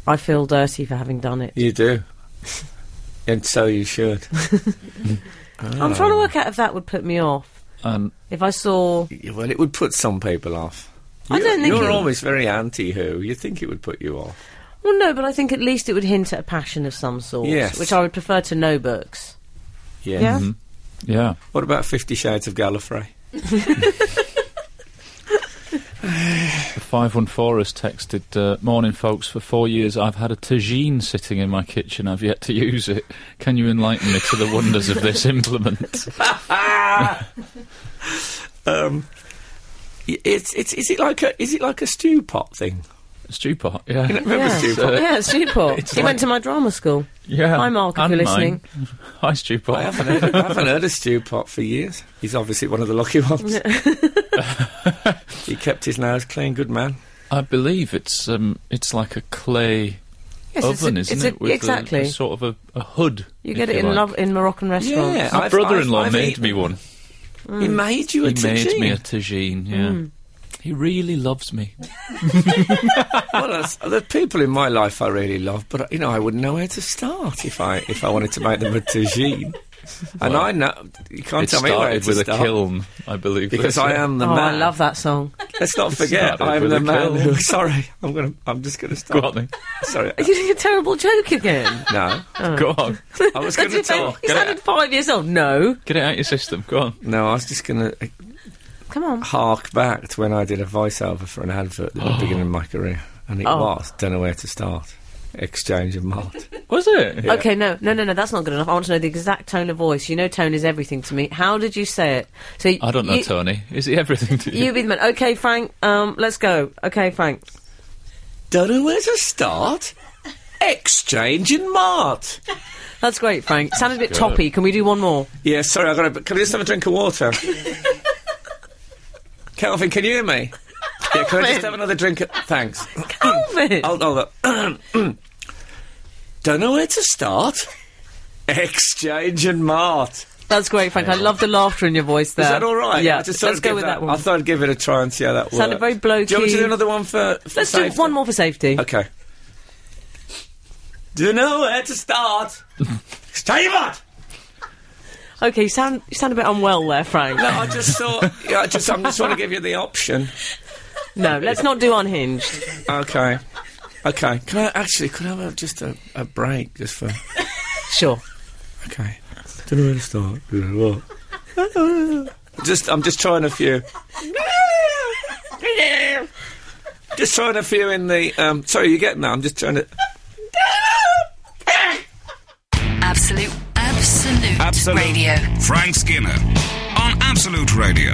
[SPEAKER 3] I feel dirty for having done it.
[SPEAKER 2] You do. and so you should.
[SPEAKER 3] I'm trying to work out if that would put me off.
[SPEAKER 4] And
[SPEAKER 3] If I saw,
[SPEAKER 2] Y- Well, it would put some people off.
[SPEAKER 3] I
[SPEAKER 2] You're-
[SPEAKER 3] don't think
[SPEAKER 2] You're
[SPEAKER 3] it-
[SPEAKER 2] always very anti who. You think it would put you off.
[SPEAKER 3] well, no, but I think at least it would hint at a passion of some sort,
[SPEAKER 2] Yes.
[SPEAKER 3] which I would prefer to no books.
[SPEAKER 2] Yeah. Mm-hmm.
[SPEAKER 3] Yeah.
[SPEAKER 4] yeah.
[SPEAKER 2] What about Fifty Shades of Gallifrey?
[SPEAKER 4] 514 has texted, uh, Morning, folks. For four years, I've had a tagine sitting in my kitchen. I've yet to use it. Can you enlighten me to the wonders of this implement?
[SPEAKER 3] Ah!
[SPEAKER 2] Um, y- it's, it's, is, it like a, is it like a stew pot thing?
[SPEAKER 4] Stew pot, yeah.
[SPEAKER 2] Remember
[SPEAKER 3] Yeah.
[SPEAKER 2] stew pot?
[SPEAKER 3] yeah, Stewport.
[SPEAKER 4] It's
[SPEAKER 3] He
[SPEAKER 4] like-
[SPEAKER 3] went to my drama school.
[SPEAKER 4] yeah.
[SPEAKER 3] Hi, Mark, if
[SPEAKER 4] and
[SPEAKER 3] you're listening.
[SPEAKER 4] mine. Hi, stew
[SPEAKER 2] I
[SPEAKER 4] pot.
[SPEAKER 2] haven't, heard, I haven't heard of Stew Pot for years. He's obviously one of the lucky ones. he kept his nose clean, good man.
[SPEAKER 4] I believe it's um, it's like a clay
[SPEAKER 3] Yes, it's
[SPEAKER 4] oven,
[SPEAKER 3] a-
[SPEAKER 4] isn't
[SPEAKER 3] it's a-
[SPEAKER 4] it? With a-
[SPEAKER 3] exactly.
[SPEAKER 4] A, sort of a, a hood.
[SPEAKER 3] You
[SPEAKER 4] if
[SPEAKER 3] get it in
[SPEAKER 4] like.
[SPEAKER 3] love in Moroccan restaurants.
[SPEAKER 2] Yeah.
[SPEAKER 4] My
[SPEAKER 2] I've-
[SPEAKER 4] brother-in-law
[SPEAKER 2] I've- I've
[SPEAKER 4] made
[SPEAKER 2] eaten-
[SPEAKER 4] me one.
[SPEAKER 3] Mm.
[SPEAKER 2] He made you a
[SPEAKER 4] He made me a
[SPEAKER 2] tagine.
[SPEAKER 4] tagine, yeah. He really loves me.
[SPEAKER 2] well, there's, there's people in my life I really love, but you know I wouldn't know where to start if I if I wanted to make them a tagine. and I know you can't
[SPEAKER 4] It
[SPEAKER 2] tell me where
[SPEAKER 4] started
[SPEAKER 2] to
[SPEAKER 4] with
[SPEAKER 2] start
[SPEAKER 4] a kiln, I believe.
[SPEAKER 2] because I am the
[SPEAKER 3] Oh,
[SPEAKER 2] man.
[SPEAKER 3] I love that song.
[SPEAKER 2] Let's not forget
[SPEAKER 4] started
[SPEAKER 2] I'm
[SPEAKER 4] with
[SPEAKER 2] the
[SPEAKER 4] a
[SPEAKER 2] man
[SPEAKER 4] kiln.
[SPEAKER 2] who. Sorry, I'm gonna. I'm just gonna
[SPEAKER 4] Go
[SPEAKER 2] stop.
[SPEAKER 4] on, then.
[SPEAKER 2] Sorry,
[SPEAKER 3] Are you doing a terrible joke again?
[SPEAKER 2] no.
[SPEAKER 4] Go on.
[SPEAKER 2] I was
[SPEAKER 3] That's
[SPEAKER 2] gonna
[SPEAKER 3] it,
[SPEAKER 2] talk.
[SPEAKER 3] He sounded five years old. No,
[SPEAKER 4] Get it out of your system. Go on.
[SPEAKER 2] No, I was just gonna uh,
[SPEAKER 3] come on.
[SPEAKER 2] hark back to when I did a voiceover for an advert at the beginning of my career, and it
[SPEAKER 3] Oh.
[SPEAKER 2] was don't know where to start. Exchange of malt.
[SPEAKER 4] Was it?
[SPEAKER 3] Okay, no, no, no, no. That's not good enough. I want to know the exact tone of voice. You know, tone is everything to me. How did you say it? So
[SPEAKER 4] I don't know,
[SPEAKER 3] you,
[SPEAKER 4] Tony. Is he everything to you?
[SPEAKER 3] You be the man. Okay, Frank. Um, let's go. Okay, Frank.
[SPEAKER 2] Don't know where to start. Exchange in Mart.
[SPEAKER 3] That's great, Frank. Sounded a bit toppy. Can we do one more?
[SPEAKER 2] Yeah, sorry, I've got to. Can I just have a drink of water? Calvin, can you hear me? Yeah, can I just have another drink? Of, thanks.
[SPEAKER 3] Calvin!
[SPEAKER 2] Hold, hold on. Don't know where to start. Exchange and Mart.
[SPEAKER 3] That's great, Frank. I love the laughter in your voice there.
[SPEAKER 2] Is that all right?
[SPEAKER 3] Yeah.
[SPEAKER 2] I just thought
[SPEAKER 3] Let's
[SPEAKER 2] I'd
[SPEAKER 3] go
[SPEAKER 2] give
[SPEAKER 3] with that, one.
[SPEAKER 2] I thought I'd give it a try and see how that works.
[SPEAKER 3] Sounded very blokey.
[SPEAKER 2] Do you want me to do another one for? for
[SPEAKER 3] Let's
[SPEAKER 2] safety?
[SPEAKER 3] do one more for safety.
[SPEAKER 2] Okay. Do you know where to start? Exchange and Mart.
[SPEAKER 3] Okay, you sound you sound a bit unwell there, Frank.
[SPEAKER 2] No, I just thought. Yeah, I just. I just want to give you the option.
[SPEAKER 3] no, let's not do unhinged.
[SPEAKER 2] Okay. Okay. Can I actually? Could I have a, just a, a break just for?
[SPEAKER 3] Sure.
[SPEAKER 2] Okay. Don't know where to start. just, I'm just trying a few. just trying a few in the. Um, sorry, you getting that? I'm just trying to.
[SPEAKER 1] Absolute, absolute,
[SPEAKER 2] Absolute.
[SPEAKER 1] radio.
[SPEAKER 5] Frank Skinner on Absolute Radio.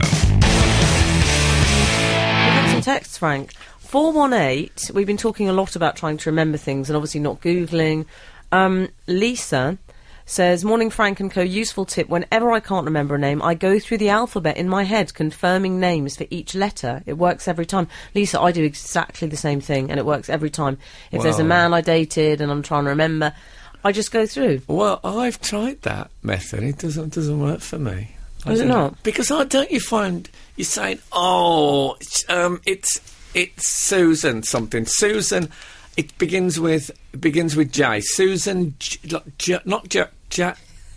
[SPEAKER 3] We've got some texts, Frank. 418, we've been talking a lot about trying to remember things and obviously not Googling. Um, Lisa says, Morning Frank and Co. Useful tip whenever I can't remember a name, I go through the alphabet in my head, confirming names for each letter. It works every time. Lisa, I do exactly the same thing and it works every time. If there's a
[SPEAKER 2] Wow.
[SPEAKER 3] man I dated and I'm trying to remember, I just go through.
[SPEAKER 2] Well, I've tried that method. It doesn't doesn't work for me. I
[SPEAKER 3] Does it
[SPEAKER 2] don't know.
[SPEAKER 3] not?
[SPEAKER 2] Because I don't. You find you're saying, oh, it's, um, it's it's Susan something. Susan. It begins with begins with J. Susan. J, like, J, not J. J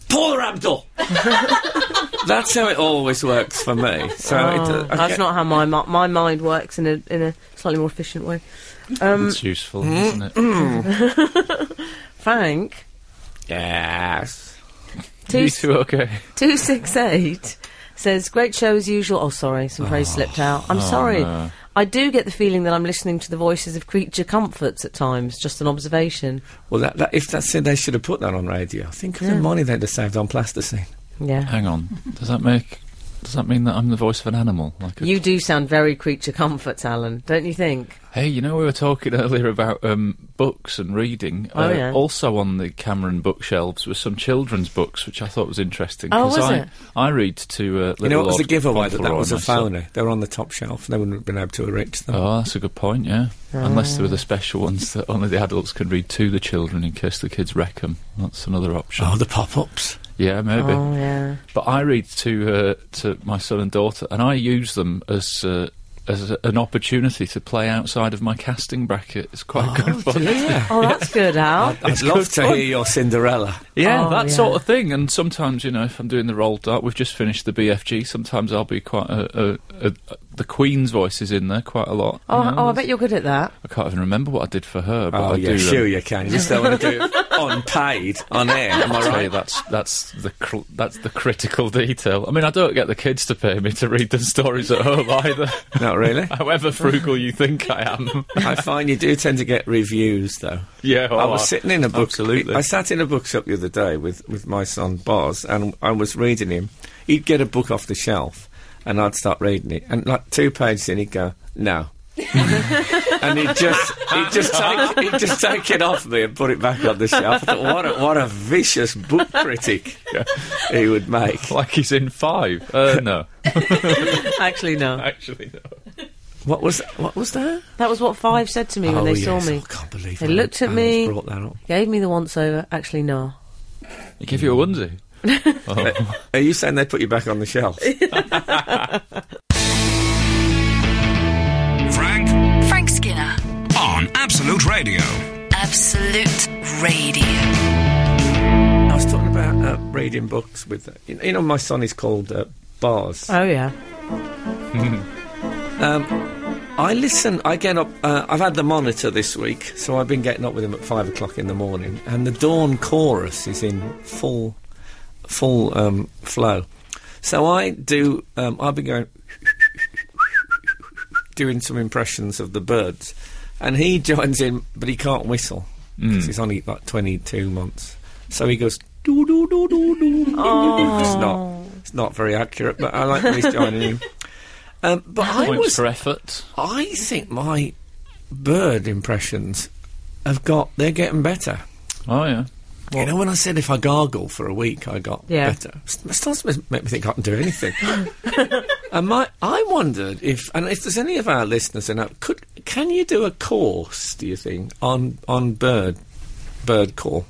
[SPEAKER 2] Paula Abdul. That's how it always works for me. So it, uh,
[SPEAKER 3] Oh,
[SPEAKER 2] okay.
[SPEAKER 3] That's not how my, mi- my mind works in a, in a slightly more efficient way. Mm.
[SPEAKER 4] it's useful, isn't it?
[SPEAKER 3] Frank,
[SPEAKER 2] Yes.
[SPEAKER 3] two,
[SPEAKER 4] You two okay?
[SPEAKER 3] 268 says, Great show as usual. Oh, sorry, some praise slipped out. I'm sorry.
[SPEAKER 4] no.
[SPEAKER 3] I do get the feeling that I'm listening to the voices of creature comforts at times, just an observation.
[SPEAKER 2] Well, that, that, if that's it, they should have put that on radio. I think of the money they'd have saved on plasticine.
[SPEAKER 3] Yeah.
[SPEAKER 4] Hang on. Does that make? Does that mean that I'm the voice of an animal? Like a,
[SPEAKER 3] You do sound very creature comforts, Alan, don't you think?
[SPEAKER 4] Hey, you know we were talking earlier about um, books and reading. Uh,
[SPEAKER 3] Oh, yeah.
[SPEAKER 4] Also on the Cameron bookshelves were some children's books, which I thought was interesting.
[SPEAKER 3] Oh,
[SPEAKER 4] 'cause
[SPEAKER 3] was
[SPEAKER 4] I,
[SPEAKER 3] it?
[SPEAKER 4] I read to uh, Little
[SPEAKER 2] You know, it was a
[SPEAKER 4] Lord
[SPEAKER 2] giveaway that that
[SPEAKER 4] Fauntleroy
[SPEAKER 2] was a
[SPEAKER 4] myself.
[SPEAKER 2] phony. They were on the top shelf. They wouldn't have been able to reach them.
[SPEAKER 4] Oh, that's a good point. Yeah, unless there were the special ones that only the adults could read to the children in case the kids wreck them. That's another option.
[SPEAKER 2] oh, the pop-ups.
[SPEAKER 4] Yeah, maybe.
[SPEAKER 3] Oh, yeah.
[SPEAKER 4] But I read to uh, to my son and daughter, and I use them as. Uh, as a- an opportunity to play outside of my casting bracket, it's quite good fun.
[SPEAKER 3] Oh, that's good, Al.
[SPEAKER 2] I'd love to hear your Cinderella.
[SPEAKER 4] Yeah,
[SPEAKER 3] Oh,
[SPEAKER 4] that
[SPEAKER 3] yeah.
[SPEAKER 4] sort of thing. And sometimes, you know, if I'm doing the roll dart, we've just finished the BFG. Sometimes I'll be quite a, a, a, the Queen's voice is in there quite a lot.
[SPEAKER 3] Oh,
[SPEAKER 4] you know.
[SPEAKER 3] oh, I bet you're good at that.
[SPEAKER 4] I can't even remember what I did for her, but
[SPEAKER 2] Oh,
[SPEAKER 4] I
[SPEAKER 2] yeah,
[SPEAKER 4] do.
[SPEAKER 2] sure you can. You just don't want to do it unpaid on air, am I
[SPEAKER 4] um, tell you
[SPEAKER 2] right?
[SPEAKER 4] that's that's the cr- that's the critical detail. I mean, I don't get the kids to pay me to read them stories at home either.
[SPEAKER 2] Not really.
[SPEAKER 4] However frugal you think I am,
[SPEAKER 2] I find you do tend to get reviews, though.
[SPEAKER 4] yeah.
[SPEAKER 2] I
[SPEAKER 4] well,
[SPEAKER 2] was sitting in a book.
[SPEAKER 4] Absolutely.
[SPEAKER 2] I sat in a bookshop the other day with, with my son Boz, and I was reading him. He'd get a book off the shelf, and I'd start reading it, and like two pages in, he'd go, "No," and he'd just he'd just take he'd just take it off me and put it back on the shelf. I thought, what a, what a vicious book critic he would make.
[SPEAKER 4] like he's in five. Uh, no,
[SPEAKER 3] Actually, no.
[SPEAKER 4] actually no.
[SPEAKER 2] What was what was that?
[SPEAKER 3] That was what Five said to me when
[SPEAKER 2] oh,
[SPEAKER 3] they
[SPEAKER 2] yes.
[SPEAKER 3] saw me.
[SPEAKER 2] I can't believe
[SPEAKER 3] They
[SPEAKER 2] Alan-
[SPEAKER 3] looked at
[SPEAKER 2] Alan's
[SPEAKER 3] me.
[SPEAKER 2] Brought that up.
[SPEAKER 3] Gave me the once over. Actually, no.
[SPEAKER 4] He gave you a onesie.
[SPEAKER 2] Are you saying they put you back on the shelf?
[SPEAKER 5] Frank
[SPEAKER 1] Frank Skinner.
[SPEAKER 5] on Absolute Radio.
[SPEAKER 1] Absolute Radio.
[SPEAKER 2] I was talking about uh, reading books with. Uh, you, you know, my son is called uh, Bars.
[SPEAKER 3] Oh, yeah.
[SPEAKER 2] I listen. I get up. Uh, I've had the monitor this week, so I've been getting up with him at five o'clock in the morning, and the dawn chorus is in full, full um, flow. So I do. Um, I've been going doing some impressions of the birds, and he joins in, but he can't whistle because he's only like twenty-two months. So he goes do do do do do. It's not. It's not very accurate, but I like that he's joining in. Um, but I
[SPEAKER 4] Points
[SPEAKER 2] was
[SPEAKER 4] for effort.
[SPEAKER 2] I think my bird impressions have got, they're getting better.
[SPEAKER 4] Oh yeah.
[SPEAKER 2] You know, when I said if I gargle for a week, I got
[SPEAKER 3] Yeah.
[SPEAKER 2] better. It's- It's not supposed to make me think I can do anything. and my, I wondered if, and if there's any of our listeners in that could, can you do a course? Do you think on on bird bird call,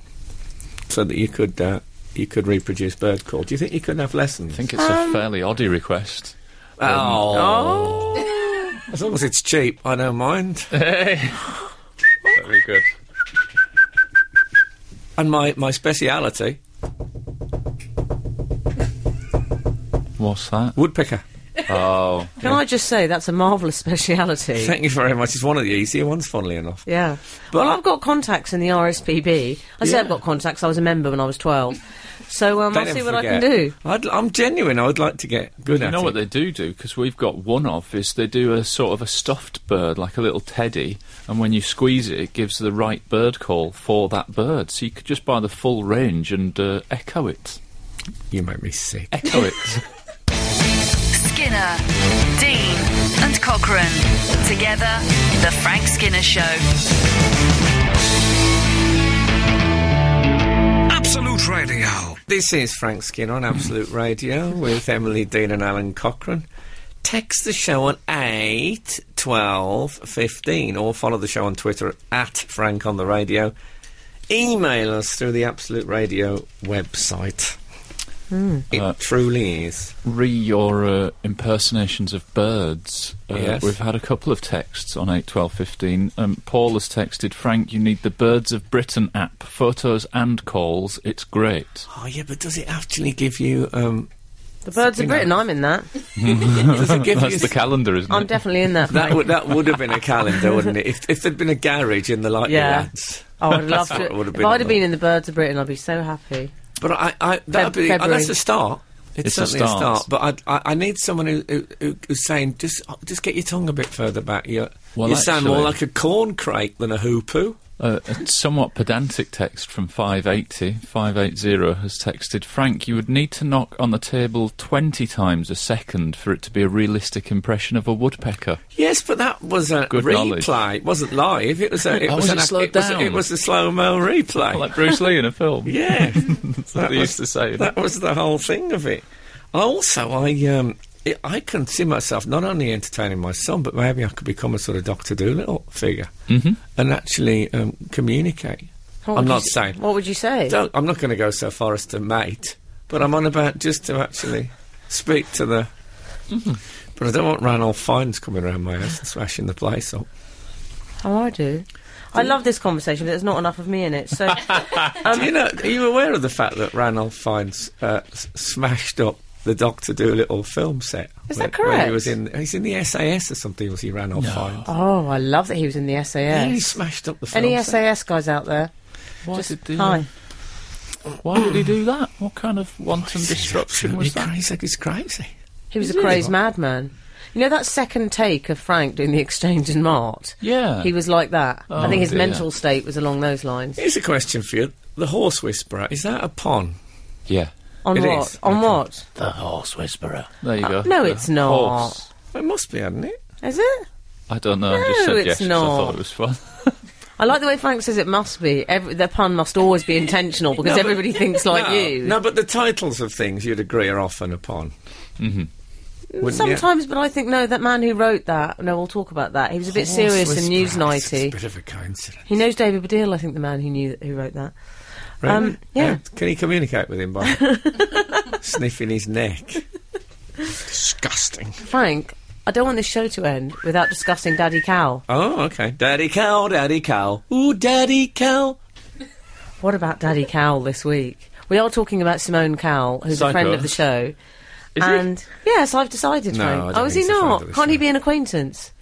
[SPEAKER 2] so that you could uh, you could reproduce bird call? Do you think you could have lessons?
[SPEAKER 4] I think it's
[SPEAKER 2] Um,
[SPEAKER 4] a fairly oddy request.
[SPEAKER 2] oh. as long as it's cheap, I don't mind.
[SPEAKER 4] Very good.
[SPEAKER 2] and my my speciality
[SPEAKER 4] What's that?
[SPEAKER 2] woodpecker.
[SPEAKER 4] Oh,
[SPEAKER 3] Can I just say that's a marvellous speciality?
[SPEAKER 2] Thank you very much. It's one of the easier ones, funnily enough.
[SPEAKER 3] Yeah.
[SPEAKER 2] But-
[SPEAKER 3] well, I've got contacts in the RSPB. I say
[SPEAKER 2] Yeah.
[SPEAKER 3] I've got contacts. I was a member when I was 12. So um, I'll
[SPEAKER 2] Don't
[SPEAKER 3] see
[SPEAKER 2] ever
[SPEAKER 3] what I can
[SPEAKER 2] forget.
[SPEAKER 3] do.
[SPEAKER 2] I'd, I'm genuine. I would like to get good
[SPEAKER 4] you
[SPEAKER 2] at
[SPEAKER 4] know
[SPEAKER 2] it.
[SPEAKER 4] what they do do because we've got one of is they do a sort of a stuffed bird like a little teddy, and when you squeeze it, it gives the right bird call for that bird. So you could just buy the full range and uh, echo it,
[SPEAKER 2] you make me sick.
[SPEAKER 4] echo it.
[SPEAKER 1] Skinner, Dean, and Cochrane. Together, The Frank Skinner Show.
[SPEAKER 5] Absolute Radio.
[SPEAKER 2] This is Frank Skinner on Absolute Radio with Emily Dean and Alan Cochrane. Text the show on 8 12 15 or follow the show on Twitter at Frank on the Radio. Email us through the Absolute Radio website.
[SPEAKER 3] Hmm.
[SPEAKER 2] It
[SPEAKER 4] Uh,
[SPEAKER 2] truly is.
[SPEAKER 4] re your uh, impersonations of birds. Uh,
[SPEAKER 2] Yes.
[SPEAKER 4] We've had a couple of texts on 8, 12, 15. Um, Paul has texted, Frank, you need the Birds of Britain app. Photos and calls. It's great.
[SPEAKER 2] Oh, yeah, but does it actually give you. Um,
[SPEAKER 3] The Birds of
[SPEAKER 2] You know.
[SPEAKER 3] Britain, I'm in that.
[SPEAKER 2] does it give you.
[SPEAKER 4] That's the calendar, isn't
[SPEAKER 3] I'm
[SPEAKER 4] it?
[SPEAKER 3] definitely in that.
[SPEAKER 2] that, would, that would have been a calendar, wouldn't it? If, if there'd been a garage in the like
[SPEAKER 3] Yeah.
[SPEAKER 2] lads.
[SPEAKER 3] Oh, I'd love
[SPEAKER 2] what
[SPEAKER 3] to.
[SPEAKER 2] it would have
[SPEAKER 3] If
[SPEAKER 2] been
[SPEAKER 3] I'd
[SPEAKER 2] on
[SPEAKER 3] have
[SPEAKER 2] the-
[SPEAKER 3] been in the Birds of Britain, I'd be so happy.
[SPEAKER 2] But I, I that'd
[SPEAKER 3] Feb-
[SPEAKER 2] be oh, that's
[SPEAKER 3] February.
[SPEAKER 2] a start. It's,
[SPEAKER 4] It's a
[SPEAKER 2] certainly a start.
[SPEAKER 4] start.
[SPEAKER 2] But I'd- I, I, need someone who, who, who- who's saying just, oh, just get your tongue a bit further back. You,
[SPEAKER 4] Well,
[SPEAKER 2] you sound more
[SPEAKER 4] actually-
[SPEAKER 2] like a corn crake than a hoopoo.
[SPEAKER 4] Uh, a somewhat pedantic text from 580. 580 has texted, Frank, you would need to knock on the table 20 times a second for it to be a realistic impression of a woodpecker.
[SPEAKER 2] Yes, but that was a
[SPEAKER 4] Good
[SPEAKER 2] replay.
[SPEAKER 4] knowledge.
[SPEAKER 2] It wasn't live. It was a. It
[SPEAKER 4] Oh,
[SPEAKER 2] was,
[SPEAKER 4] was
[SPEAKER 2] an,
[SPEAKER 4] it
[SPEAKER 2] ac-
[SPEAKER 4] slowed
[SPEAKER 2] it was a-
[SPEAKER 4] down?
[SPEAKER 2] it was a slow mo replay.
[SPEAKER 4] Like Bruce Lee in a film.
[SPEAKER 2] yeah,
[SPEAKER 4] That's what
[SPEAKER 2] That
[SPEAKER 4] they used to
[SPEAKER 2] was-
[SPEAKER 4] say.
[SPEAKER 2] That was the whole thing of it. Also, I um, I- I can see myself not only entertaining my son, but maybe I could become a sort of Doctor Dolittle figure
[SPEAKER 4] Mm-hmm.
[SPEAKER 2] and actually um, communicate.
[SPEAKER 3] What
[SPEAKER 2] I'm
[SPEAKER 3] would
[SPEAKER 2] not
[SPEAKER 3] you s-
[SPEAKER 2] saying.
[SPEAKER 3] What would you say?
[SPEAKER 2] Don't, I'm not going to go so far as to mate, but I'm on about just to actually speak to the.
[SPEAKER 4] Mm-hmm.
[SPEAKER 2] But I don't want Ranulph Fiennes coming around my house and smashing the place up.
[SPEAKER 3] Oh, I do. I love this conversation, but there's not enough of me in it. So, Um,
[SPEAKER 2] Do you know, are you aware of the fact that Ranulph Fiennes uh, s- smashed up the Doctor Dolittle film set?
[SPEAKER 3] Is
[SPEAKER 2] when-
[SPEAKER 3] that
[SPEAKER 2] When he
[SPEAKER 3] correct?
[SPEAKER 2] was in, he's in the SAS or something. Was he Ranulph Fiennes?
[SPEAKER 3] oh, I love that he was in the SAS.
[SPEAKER 2] Yeah, he smashed up the film.
[SPEAKER 3] Any
[SPEAKER 2] set.
[SPEAKER 3] SAS guys out there?
[SPEAKER 4] Why
[SPEAKER 3] Just
[SPEAKER 4] did they-
[SPEAKER 3] hi.
[SPEAKER 4] Why would he do that? What kind of wanton disruption
[SPEAKER 2] Absolutely
[SPEAKER 4] was that?
[SPEAKER 2] crazy. It's crazy.
[SPEAKER 3] He was a crazed madman. You know that second take of Frank doing the exchange in Mart?
[SPEAKER 4] Yeah.
[SPEAKER 3] He was like that. I
[SPEAKER 4] Oh,
[SPEAKER 3] think his
[SPEAKER 4] dear.
[SPEAKER 3] mental state was along those lines.
[SPEAKER 2] Here's a question for you: The Horse Whisperer is that a pun?
[SPEAKER 4] Yeah.
[SPEAKER 3] On
[SPEAKER 2] It
[SPEAKER 3] what?
[SPEAKER 2] is.
[SPEAKER 3] On what?
[SPEAKER 2] The Horse Whisperer.
[SPEAKER 4] There you
[SPEAKER 3] Uh,
[SPEAKER 4] go.
[SPEAKER 3] no,
[SPEAKER 4] The
[SPEAKER 3] it's not.
[SPEAKER 4] horse.
[SPEAKER 2] It must be, hadn't it?
[SPEAKER 3] Is it?
[SPEAKER 4] I don't know. I just
[SPEAKER 3] No,
[SPEAKER 4] said
[SPEAKER 3] it's
[SPEAKER 4] yes 'cause I
[SPEAKER 3] not.
[SPEAKER 4] thought it was fun.
[SPEAKER 3] I like the way Frank says it must be. Every, the pun must always be intentional because
[SPEAKER 2] No, but-
[SPEAKER 3] everybody thinks like
[SPEAKER 2] no.
[SPEAKER 3] you.
[SPEAKER 2] No, but the titles of things you'd agree are often a pun. Mm-hmm.
[SPEAKER 3] Sometimes, but I think no. That man who wrote that. No, we'll talk about that. He was a bit serious and
[SPEAKER 2] It's a
[SPEAKER 3] newsnighty.
[SPEAKER 2] bit of a coincidence.
[SPEAKER 3] He knows David Baddiel. I think the man who knew who wrote that.
[SPEAKER 2] Really?
[SPEAKER 3] Um, yeah.
[SPEAKER 2] uh, can he communicate with him by sniffing his neck? Disgusting.
[SPEAKER 3] Frank, I don't want this show to end without discussing Daddy Cow.
[SPEAKER 2] Oh, okay. Daddy cow, daddy cow. Ooh, daddy cow.
[SPEAKER 3] What about Daddy Cowell this week? We are talking about Simone Cowell, who's a
[SPEAKER 4] Psycho.
[SPEAKER 3] friend of the show. and yes, I've decided.
[SPEAKER 2] No,
[SPEAKER 3] Frank.
[SPEAKER 2] I don't
[SPEAKER 3] oh, is
[SPEAKER 2] think he's
[SPEAKER 3] he
[SPEAKER 2] a friend
[SPEAKER 3] not?
[SPEAKER 2] of the
[SPEAKER 3] Can't he
[SPEAKER 2] show.
[SPEAKER 3] be an acquaintance?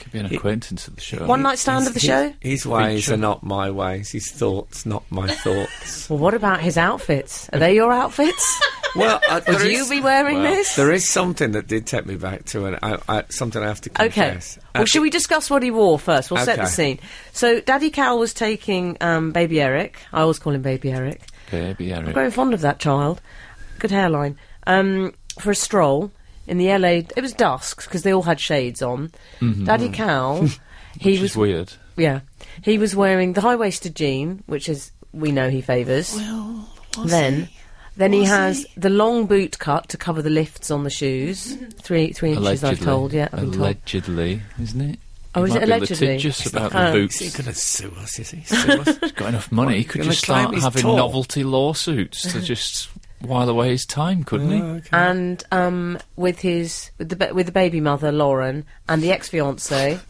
[SPEAKER 4] Could be an acquaintance of the show.
[SPEAKER 3] One night stand of the show.
[SPEAKER 2] His ways
[SPEAKER 4] Feature.
[SPEAKER 2] are not my ways. His thoughts, not my thoughts.
[SPEAKER 3] Well, what about his outfits? Are they your outfits?
[SPEAKER 2] well, uh,
[SPEAKER 3] Would
[SPEAKER 2] there
[SPEAKER 3] you
[SPEAKER 2] is-
[SPEAKER 3] be wearing
[SPEAKER 4] Well,
[SPEAKER 3] this?
[SPEAKER 2] There is something that did take me back to, and I, I, something I have to
[SPEAKER 3] Okay.
[SPEAKER 2] confess.
[SPEAKER 3] Well,
[SPEAKER 2] Uh,
[SPEAKER 3] should we discuss what he wore first? We'll set the
[SPEAKER 2] Okay.
[SPEAKER 3] scene. So, Daddy Cow was taking um, baby Eric. I always call him baby Eric.
[SPEAKER 4] Baby Eric.
[SPEAKER 3] Growing fond of that child. Good hairline. Um, for a stroll in the
[SPEAKER 2] Mm-hmm.
[SPEAKER 3] LA. It was dusk because they all had shades on. Daddy Cow. He
[SPEAKER 4] Which
[SPEAKER 3] was
[SPEAKER 4] is weird.
[SPEAKER 3] yeah, he was wearing the high waisted jean, which is we know he favours.
[SPEAKER 2] Well,
[SPEAKER 3] then, then he has the long boot cut to cover the lifts on the shoes. Three three inches,
[SPEAKER 4] Allegedly.
[SPEAKER 3] I've told. Yeah, I've been told.
[SPEAKER 4] allegedly, isn't it?
[SPEAKER 3] Oh,
[SPEAKER 4] He
[SPEAKER 3] is
[SPEAKER 4] might
[SPEAKER 3] it
[SPEAKER 4] be
[SPEAKER 3] allegedly?
[SPEAKER 4] Litigious about
[SPEAKER 3] Oh.
[SPEAKER 4] the
[SPEAKER 2] Is he
[SPEAKER 4] boots.
[SPEAKER 2] going to sue us? Is he? Sue us?
[SPEAKER 4] He's got enough money. He could
[SPEAKER 2] Gonna
[SPEAKER 4] just
[SPEAKER 2] claim
[SPEAKER 4] start
[SPEAKER 2] he's
[SPEAKER 4] having
[SPEAKER 2] tall. Mm.
[SPEAKER 4] novelty lawsuits to just while away his time, couldn't
[SPEAKER 2] Oh,
[SPEAKER 4] he?
[SPEAKER 3] And um, with his with the ba- with the baby mother Lauren and the ex fiance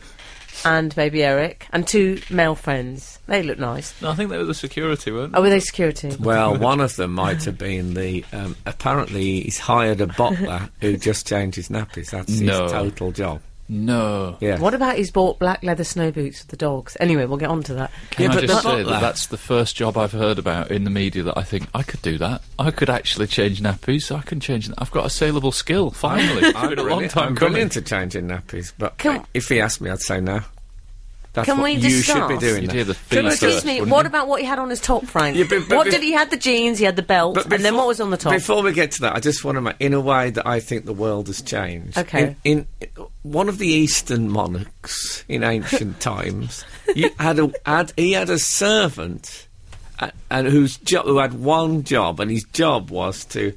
[SPEAKER 3] and baby Eric and two male friends. They look nice.
[SPEAKER 4] No, I think they were the security, weren't they?
[SPEAKER 3] Oh, were they security?
[SPEAKER 2] Well, one of them might have been the. Um, apparently, he's hired a butler who just changes nappies. That's
[SPEAKER 4] No.
[SPEAKER 2] his total job.
[SPEAKER 4] No.
[SPEAKER 2] Yeah.
[SPEAKER 3] What about he's bought black leather snow boots for the dogs? Anyway, we'll get on to that.
[SPEAKER 4] Can
[SPEAKER 2] Yeah,
[SPEAKER 4] I
[SPEAKER 2] but
[SPEAKER 4] just
[SPEAKER 2] the
[SPEAKER 4] say
[SPEAKER 2] butler-
[SPEAKER 4] that that's the first job I've heard about in the media that I think I could do that. I could actually change nappies. I can change. I've got a saleable skill. Finally, it's
[SPEAKER 2] I'm
[SPEAKER 4] been a long
[SPEAKER 2] brilliant- I'm
[SPEAKER 4] time coming.
[SPEAKER 2] brilliant to changing nappies, but
[SPEAKER 3] Can-
[SPEAKER 2] uh, if he asked me, I'd say no. That's
[SPEAKER 3] Can
[SPEAKER 2] what
[SPEAKER 3] we
[SPEAKER 2] you should
[SPEAKER 3] discuss-
[SPEAKER 2] be doing.
[SPEAKER 4] You'd
[SPEAKER 2] that.
[SPEAKER 4] hear the
[SPEAKER 2] Can I
[SPEAKER 4] feet
[SPEAKER 2] just-
[SPEAKER 3] Excuse
[SPEAKER 4] first,
[SPEAKER 3] me,
[SPEAKER 4] wouldn't
[SPEAKER 3] what
[SPEAKER 4] you?
[SPEAKER 3] about what he had on his top, Frank?
[SPEAKER 2] Yeah, but- but
[SPEAKER 3] what
[SPEAKER 2] bef-
[SPEAKER 3] did he had the jeans, he had the belt,
[SPEAKER 2] But
[SPEAKER 3] and then
[SPEAKER 2] before-
[SPEAKER 3] what was on the top?
[SPEAKER 2] Before we get to that, I just want to make, in a way that I think the world has changed.
[SPEAKER 3] Okay.
[SPEAKER 2] In, in one of the Eastern monarchs in ancient times, you had a had, he had a servant, a- and whose job who had one job, and his job was to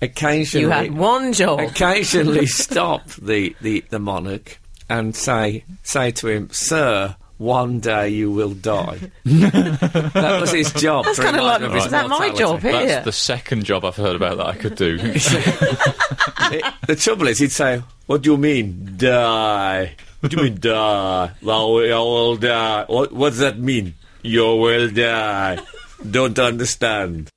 [SPEAKER 2] occasionally
[SPEAKER 3] you had one job.
[SPEAKER 2] occasionally stop the, the, the monarch and say say to him, Sir, one day you will die. that was his job.
[SPEAKER 3] That's
[SPEAKER 2] to
[SPEAKER 3] kind of
[SPEAKER 2] remind
[SPEAKER 3] like,
[SPEAKER 2] him his
[SPEAKER 3] is that my
[SPEAKER 2] mortality.
[SPEAKER 3] job here?
[SPEAKER 4] That's the second job I've heard about that I could do.
[SPEAKER 2] It- the trouble is, he'd say, "What do you mean die? What do you mean die? Well, we all die. What What's that mean? You will die. Don't understand."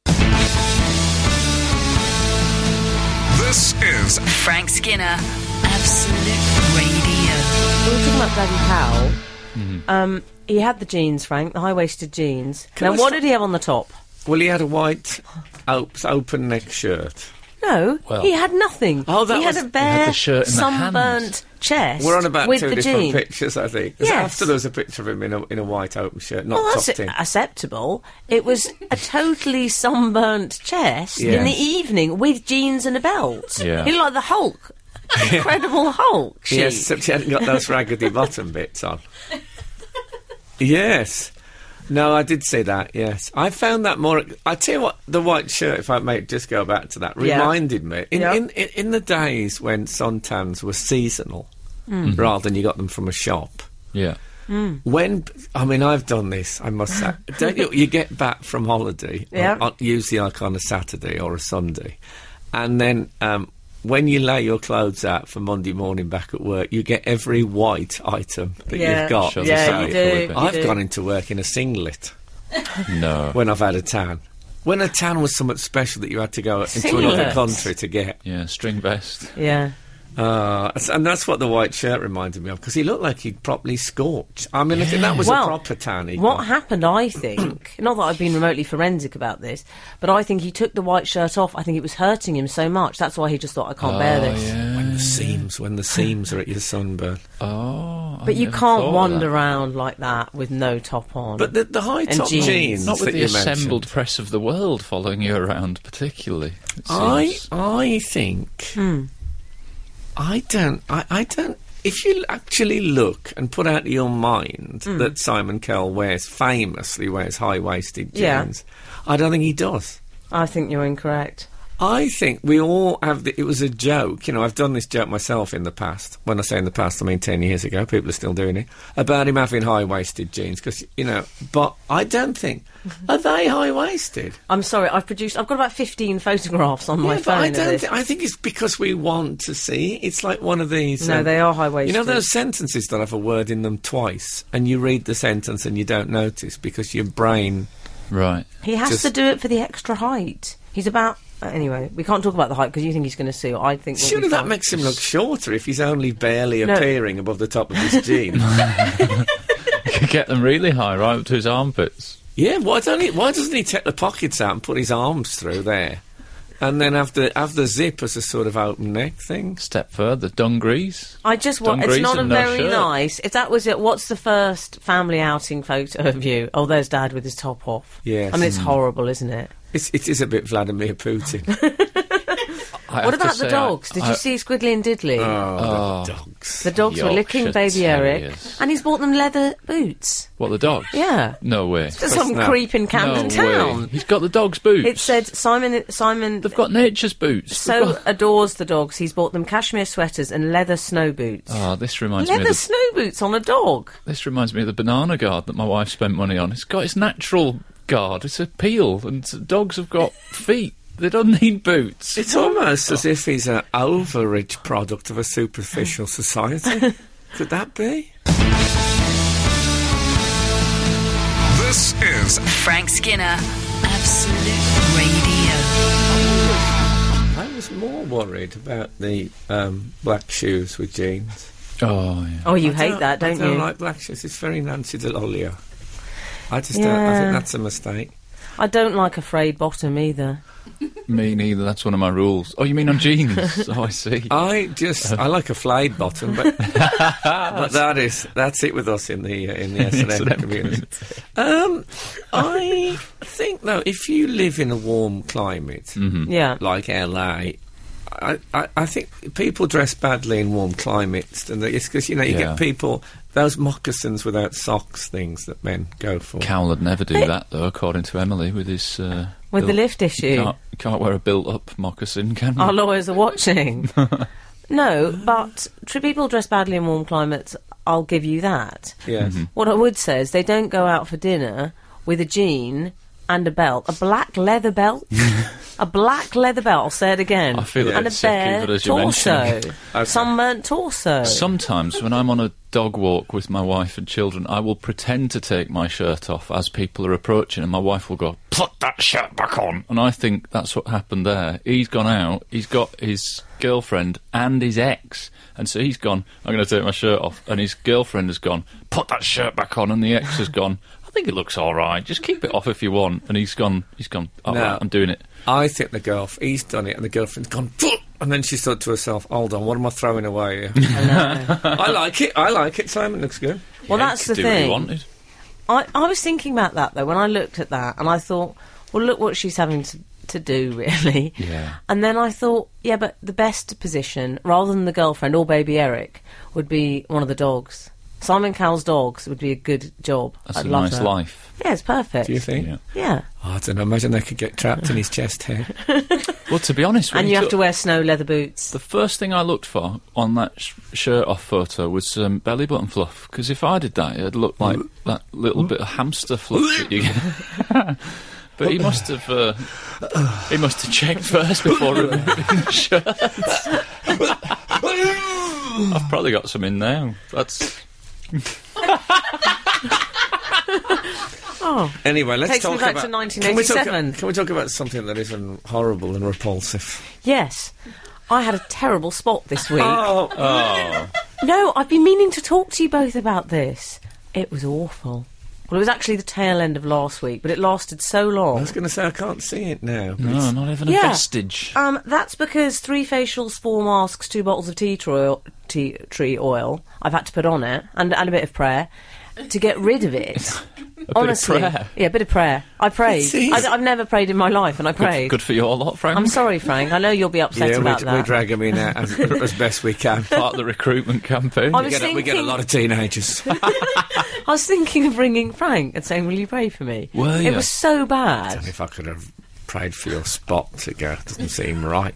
[SPEAKER 5] This is
[SPEAKER 1] Frank Skinner, Absolute Radio.
[SPEAKER 3] We were talking about Daddy Powell. Um, he had the jeans, Frank, the high waisted jeans.
[SPEAKER 2] Mm-hmm. Can I
[SPEAKER 3] now, what
[SPEAKER 2] s-
[SPEAKER 3] did he have on the top?
[SPEAKER 2] Well, he had a white open neck shirt.
[SPEAKER 3] No,
[SPEAKER 4] Well-
[SPEAKER 3] he had nothing.
[SPEAKER 2] Oh, that
[SPEAKER 3] he
[SPEAKER 2] was-
[SPEAKER 3] had
[SPEAKER 2] He
[SPEAKER 3] a bare,
[SPEAKER 4] the shirt and the hand.
[SPEAKER 3] sunburnt chest.
[SPEAKER 2] We're on about
[SPEAKER 3] with
[SPEAKER 2] two
[SPEAKER 3] the
[SPEAKER 2] different
[SPEAKER 3] jean.
[SPEAKER 2] pictures, I think. 'Cause
[SPEAKER 3] Yes.
[SPEAKER 2] After there was a picture of him in a, in a white open shirt, not
[SPEAKER 3] Well,
[SPEAKER 2] top
[SPEAKER 3] that's
[SPEAKER 2] tin.
[SPEAKER 3] acceptable. It was a totally sunburnt chest in the
[SPEAKER 2] Yes.
[SPEAKER 3] evening with jeans and a belt.
[SPEAKER 4] Yeah.
[SPEAKER 3] He looked like the Hulk. Incredible Hulk. Chic.
[SPEAKER 2] Yes, except she hadn't got those raggedy bottom bits on. Yes. No, I did see that, yes. I found that more. I tell you what, the white shirt, if I may just go back to that,
[SPEAKER 3] Yeah.
[SPEAKER 2] reminded me. In,
[SPEAKER 3] Yeah.
[SPEAKER 2] in, in, in the days when suntans were seasonal,
[SPEAKER 3] Mm.
[SPEAKER 2] rather than you got them from a shop,
[SPEAKER 4] yeah.
[SPEAKER 2] when I mean I've done this, I must say. Don't you? You get back from holiday, uh,
[SPEAKER 3] Yeah.
[SPEAKER 2] on- on- usually like on a Saturday or a Sunday, and then um, when you lay your clothes out for Monday morning back at work, you get every white item that
[SPEAKER 3] Yeah.
[SPEAKER 2] you've got.
[SPEAKER 4] Sure,
[SPEAKER 2] to
[SPEAKER 4] yeah,
[SPEAKER 2] sell.
[SPEAKER 4] you do, you
[SPEAKER 2] I've
[SPEAKER 3] do.
[SPEAKER 2] gone into work in a singlet
[SPEAKER 4] No.
[SPEAKER 2] when I've had a tan. When a tan was something special that you had to go into another
[SPEAKER 3] Singlet.
[SPEAKER 2] country to get,
[SPEAKER 4] Yeah, string vest.
[SPEAKER 3] Yeah.
[SPEAKER 2] uh, and that's what the white shirt reminded me of because he looked like he'd properly scorched. I mean, look, that was a
[SPEAKER 3] Well,
[SPEAKER 2] proper tan. he
[SPEAKER 3] What
[SPEAKER 2] got.
[SPEAKER 3] happened, I think, not that I've been remotely forensic about this, but I think he took the white shirt off. I think it was hurting him so much. That's why he just thought, I can't bear
[SPEAKER 4] Oh,
[SPEAKER 3] this.
[SPEAKER 4] yeah.
[SPEAKER 2] When the seams, when the seams are at your sunburn.
[SPEAKER 4] Oh. I
[SPEAKER 3] But you
[SPEAKER 4] never
[SPEAKER 3] can't
[SPEAKER 4] thought of
[SPEAKER 3] wander
[SPEAKER 4] that.
[SPEAKER 3] around like that with no top on.
[SPEAKER 2] But the, the high top
[SPEAKER 3] jeans.
[SPEAKER 2] jeans,
[SPEAKER 4] Not with
[SPEAKER 2] that
[SPEAKER 4] the
[SPEAKER 2] you
[SPEAKER 4] assembled
[SPEAKER 2] mentioned,
[SPEAKER 4] press of the world following you around, particularly. It
[SPEAKER 2] I
[SPEAKER 4] seems.
[SPEAKER 2] I think
[SPEAKER 3] Hmm.
[SPEAKER 2] I don't I, I don't. If you actually look and put out of your mind
[SPEAKER 3] Hmm.
[SPEAKER 2] that Simon Cowell wears famously wears high waisted
[SPEAKER 3] Yeah.
[SPEAKER 2] jeans, I don't think he does.
[SPEAKER 3] I think you're incorrect.
[SPEAKER 2] I think we all have. The, it was a joke. You know, I've done this joke myself in the past. When I say in the past, I mean 10 years ago. People are still doing it. About him having high waisted jeans. Because, you know, but I don't think.
[SPEAKER 3] Mm-hmm.
[SPEAKER 2] Are they high waisted?
[SPEAKER 3] I'm sorry, I've produced, I've got about 15 photographs on my
[SPEAKER 2] Yeah, but
[SPEAKER 3] phone.
[SPEAKER 2] I
[SPEAKER 3] of
[SPEAKER 2] don't.
[SPEAKER 3] this.
[SPEAKER 2] Thi- I think it's because we want to see. It's like one of these. um,
[SPEAKER 3] No, they are high-waisted.
[SPEAKER 2] You know those sentences that have a word in them twice, and you read the sentence and you don't notice because your brain.
[SPEAKER 4] Right.
[SPEAKER 3] He has
[SPEAKER 2] Just-
[SPEAKER 3] to do it for the extra height. He's about. uh, Anyway, we can't talk about the height because you think he's going to sue. I think. we'll be
[SPEAKER 2] Surely that
[SPEAKER 3] fine.
[SPEAKER 2] makes him look shorter if he's only barely
[SPEAKER 3] No.
[SPEAKER 2] appearing above the top of his jeans.
[SPEAKER 4] Could get them really high, right up to his armpits.
[SPEAKER 2] Yeah, why don't he? Why doesn't he take the pockets out and put his arms through there, and then have the have the zip as a sort of open neck thing?
[SPEAKER 4] Step further, dungarees.
[SPEAKER 3] I just want. It's
[SPEAKER 4] dungarees
[SPEAKER 3] not a
[SPEAKER 4] and no
[SPEAKER 3] very
[SPEAKER 4] shirt.
[SPEAKER 3] nice. If that was it, what's the first family outing photo of you? Oh, there's Dad with his top off.
[SPEAKER 2] Yes.
[SPEAKER 3] I mean, it's horrible, isn't it?
[SPEAKER 2] It's, it is a bit Vladimir Putin.
[SPEAKER 4] I
[SPEAKER 3] what
[SPEAKER 4] have to
[SPEAKER 3] about the
[SPEAKER 4] say, I-
[SPEAKER 3] dogs? Did
[SPEAKER 4] I- Ah,
[SPEAKER 3] you see Squiddly and Diddley?
[SPEAKER 2] Oh, the dogs.
[SPEAKER 3] the dogs were licking
[SPEAKER 4] Yorkshire
[SPEAKER 3] baby
[SPEAKER 4] Terriers.
[SPEAKER 3] Eric, and he's bought them leather boots.
[SPEAKER 4] What the dogs?
[SPEAKER 3] Yeah.
[SPEAKER 4] No way.
[SPEAKER 3] To some
[SPEAKER 2] snap.
[SPEAKER 3] creep in Camden
[SPEAKER 4] no
[SPEAKER 3] Town.
[SPEAKER 4] Way. He's got the dog's boots.
[SPEAKER 3] It said Simon. Simon
[SPEAKER 4] they've got nature's boots.
[SPEAKER 3] so
[SPEAKER 4] They've got-
[SPEAKER 3] adores the dogs. He's bought them cashmere sweaters and leather snow boots.
[SPEAKER 4] Ah, this reminds me.
[SPEAKER 3] leather
[SPEAKER 4] Of the,
[SPEAKER 3] snow boots on a dog.
[SPEAKER 4] this reminds me of the banana guard that my wife spent money on. It's got its natural guard. It's a peel, and s- dogs have got feet. They don't need boots.
[SPEAKER 2] It's almost as if he's an overage product of a superficial society. Could that be?
[SPEAKER 5] This is
[SPEAKER 1] Frank Skinner, Absolute Radio.
[SPEAKER 2] I was more worried about the um, black shoes with jeans.
[SPEAKER 4] Oh, yeah.
[SPEAKER 3] Oh, you
[SPEAKER 2] I
[SPEAKER 3] hate that, don't,
[SPEAKER 2] I don't
[SPEAKER 3] you?
[SPEAKER 2] like black shoes. It's very Nancy Dell'Olio. I just don't, I
[SPEAKER 3] Yeah.
[SPEAKER 2] think that's a mistake.
[SPEAKER 3] I don't like a frayed bottom either.
[SPEAKER 4] Me neither. That's one of my rules. Oh, you mean on jeans? oh, I see.
[SPEAKER 2] I just I like a flayed bottom, but, but that is that's it with us in the uh, in the S and M
[SPEAKER 4] S&M
[SPEAKER 2] community. Um, I think though, if you live in a warm climate
[SPEAKER 3] Yeah.
[SPEAKER 2] like LA. I, I, I think people dress badly in warm climates, and it's because you know you
[SPEAKER 4] Yeah.
[SPEAKER 2] get people those moccasins without socks things that men go for.
[SPEAKER 4] Cowl'd never do that, though, according to Emily, with his. Uh,
[SPEAKER 3] With the lift issue. Oh,
[SPEAKER 4] Can't, can't wear a built up moccasin, can we?
[SPEAKER 3] Our lawyers are watching. no, but tr- people dress badly in warm climates. I'll give you that.
[SPEAKER 2] Yes,
[SPEAKER 3] What I would say is they don't go out for dinner with a jean and a belt, a black leather belt, a black leather belt. I'll say it again.
[SPEAKER 4] I feel
[SPEAKER 3] and a
[SPEAKER 4] it's sick,
[SPEAKER 3] bare
[SPEAKER 4] even as you
[SPEAKER 3] torso,
[SPEAKER 4] mention
[SPEAKER 3] sunburnt torso.
[SPEAKER 4] Sometimes when I'm on a dog walk with my wife and children, I will pretend to take my shirt off as people are approaching, and my wife will go, "Put that shirt back on." And I think that's what happened there. He's gone out. He's got his girlfriend and his ex, and so he's gone. I'm going to take my shirt off, and his girlfriend has gone. Put that shirt back on, and the ex has gone. I think it looks all right. Just keep it off if you want. And he's gone. He's gone. All
[SPEAKER 2] No.
[SPEAKER 4] right, I'm doing it.
[SPEAKER 2] I think the girl he's done it, and the girlfriend's gone, "Pfft," and then she thought to herself, "Hold on, what am I throwing away?" Here? I like it. I like it. Simon looks good.
[SPEAKER 3] well,
[SPEAKER 4] Yeah, he
[SPEAKER 3] that's
[SPEAKER 4] could
[SPEAKER 3] the
[SPEAKER 4] do what he
[SPEAKER 3] thing.
[SPEAKER 4] wanted.
[SPEAKER 3] I, I was thinking about that though when I looked at that and I thought, well, look what she's having to, to do really.
[SPEAKER 4] Yeah.
[SPEAKER 3] And then I thought, yeah, but the best position, rather than the girlfriend or baby Eric, would be one of the dogs. Simon Cowell's dogs would be a good job.
[SPEAKER 4] That's
[SPEAKER 3] I'd
[SPEAKER 4] a
[SPEAKER 3] love
[SPEAKER 4] nice
[SPEAKER 3] that.
[SPEAKER 4] life.
[SPEAKER 3] Yeah, it's perfect.
[SPEAKER 2] Do you think?
[SPEAKER 4] Yeah.
[SPEAKER 3] Yeah.
[SPEAKER 2] Oh, I don't know. Imagine they could get trapped in his chest hair.
[SPEAKER 4] Well, to be honest, when
[SPEAKER 3] and you have
[SPEAKER 4] talk-
[SPEAKER 3] to wear snow leather boots.
[SPEAKER 4] The first thing I looked for on that sh- shirt off photo was some belly button fluff because if I did that, it'd look like that little bit of hamster fluff that you get. but he must have uh, he must have checked first before removing the shirt. I've probably got some in now. That's
[SPEAKER 3] Oh,
[SPEAKER 2] Anyway, let's
[SPEAKER 3] Takes me
[SPEAKER 2] talk
[SPEAKER 3] back
[SPEAKER 2] about
[SPEAKER 3] to
[SPEAKER 2] Can we,
[SPEAKER 3] 1987.
[SPEAKER 2] talk, can we talk about something that isn't horrible and repulsive?
[SPEAKER 3] yes. I had a terrible spot this week.
[SPEAKER 2] Oh,
[SPEAKER 3] No, I've been meaning to talk to you both about this. It was awful. Well, it was actually the tail end of last week, but it lasted so long.
[SPEAKER 2] I was going to say I can't see it now. but
[SPEAKER 4] no,
[SPEAKER 2] it's-
[SPEAKER 4] not even a
[SPEAKER 3] Yeah.
[SPEAKER 4] vestige.
[SPEAKER 3] Um, that's because three facials, four masks, two bottles of tea tree oil, tea tree oil I've had to put on it, and, and a bit of prayer to get rid of it.
[SPEAKER 4] A
[SPEAKER 3] Honestly,
[SPEAKER 4] bit of prayer.
[SPEAKER 3] yeah, a bit of prayer. I prayed.
[SPEAKER 2] Jeez.
[SPEAKER 3] I, have never prayed in my life, and I prayed.
[SPEAKER 4] Good, good for you all lot, Frank.
[SPEAKER 3] I'm sorry, Frank. I know you'll be upset
[SPEAKER 2] yeah,
[SPEAKER 3] about
[SPEAKER 2] we, we
[SPEAKER 3] that.
[SPEAKER 2] drag them in out as, as best we can.
[SPEAKER 4] Part of the recruitment campaign.
[SPEAKER 3] I
[SPEAKER 2] We
[SPEAKER 3] was
[SPEAKER 2] get, a, we get a
[SPEAKER 3] thinking-
[SPEAKER 2] lot of teenagers.
[SPEAKER 3] I was thinking of ringing Frank and saying, "Will you pray for me?"
[SPEAKER 4] Were
[SPEAKER 3] it
[SPEAKER 4] you?
[SPEAKER 3] was so bad.
[SPEAKER 2] if I could have prayed for your spot to go, it doesn't seem right.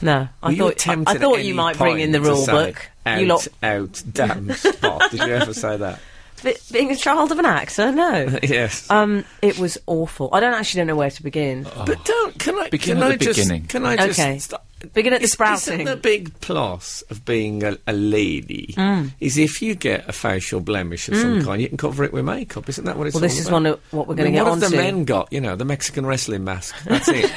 [SPEAKER 3] No, I
[SPEAKER 2] Were you
[SPEAKER 3] thought I,
[SPEAKER 2] tempted
[SPEAKER 3] I
[SPEAKER 2] at
[SPEAKER 3] thought
[SPEAKER 2] any
[SPEAKER 3] you might bring in the
[SPEAKER 2] point to
[SPEAKER 3] rule
[SPEAKER 2] say,
[SPEAKER 3] book.
[SPEAKER 2] Out,
[SPEAKER 3] You lot,
[SPEAKER 2] out, damn spot. Did you ever say that?
[SPEAKER 3] Be- being a child of an actor, no.
[SPEAKER 2] Yes. Oh.
[SPEAKER 3] Um, it was awful. I don't actually don't know where to begin.
[SPEAKER 2] But don't can I
[SPEAKER 4] Begin
[SPEAKER 2] can
[SPEAKER 4] at
[SPEAKER 2] I
[SPEAKER 4] the
[SPEAKER 2] just
[SPEAKER 4] beginning.
[SPEAKER 2] can I just
[SPEAKER 3] Okay.
[SPEAKER 2] stop-
[SPEAKER 3] Begin at the
[SPEAKER 2] Is-
[SPEAKER 3] sprouting.
[SPEAKER 2] Isn't the big plus of being a, a lady is if you get a facial blemish of some kind, you can cover it with makeup. Isn't that what it's
[SPEAKER 3] Well,
[SPEAKER 2] all
[SPEAKER 3] this is
[SPEAKER 2] about?
[SPEAKER 3] one of what we're
[SPEAKER 2] I
[SPEAKER 3] going
[SPEAKER 2] mean,
[SPEAKER 3] to get
[SPEAKER 2] what have
[SPEAKER 3] onto.
[SPEAKER 2] the men got? You know, the Mexican wrestling mask. That's it.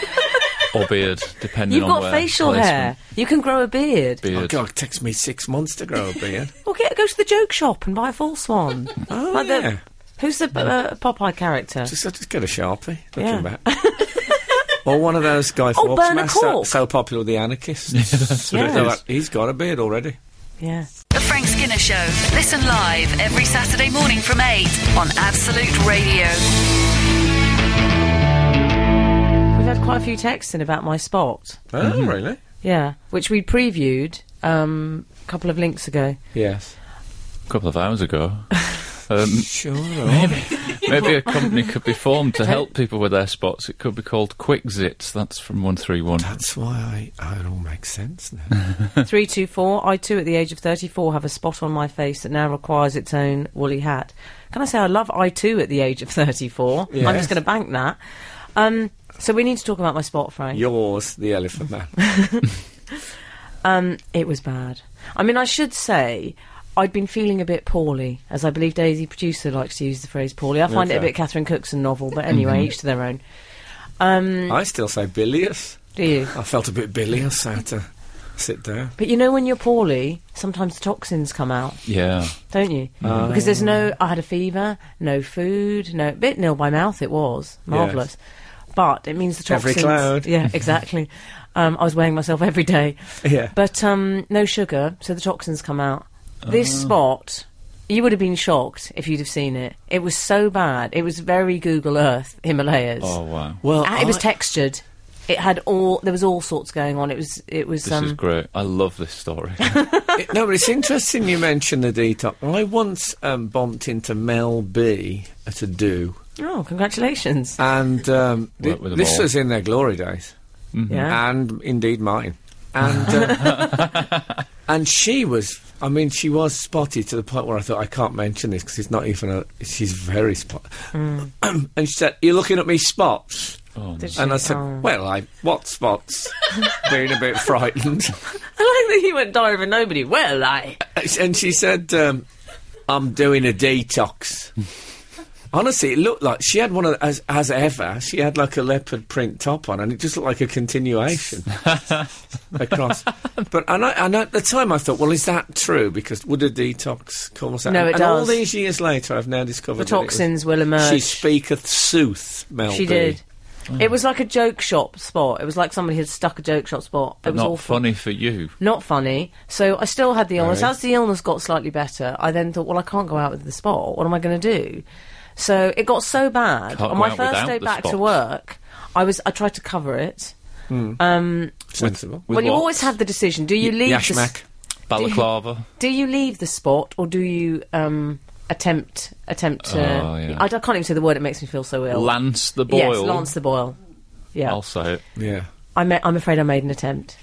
[SPEAKER 4] or beard, depending
[SPEAKER 3] You've
[SPEAKER 4] on
[SPEAKER 3] got
[SPEAKER 4] where.
[SPEAKER 3] facial hair.
[SPEAKER 4] placement.
[SPEAKER 3] You can grow a beard.
[SPEAKER 2] oh
[SPEAKER 4] Beard.
[SPEAKER 2] God, it takes me six months to grow a beard.
[SPEAKER 3] Or get, go to the joke shop and buy a false one.
[SPEAKER 2] Oh
[SPEAKER 3] Like the-
[SPEAKER 2] yeah.
[SPEAKER 3] who's the uh, Popeye character?
[SPEAKER 2] Just, just get a sharpie. Looking
[SPEAKER 3] Yeah.
[SPEAKER 2] back. or one of those Guy
[SPEAKER 3] Oh,
[SPEAKER 2] Fawkes
[SPEAKER 3] burn a
[SPEAKER 2] masks that-
[SPEAKER 3] cork.
[SPEAKER 2] so popular with the anarchists. yeah,
[SPEAKER 4] that's
[SPEAKER 3] what it Yeah.
[SPEAKER 4] is.
[SPEAKER 2] He's got a beard already.
[SPEAKER 3] Yeah.
[SPEAKER 1] The Frank Skinner Show. Listen live every Saturday morning from 8 on Absolute Radio.
[SPEAKER 3] We've had quite a few texts in about my spot.
[SPEAKER 4] Mm-hmm.
[SPEAKER 2] Oh, really?
[SPEAKER 3] Yeah, which we previewed um, a couple of links ago.
[SPEAKER 2] Yes.
[SPEAKER 4] A couple of hours ago. Um,
[SPEAKER 2] Sure.
[SPEAKER 4] maybe a company could be formed to help people with their spots. It could be called Quickzits. That's from 131.
[SPEAKER 2] That's why I, it all makes sense now.
[SPEAKER 3] Three two four. I too, at the age of thirty four, have a spot on my face that now requires its own woolly hat. Can I say I love I too at the age of thirty four? I'm
[SPEAKER 2] Yes.
[SPEAKER 3] just going to bank that. Um, so we need to talk about my spot, Frank.
[SPEAKER 2] Yours, the Elephant Man.
[SPEAKER 3] Um, it was bad. I mean, I should say I'd been feeling a bit poorly, as I believe Daisy producer likes to use the phrase poorly. I find it a
[SPEAKER 2] Okay.
[SPEAKER 3] bit Catherine Cookson novel, but anyway, each to their own. Um,
[SPEAKER 2] I still say bilious.
[SPEAKER 3] do you?
[SPEAKER 2] I felt a bit bilious. I had to sit down.
[SPEAKER 3] But you know, when you're poorly, sometimes the toxins come out,
[SPEAKER 4] Yeah.
[SPEAKER 3] don't you?
[SPEAKER 2] Ah.
[SPEAKER 3] because there's no. I had a fever, no food, no bit nil by mouth. It was marvelous, but it means the
[SPEAKER 2] Every
[SPEAKER 3] toxins.
[SPEAKER 2] cloud.
[SPEAKER 3] Yeah, exactly. um, I was weighing myself every day.
[SPEAKER 2] Yeah.
[SPEAKER 3] But um, no sugar, so the toxins come out.
[SPEAKER 2] Ah.
[SPEAKER 3] This spot, you would have been shocked if you'd have seen it. It was so bad. It was very Google Earth Himalayas.
[SPEAKER 4] Oh, wow.
[SPEAKER 2] well,
[SPEAKER 3] And Ah, it was
[SPEAKER 2] I-
[SPEAKER 3] textured. It had all. There was all sorts going on. It was. It was.
[SPEAKER 4] This
[SPEAKER 3] um,
[SPEAKER 4] is great. I love this story.
[SPEAKER 2] It- no, but it's interesting you mentioned the detox. I once um, bumped into Mel B at a do,
[SPEAKER 3] oh, congratulations!
[SPEAKER 2] and um, thi-
[SPEAKER 4] Worked with them
[SPEAKER 2] this
[SPEAKER 4] all.
[SPEAKER 2] was in their glory days, Mm-hmm.
[SPEAKER 3] Yeah.
[SPEAKER 2] and indeed mine. And uh, and she was, I mean, she was spotty to the point where I thought I can't mention this because it's not even a. She's very spot. and she said, "You're looking at me spots."
[SPEAKER 4] Oh,
[SPEAKER 3] Did
[SPEAKER 2] Ah. And I
[SPEAKER 3] she-
[SPEAKER 2] said,
[SPEAKER 3] oh.
[SPEAKER 2] "Well, I what spots?" Being a bit frightened.
[SPEAKER 3] I like that he went die over nobody. Well, I.
[SPEAKER 2] and she said, um, "I'm doing a detox." Honestly, it looked like she had one of as as ever. She had like a leopard print top on, and it just looked like a continuation across. But and, I, and at the time, I thought, well, is that true? Because would a detox cause that?
[SPEAKER 3] No, it
[SPEAKER 2] and all
[SPEAKER 3] does.
[SPEAKER 2] these years later, I've now discovered
[SPEAKER 3] The
[SPEAKER 2] that it was-
[SPEAKER 3] toxins will emerge.
[SPEAKER 2] She speaketh sooth, Mel.
[SPEAKER 3] She
[SPEAKER 2] B.
[SPEAKER 3] did. It was like a joke shop spot. It was like somebody had stuck a joke shop spot. it
[SPEAKER 4] But
[SPEAKER 3] was
[SPEAKER 4] not
[SPEAKER 3] awful.
[SPEAKER 4] funny for you.
[SPEAKER 3] not funny. So I still had the illness.
[SPEAKER 2] Right.
[SPEAKER 3] As the illness got slightly better, I then thought, well, I can't go out with the spot. What am I going to do? So it got so bad.
[SPEAKER 4] Can't
[SPEAKER 3] On
[SPEAKER 4] go
[SPEAKER 3] my
[SPEAKER 4] out
[SPEAKER 3] first
[SPEAKER 4] without
[SPEAKER 3] day
[SPEAKER 4] the
[SPEAKER 3] back to
[SPEAKER 4] spot. Hmm.
[SPEAKER 3] work, I was I tried to cover it. Um,
[SPEAKER 2] sensible.
[SPEAKER 4] With
[SPEAKER 3] well, you
[SPEAKER 4] what?
[SPEAKER 3] always have the decision: do you leave the s-
[SPEAKER 2] Yashmak.
[SPEAKER 4] Balaclava.
[SPEAKER 3] do you leave the spot or do you um, attempt attempt to?
[SPEAKER 4] Oh, yeah.
[SPEAKER 3] I, I can't even say the word; it makes me feel so ill.
[SPEAKER 4] Lance the boil.
[SPEAKER 3] Yes, Lance the boil. Yeah,
[SPEAKER 4] I'll say it.
[SPEAKER 2] Yeah.
[SPEAKER 3] I ma- I'm afraid I made an attempt.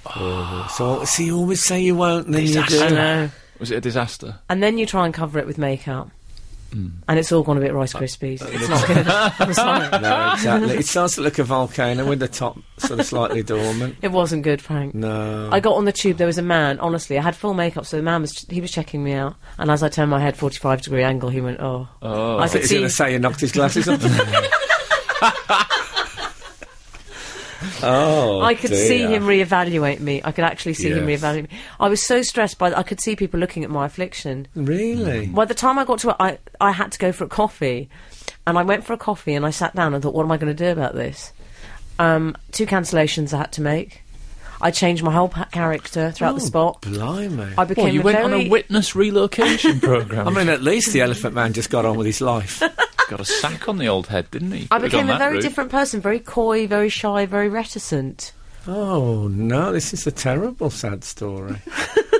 [SPEAKER 2] So, see, you always say you won't, and then you do.
[SPEAKER 3] know.
[SPEAKER 4] Was it a disaster?
[SPEAKER 3] and then you try and cover it with makeup.
[SPEAKER 4] Hmm.
[SPEAKER 3] And it's all gone a bit
[SPEAKER 4] Uh,
[SPEAKER 3] Rice Krispies. it's not good. I'm sorry.
[SPEAKER 2] No, Uh, exactly. it starts to look a volcano with the top sort of slightly dormant.
[SPEAKER 3] It wasn't good, Frank.
[SPEAKER 2] No.
[SPEAKER 3] I got on the tube. There was a man. Honestly, I had full makeup, so the man was he was checking me out. And as I turned my head 45 degree angle, he went, "Oh,
[SPEAKER 4] Oh.
[SPEAKER 3] I
[SPEAKER 2] I thought
[SPEAKER 3] could
[SPEAKER 2] he's going
[SPEAKER 3] see."
[SPEAKER 2] to say he knocked his glasses off. oh,
[SPEAKER 3] I could see
[SPEAKER 2] dear.
[SPEAKER 3] him reevaluate me. I could actually see him
[SPEAKER 2] Yes.
[SPEAKER 3] reevaluate me. I was so stressed by. I could see people looking at my affliction.
[SPEAKER 2] Really?
[SPEAKER 3] By the time I got to it, I, I had to go for a coffee. And I went for a coffee and I sat down and thought, what am I going to do about this? Um, two cancellations I had to make. I changed my whole pa- character throughout the
[SPEAKER 2] Oh,
[SPEAKER 3] spot.
[SPEAKER 2] Blimey.
[SPEAKER 3] I
[SPEAKER 2] I,
[SPEAKER 3] became
[SPEAKER 4] Well, you
[SPEAKER 3] a
[SPEAKER 4] went
[SPEAKER 3] very...
[SPEAKER 4] on a witness relocation program.
[SPEAKER 2] mean, at least the Elephant Man just got on with his life.
[SPEAKER 4] got a sack on the old head, didn't he?
[SPEAKER 3] I
[SPEAKER 4] Could've gone
[SPEAKER 3] became a
[SPEAKER 4] that
[SPEAKER 3] very
[SPEAKER 4] route.
[SPEAKER 3] different person, very coy, very shy, very reticent.
[SPEAKER 2] oh, no, this is a terrible, sad story.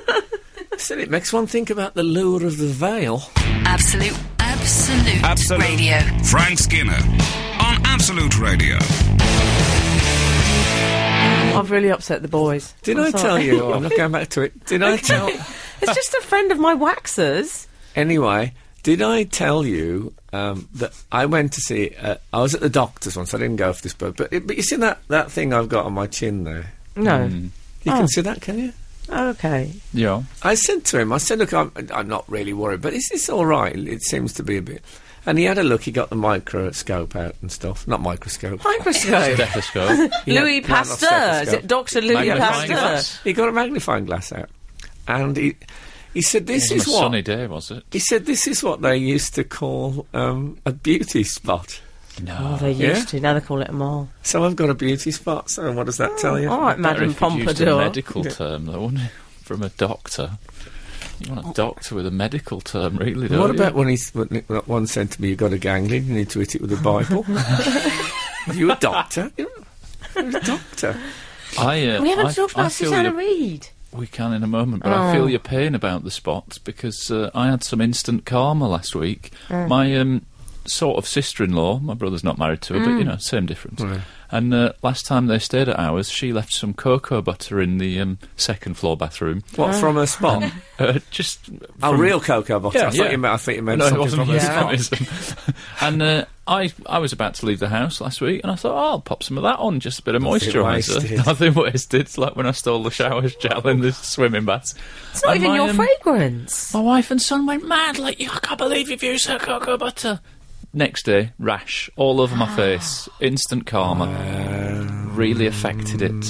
[SPEAKER 2] Still, it makes one think about the lure of the veil.
[SPEAKER 1] Absolute, absolute,
[SPEAKER 6] Absolute.
[SPEAKER 1] radio.
[SPEAKER 5] Frank Skinner on Absolute Radio.
[SPEAKER 3] I've really upset the boys.
[SPEAKER 2] Did
[SPEAKER 3] I'm
[SPEAKER 2] i
[SPEAKER 3] sorry.
[SPEAKER 2] tell you? I'm not going back to it. Did I tell.
[SPEAKER 3] it's just a friend of my waxers.
[SPEAKER 2] Anyway, did I tell you um, that I went to see? Uh, I was at the doctor's once. I didn't go off this book, but but you see that that thing I've got on my chin there.
[SPEAKER 3] No.
[SPEAKER 2] You
[SPEAKER 3] Oh.
[SPEAKER 2] can see that, can you?
[SPEAKER 3] Okay.
[SPEAKER 4] Yeah.
[SPEAKER 2] I said to him, I said, look, I'm, I'm not really worried, but is this all right? It seems to be a bit. And he had a look. He got the microscope out and stuff. Not microscope.
[SPEAKER 3] Microscope.
[SPEAKER 4] Stethoscope.
[SPEAKER 2] He had-
[SPEAKER 3] Louis
[SPEAKER 2] no, not
[SPEAKER 3] Pasteur. Is
[SPEAKER 2] stethoscope.
[SPEAKER 3] it Dr. Louis
[SPEAKER 4] Magnifying
[SPEAKER 3] Pasteur?
[SPEAKER 4] glass.
[SPEAKER 2] He got a magnifying glass out, and he he said, this
[SPEAKER 4] It was
[SPEAKER 2] is
[SPEAKER 4] a
[SPEAKER 2] what
[SPEAKER 4] sunny day, was it?
[SPEAKER 2] he said. This is what they used to call um, a beauty spot.
[SPEAKER 3] Oh,
[SPEAKER 4] No.
[SPEAKER 3] they used
[SPEAKER 2] Yeah?
[SPEAKER 3] to. Now they call it a mall.
[SPEAKER 2] So I've got a beauty spot. So what does that
[SPEAKER 4] Oh,
[SPEAKER 2] tell you?
[SPEAKER 3] All right,
[SPEAKER 4] Better
[SPEAKER 3] Madame
[SPEAKER 4] if you'd used a
[SPEAKER 3] Pompadour.
[SPEAKER 4] medical term, though, wouldn't it? From a doctor. You want a doctor with a medical term, really, don't
[SPEAKER 2] What
[SPEAKER 4] you?
[SPEAKER 2] about when he's when that one said to me, "You got a ganglion. You need to hit it with a Bible." Are you a doctor? You're a doctor.
[SPEAKER 4] I, uh,
[SPEAKER 3] We haven't
[SPEAKER 4] I-
[SPEAKER 3] talked
[SPEAKER 4] I
[SPEAKER 3] about
[SPEAKER 4] feel
[SPEAKER 3] Susanna
[SPEAKER 4] your-
[SPEAKER 3] Reid.
[SPEAKER 4] We can in a moment, but I
[SPEAKER 2] Oh.
[SPEAKER 4] feel your pain about the spot because uh, I had some instant karma last week.
[SPEAKER 2] Oh.
[SPEAKER 4] My um, sort of sister-in-law, my brother's not married to her,
[SPEAKER 2] Mm.
[SPEAKER 4] but you know, same difference. And uh, last time they stayed at ours, she left some cocoa butter in the um, second floor bathroom.
[SPEAKER 2] What from a spot?
[SPEAKER 4] Uh, just
[SPEAKER 2] Oh,
[SPEAKER 4] from-
[SPEAKER 2] real cocoa butter. I, thought You meant, I thought you meant
[SPEAKER 4] no, it
[SPEAKER 2] something
[SPEAKER 4] wasn't
[SPEAKER 2] from a
[SPEAKER 4] used
[SPEAKER 2] spot.
[SPEAKER 4] for this. and uh, I, I was about to leave the house last week, and I thought, oh, I'll pop some of that on, just a bit of
[SPEAKER 2] Nothing wasted.
[SPEAKER 4] moisturiser. Nothing wasted. It's like when I stole the shower gel in the swimming baths.
[SPEAKER 3] It's not
[SPEAKER 4] And
[SPEAKER 3] even
[SPEAKER 4] my,
[SPEAKER 3] your
[SPEAKER 4] um,
[SPEAKER 3] fragrance.
[SPEAKER 4] My wife and son went mad, like, I can't believe you've used her cocoa butter. Next day, rash all over my face, instant karma. really affected it.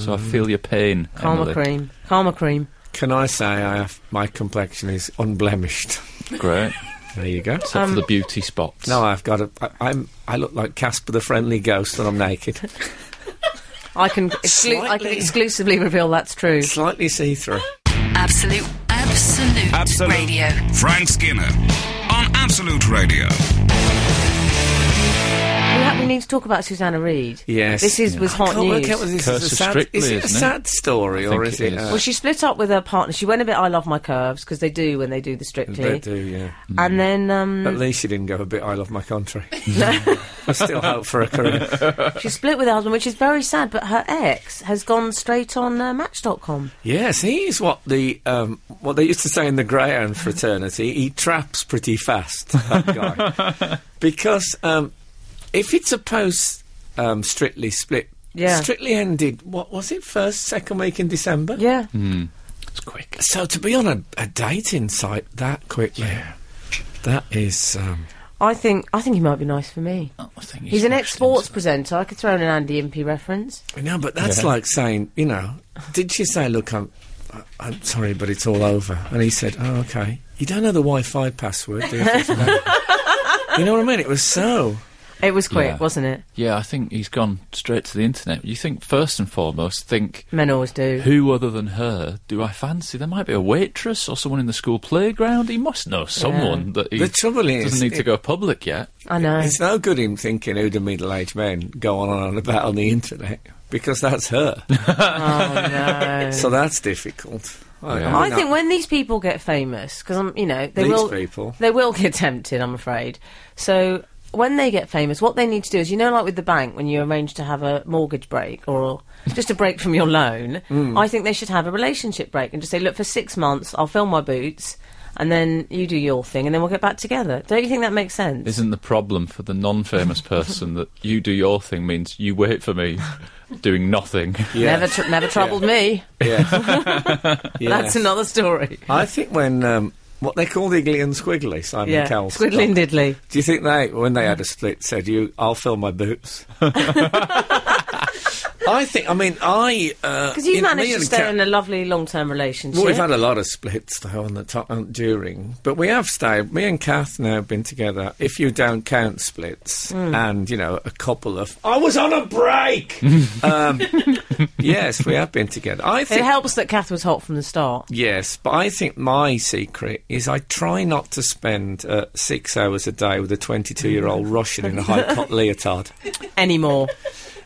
[SPEAKER 4] So I feel your pain.
[SPEAKER 3] Karma
[SPEAKER 4] Emily.
[SPEAKER 3] cream. Karma cream.
[SPEAKER 2] Can I say I have, my complexion is unblemished?
[SPEAKER 4] Great.
[SPEAKER 2] There you go.
[SPEAKER 4] Except
[SPEAKER 3] Um,
[SPEAKER 4] for the beauty spots.
[SPEAKER 2] No, I've got a. I, I'm. I look like Casper the Friendly Ghost, and I'm naked,
[SPEAKER 3] I can, exclu- I can
[SPEAKER 2] Slightly.
[SPEAKER 3] exclusively reveal that's true.
[SPEAKER 2] slightly see-through.
[SPEAKER 1] Absolute, absolute,
[SPEAKER 5] Absolute.
[SPEAKER 1] radio.
[SPEAKER 5] Frank Skinner on Absolute Radio.
[SPEAKER 3] We, ha- we need to talk about Susanna Reid.
[SPEAKER 2] Yes.
[SPEAKER 3] This is, was hot
[SPEAKER 2] Can't work out
[SPEAKER 3] news.
[SPEAKER 2] whether this is
[SPEAKER 4] Curse
[SPEAKER 2] a
[SPEAKER 4] of
[SPEAKER 2] sad.
[SPEAKER 4] Strictly,
[SPEAKER 2] is it a
[SPEAKER 4] isn't it?
[SPEAKER 2] sad story
[SPEAKER 4] I
[SPEAKER 2] or
[SPEAKER 4] think
[SPEAKER 2] is it?
[SPEAKER 4] it is.
[SPEAKER 2] uh,
[SPEAKER 3] Well, she split up with her partner. She went a bit, I love my curves, because they do when they do the
[SPEAKER 2] they
[SPEAKER 3] strictly.
[SPEAKER 2] do, Mm. yeah.
[SPEAKER 3] And then
[SPEAKER 2] At
[SPEAKER 3] um,
[SPEAKER 2] least she didn't go a bit. I love my country. I still hope for a career.
[SPEAKER 3] she split with her husband, which is very sad, but her ex has gone straight on uh, Match.com.
[SPEAKER 2] Yes, he's what the um, what they used to say in the Greyhound fraternity. He traps pretty fast, that guy, because um, if it's a post um, strictly split,
[SPEAKER 3] Yeah.
[SPEAKER 2] strictly ended. What was it? First, second week in December.
[SPEAKER 3] Yeah.
[SPEAKER 4] It's quick.
[SPEAKER 2] So to be on a, a dating site that quickly, that is. Um,
[SPEAKER 3] I think I think he might be nice for me.
[SPEAKER 4] Oh, I think
[SPEAKER 3] He's an
[SPEAKER 4] rushed
[SPEAKER 3] ex-sports
[SPEAKER 4] into-
[SPEAKER 3] presenter. I could throw in an Andy Impey reference.
[SPEAKER 2] no, but that's
[SPEAKER 4] Yeah.
[SPEAKER 2] like saying, you know, did she say, "Look, I'm, I- I'm sorry, but it's all over," and he said, "Oh, okay." You don't know the Wi-Fi password, do you? you know what I mean? It was so.
[SPEAKER 3] It was quick,
[SPEAKER 4] Yeah.
[SPEAKER 3] wasn't it?
[SPEAKER 4] Yeah, I think he's gone straight to the internet. You think first and foremost, think
[SPEAKER 3] Men always do.
[SPEAKER 4] who other than her do I fancy? There might be a waitress or someone in the school playground. He must know someone that he
[SPEAKER 2] The trouble is,
[SPEAKER 4] doesn't need
[SPEAKER 2] it-
[SPEAKER 4] to go public yet.
[SPEAKER 3] I know.
[SPEAKER 2] It's no good him thinking who the middle-aged men go on and on about on the internet because that's her.
[SPEAKER 3] Oh no.
[SPEAKER 2] so that's difficult.
[SPEAKER 4] Yeah.
[SPEAKER 2] mean,
[SPEAKER 3] I think when these people get famous, because I'm, you know, they
[SPEAKER 2] These
[SPEAKER 3] will,
[SPEAKER 2] people.
[SPEAKER 3] they will get tempted. I'm afraid. So when they get famous, what they need to do is, you know, like with the bank, when you arrange to have a mortgage break or just a break from your loan,
[SPEAKER 4] Mm.
[SPEAKER 3] I think they should have a relationship break and just say, look, for six months, I'll fill my boots, and then you do your thing, and then we'll get back together. Don't you think that makes sense?
[SPEAKER 4] Isn't the problem for the non-famous person that you do your thing means you wait for me, doing nothing?
[SPEAKER 2] Yeah.
[SPEAKER 3] Never, tr- never troubled me.
[SPEAKER 2] Yeah.
[SPEAKER 3] That's another story.
[SPEAKER 2] I think when um, what they call the Iggly and Squiggly, Simon
[SPEAKER 3] Yeah,
[SPEAKER 2] Cowell's
[SPEAKER 3] squiddly and diddly.
[SPEAKER 2] Do you think they, when they had a split, said, "You, I'll fill my boots"? I think. I mean, I uh,
[SPEAKER 3] Because you managed to stay in a lovely long-term relationship.
[SPEAKER 2] Well, we've had a lot of splits though on the top and during, but we have stayed. Me and Kath now have been together. If you don't count splits,
[SPEAKER 3] Hmm.
[SPEAKER 2] and you know a couple of, I was on a break. um, yes, we have been together. I
[SPEAKER 3] it
[SPEAKER 2] think
[SPEAKER 3] helps that Kath was hot from the start.
[SPEAKER 2] Yes, but I think my secret is I try not to spend uh, six hours a day with a 22 year old
[SPEAKER 3] Mm.
[SPEAKER 2] Russian in a high cut leotard.
[SPEAKER 3] anymore.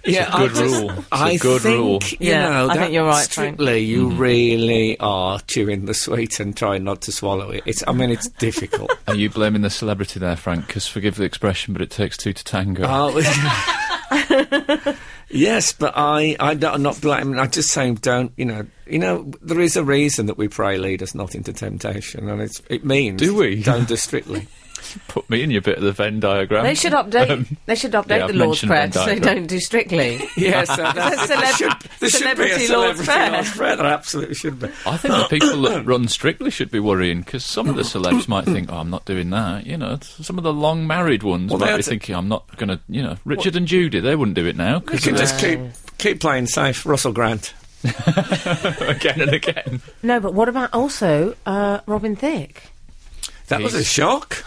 [SPEAKER 2] Yeah,
[SPEAKER 4] good rule. It's a
[SPEAKER 2] I
[SPEAKER 4] good
[SPEAKER 2] think,
[SPEAKER 4] rule. Mm-hmm.
[SPEAKER 2] You
[SPEAKER 3] Yeah,
[SPEAKER 2] know,
[SPEAKER 3] I think
[SPEAKER 2] that
[SPEAKER 3] you're right, Frank.
[SPEAKER 2] Strictly, you really are chewing the sweet and trying not to swallow it. It's, I mean, it's difficult.
[SPEAKER 4] Are you blaming the celebrity there, Frank? Because forgive the expression, but it takes two to tango.
[SPEAKER 2] Oh, yes, but I, I don't, I'm not blaming. I just saying, don't you know? You know, there is a reason that we pray lead us not into temptation, and it's it means
[SPEAKER 4] Do we?
[SPEAKER 2] don't do strictly.
[SPEAKER 4] Put me in your bit of the Venn
[SPEAKER 2] Um,
[SPEAKER 4] diagram.
[SPEAKER 3] They should update. they should update
[SPEAKER 4] yeah,
[SPEAKER 3] the
[SPEAKER 4] I've
[SPEAKER 3] Lord's
[SPEAKER 4] mentioned
[SPEAKER 3] Prayer
[SPEAKER 4] Venn
[SPEAKER 3] so they
[SPEAKER 4] diagram.
[SPEAKER 3] don't do strictly.
[SPEAKER 2] Yeah, so
[SPEAKER 3] There's
[SPEAKER 2] that's,
[SPEAKER 3] a
[SPEAKER 2] there
[SPEAKER 3] celeb-
[SPEAKER 2] should, there should be a
[SPEAKER 3] celebrity Lord's
[SPEAKER 2] celebrity
[SPEAKER 3] Fair.
[SPEAKER 2] Lord's Fair. There absolutely should be.
[SPEAKER 4] I think the people that run Strictly should be worrying because some of the celebs might think, "Oh, I'm not doing that." You know, some of the long-married ones
[SPEAKER 2] Well, they
[SPEAKER 4] might
[SPEAKER 2] had
[SPEAKER 4] be
[SPEAKER 2] to-
[SPEAKER 4] thinking, "I'm not going to." You know, Richard and Judy, they wouldn't do it now
[SPEAKER 2] You
[SPEAKER 4] because
[SPEAKER 2] can just keep keep playing safe, Russell Grant.
[SPEAKER 4] again and again.
[SPEAKER 3] no, but what about also uh, Robin Thicke?
[SPEAKER 2] That was a shock.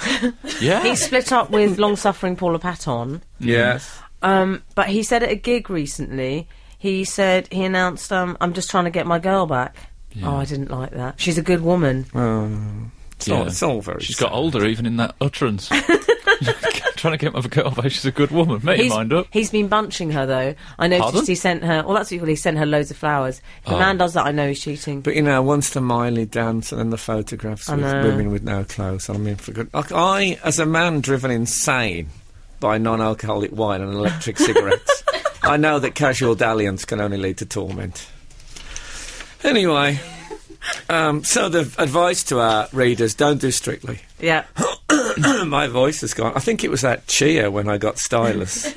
[SPEAKER 4] Yeah,
[SPEAKER 3] He split up with long-suffering Paula Patton,
[SPEAKER 2] Yes.
[SPEAKER 3] um, but he said at a gig recently. He said he announced, um, "I'm just trying to get my girl back." Oh, I didn't like that. She's a good woman.
[SPEAKER 2] Um, It's, all, it's all very.
[SPEAKER 4] She's
[SPEAKER 2] sad.
[SPEAKER 4] got older even in that utterance. trying to get my girl back. She's a good woman. Make
[SPEAKER 3] He's,
[SPEAKER 4] your mind up.
[SPEAKER 3] he's been bunching her though. I noticed
[SPEAKER 4] Pardon? Oh.
[SPEAKER 3] he sent her. Well, that's what he sent her loads of flowers. If a man does that, I know he's cheating.
[SPEAKER 2] But you know, once the Miley dance and then the photographs
[SPEAKER 3] I
[SPEAKER 2] with
[SPEAKER 3] know.
[SPEAKER 2] women with no clothes. I mean, for good. Like, I, as a man driven insane by non alcoholic wine and electric cigarettes, I know that casual dalliance can only lead to torment. Anyway, um, so the advice to our readers don't do strictly.
[SPEAKER 3] yeah,
[SPEAKER 2] My voice has gone. I think it was that cheer when I got stylus.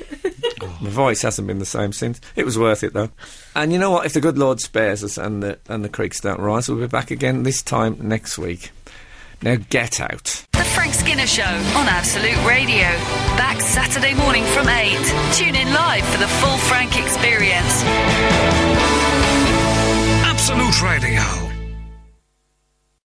[SPEAKER 2] My voice hasn't been the same since. It was worth it though. And you know what? If the good Lord spares us and the and the creeks don't rise, we'll be back again this time next week. Now get out.
[SPEAKER 1] The Frank Skinner Show on Absolute Radio. Back Saturday morning from 8. Tune in live for the full Frank experience.
[SPEAKER 5] Absolute Radio.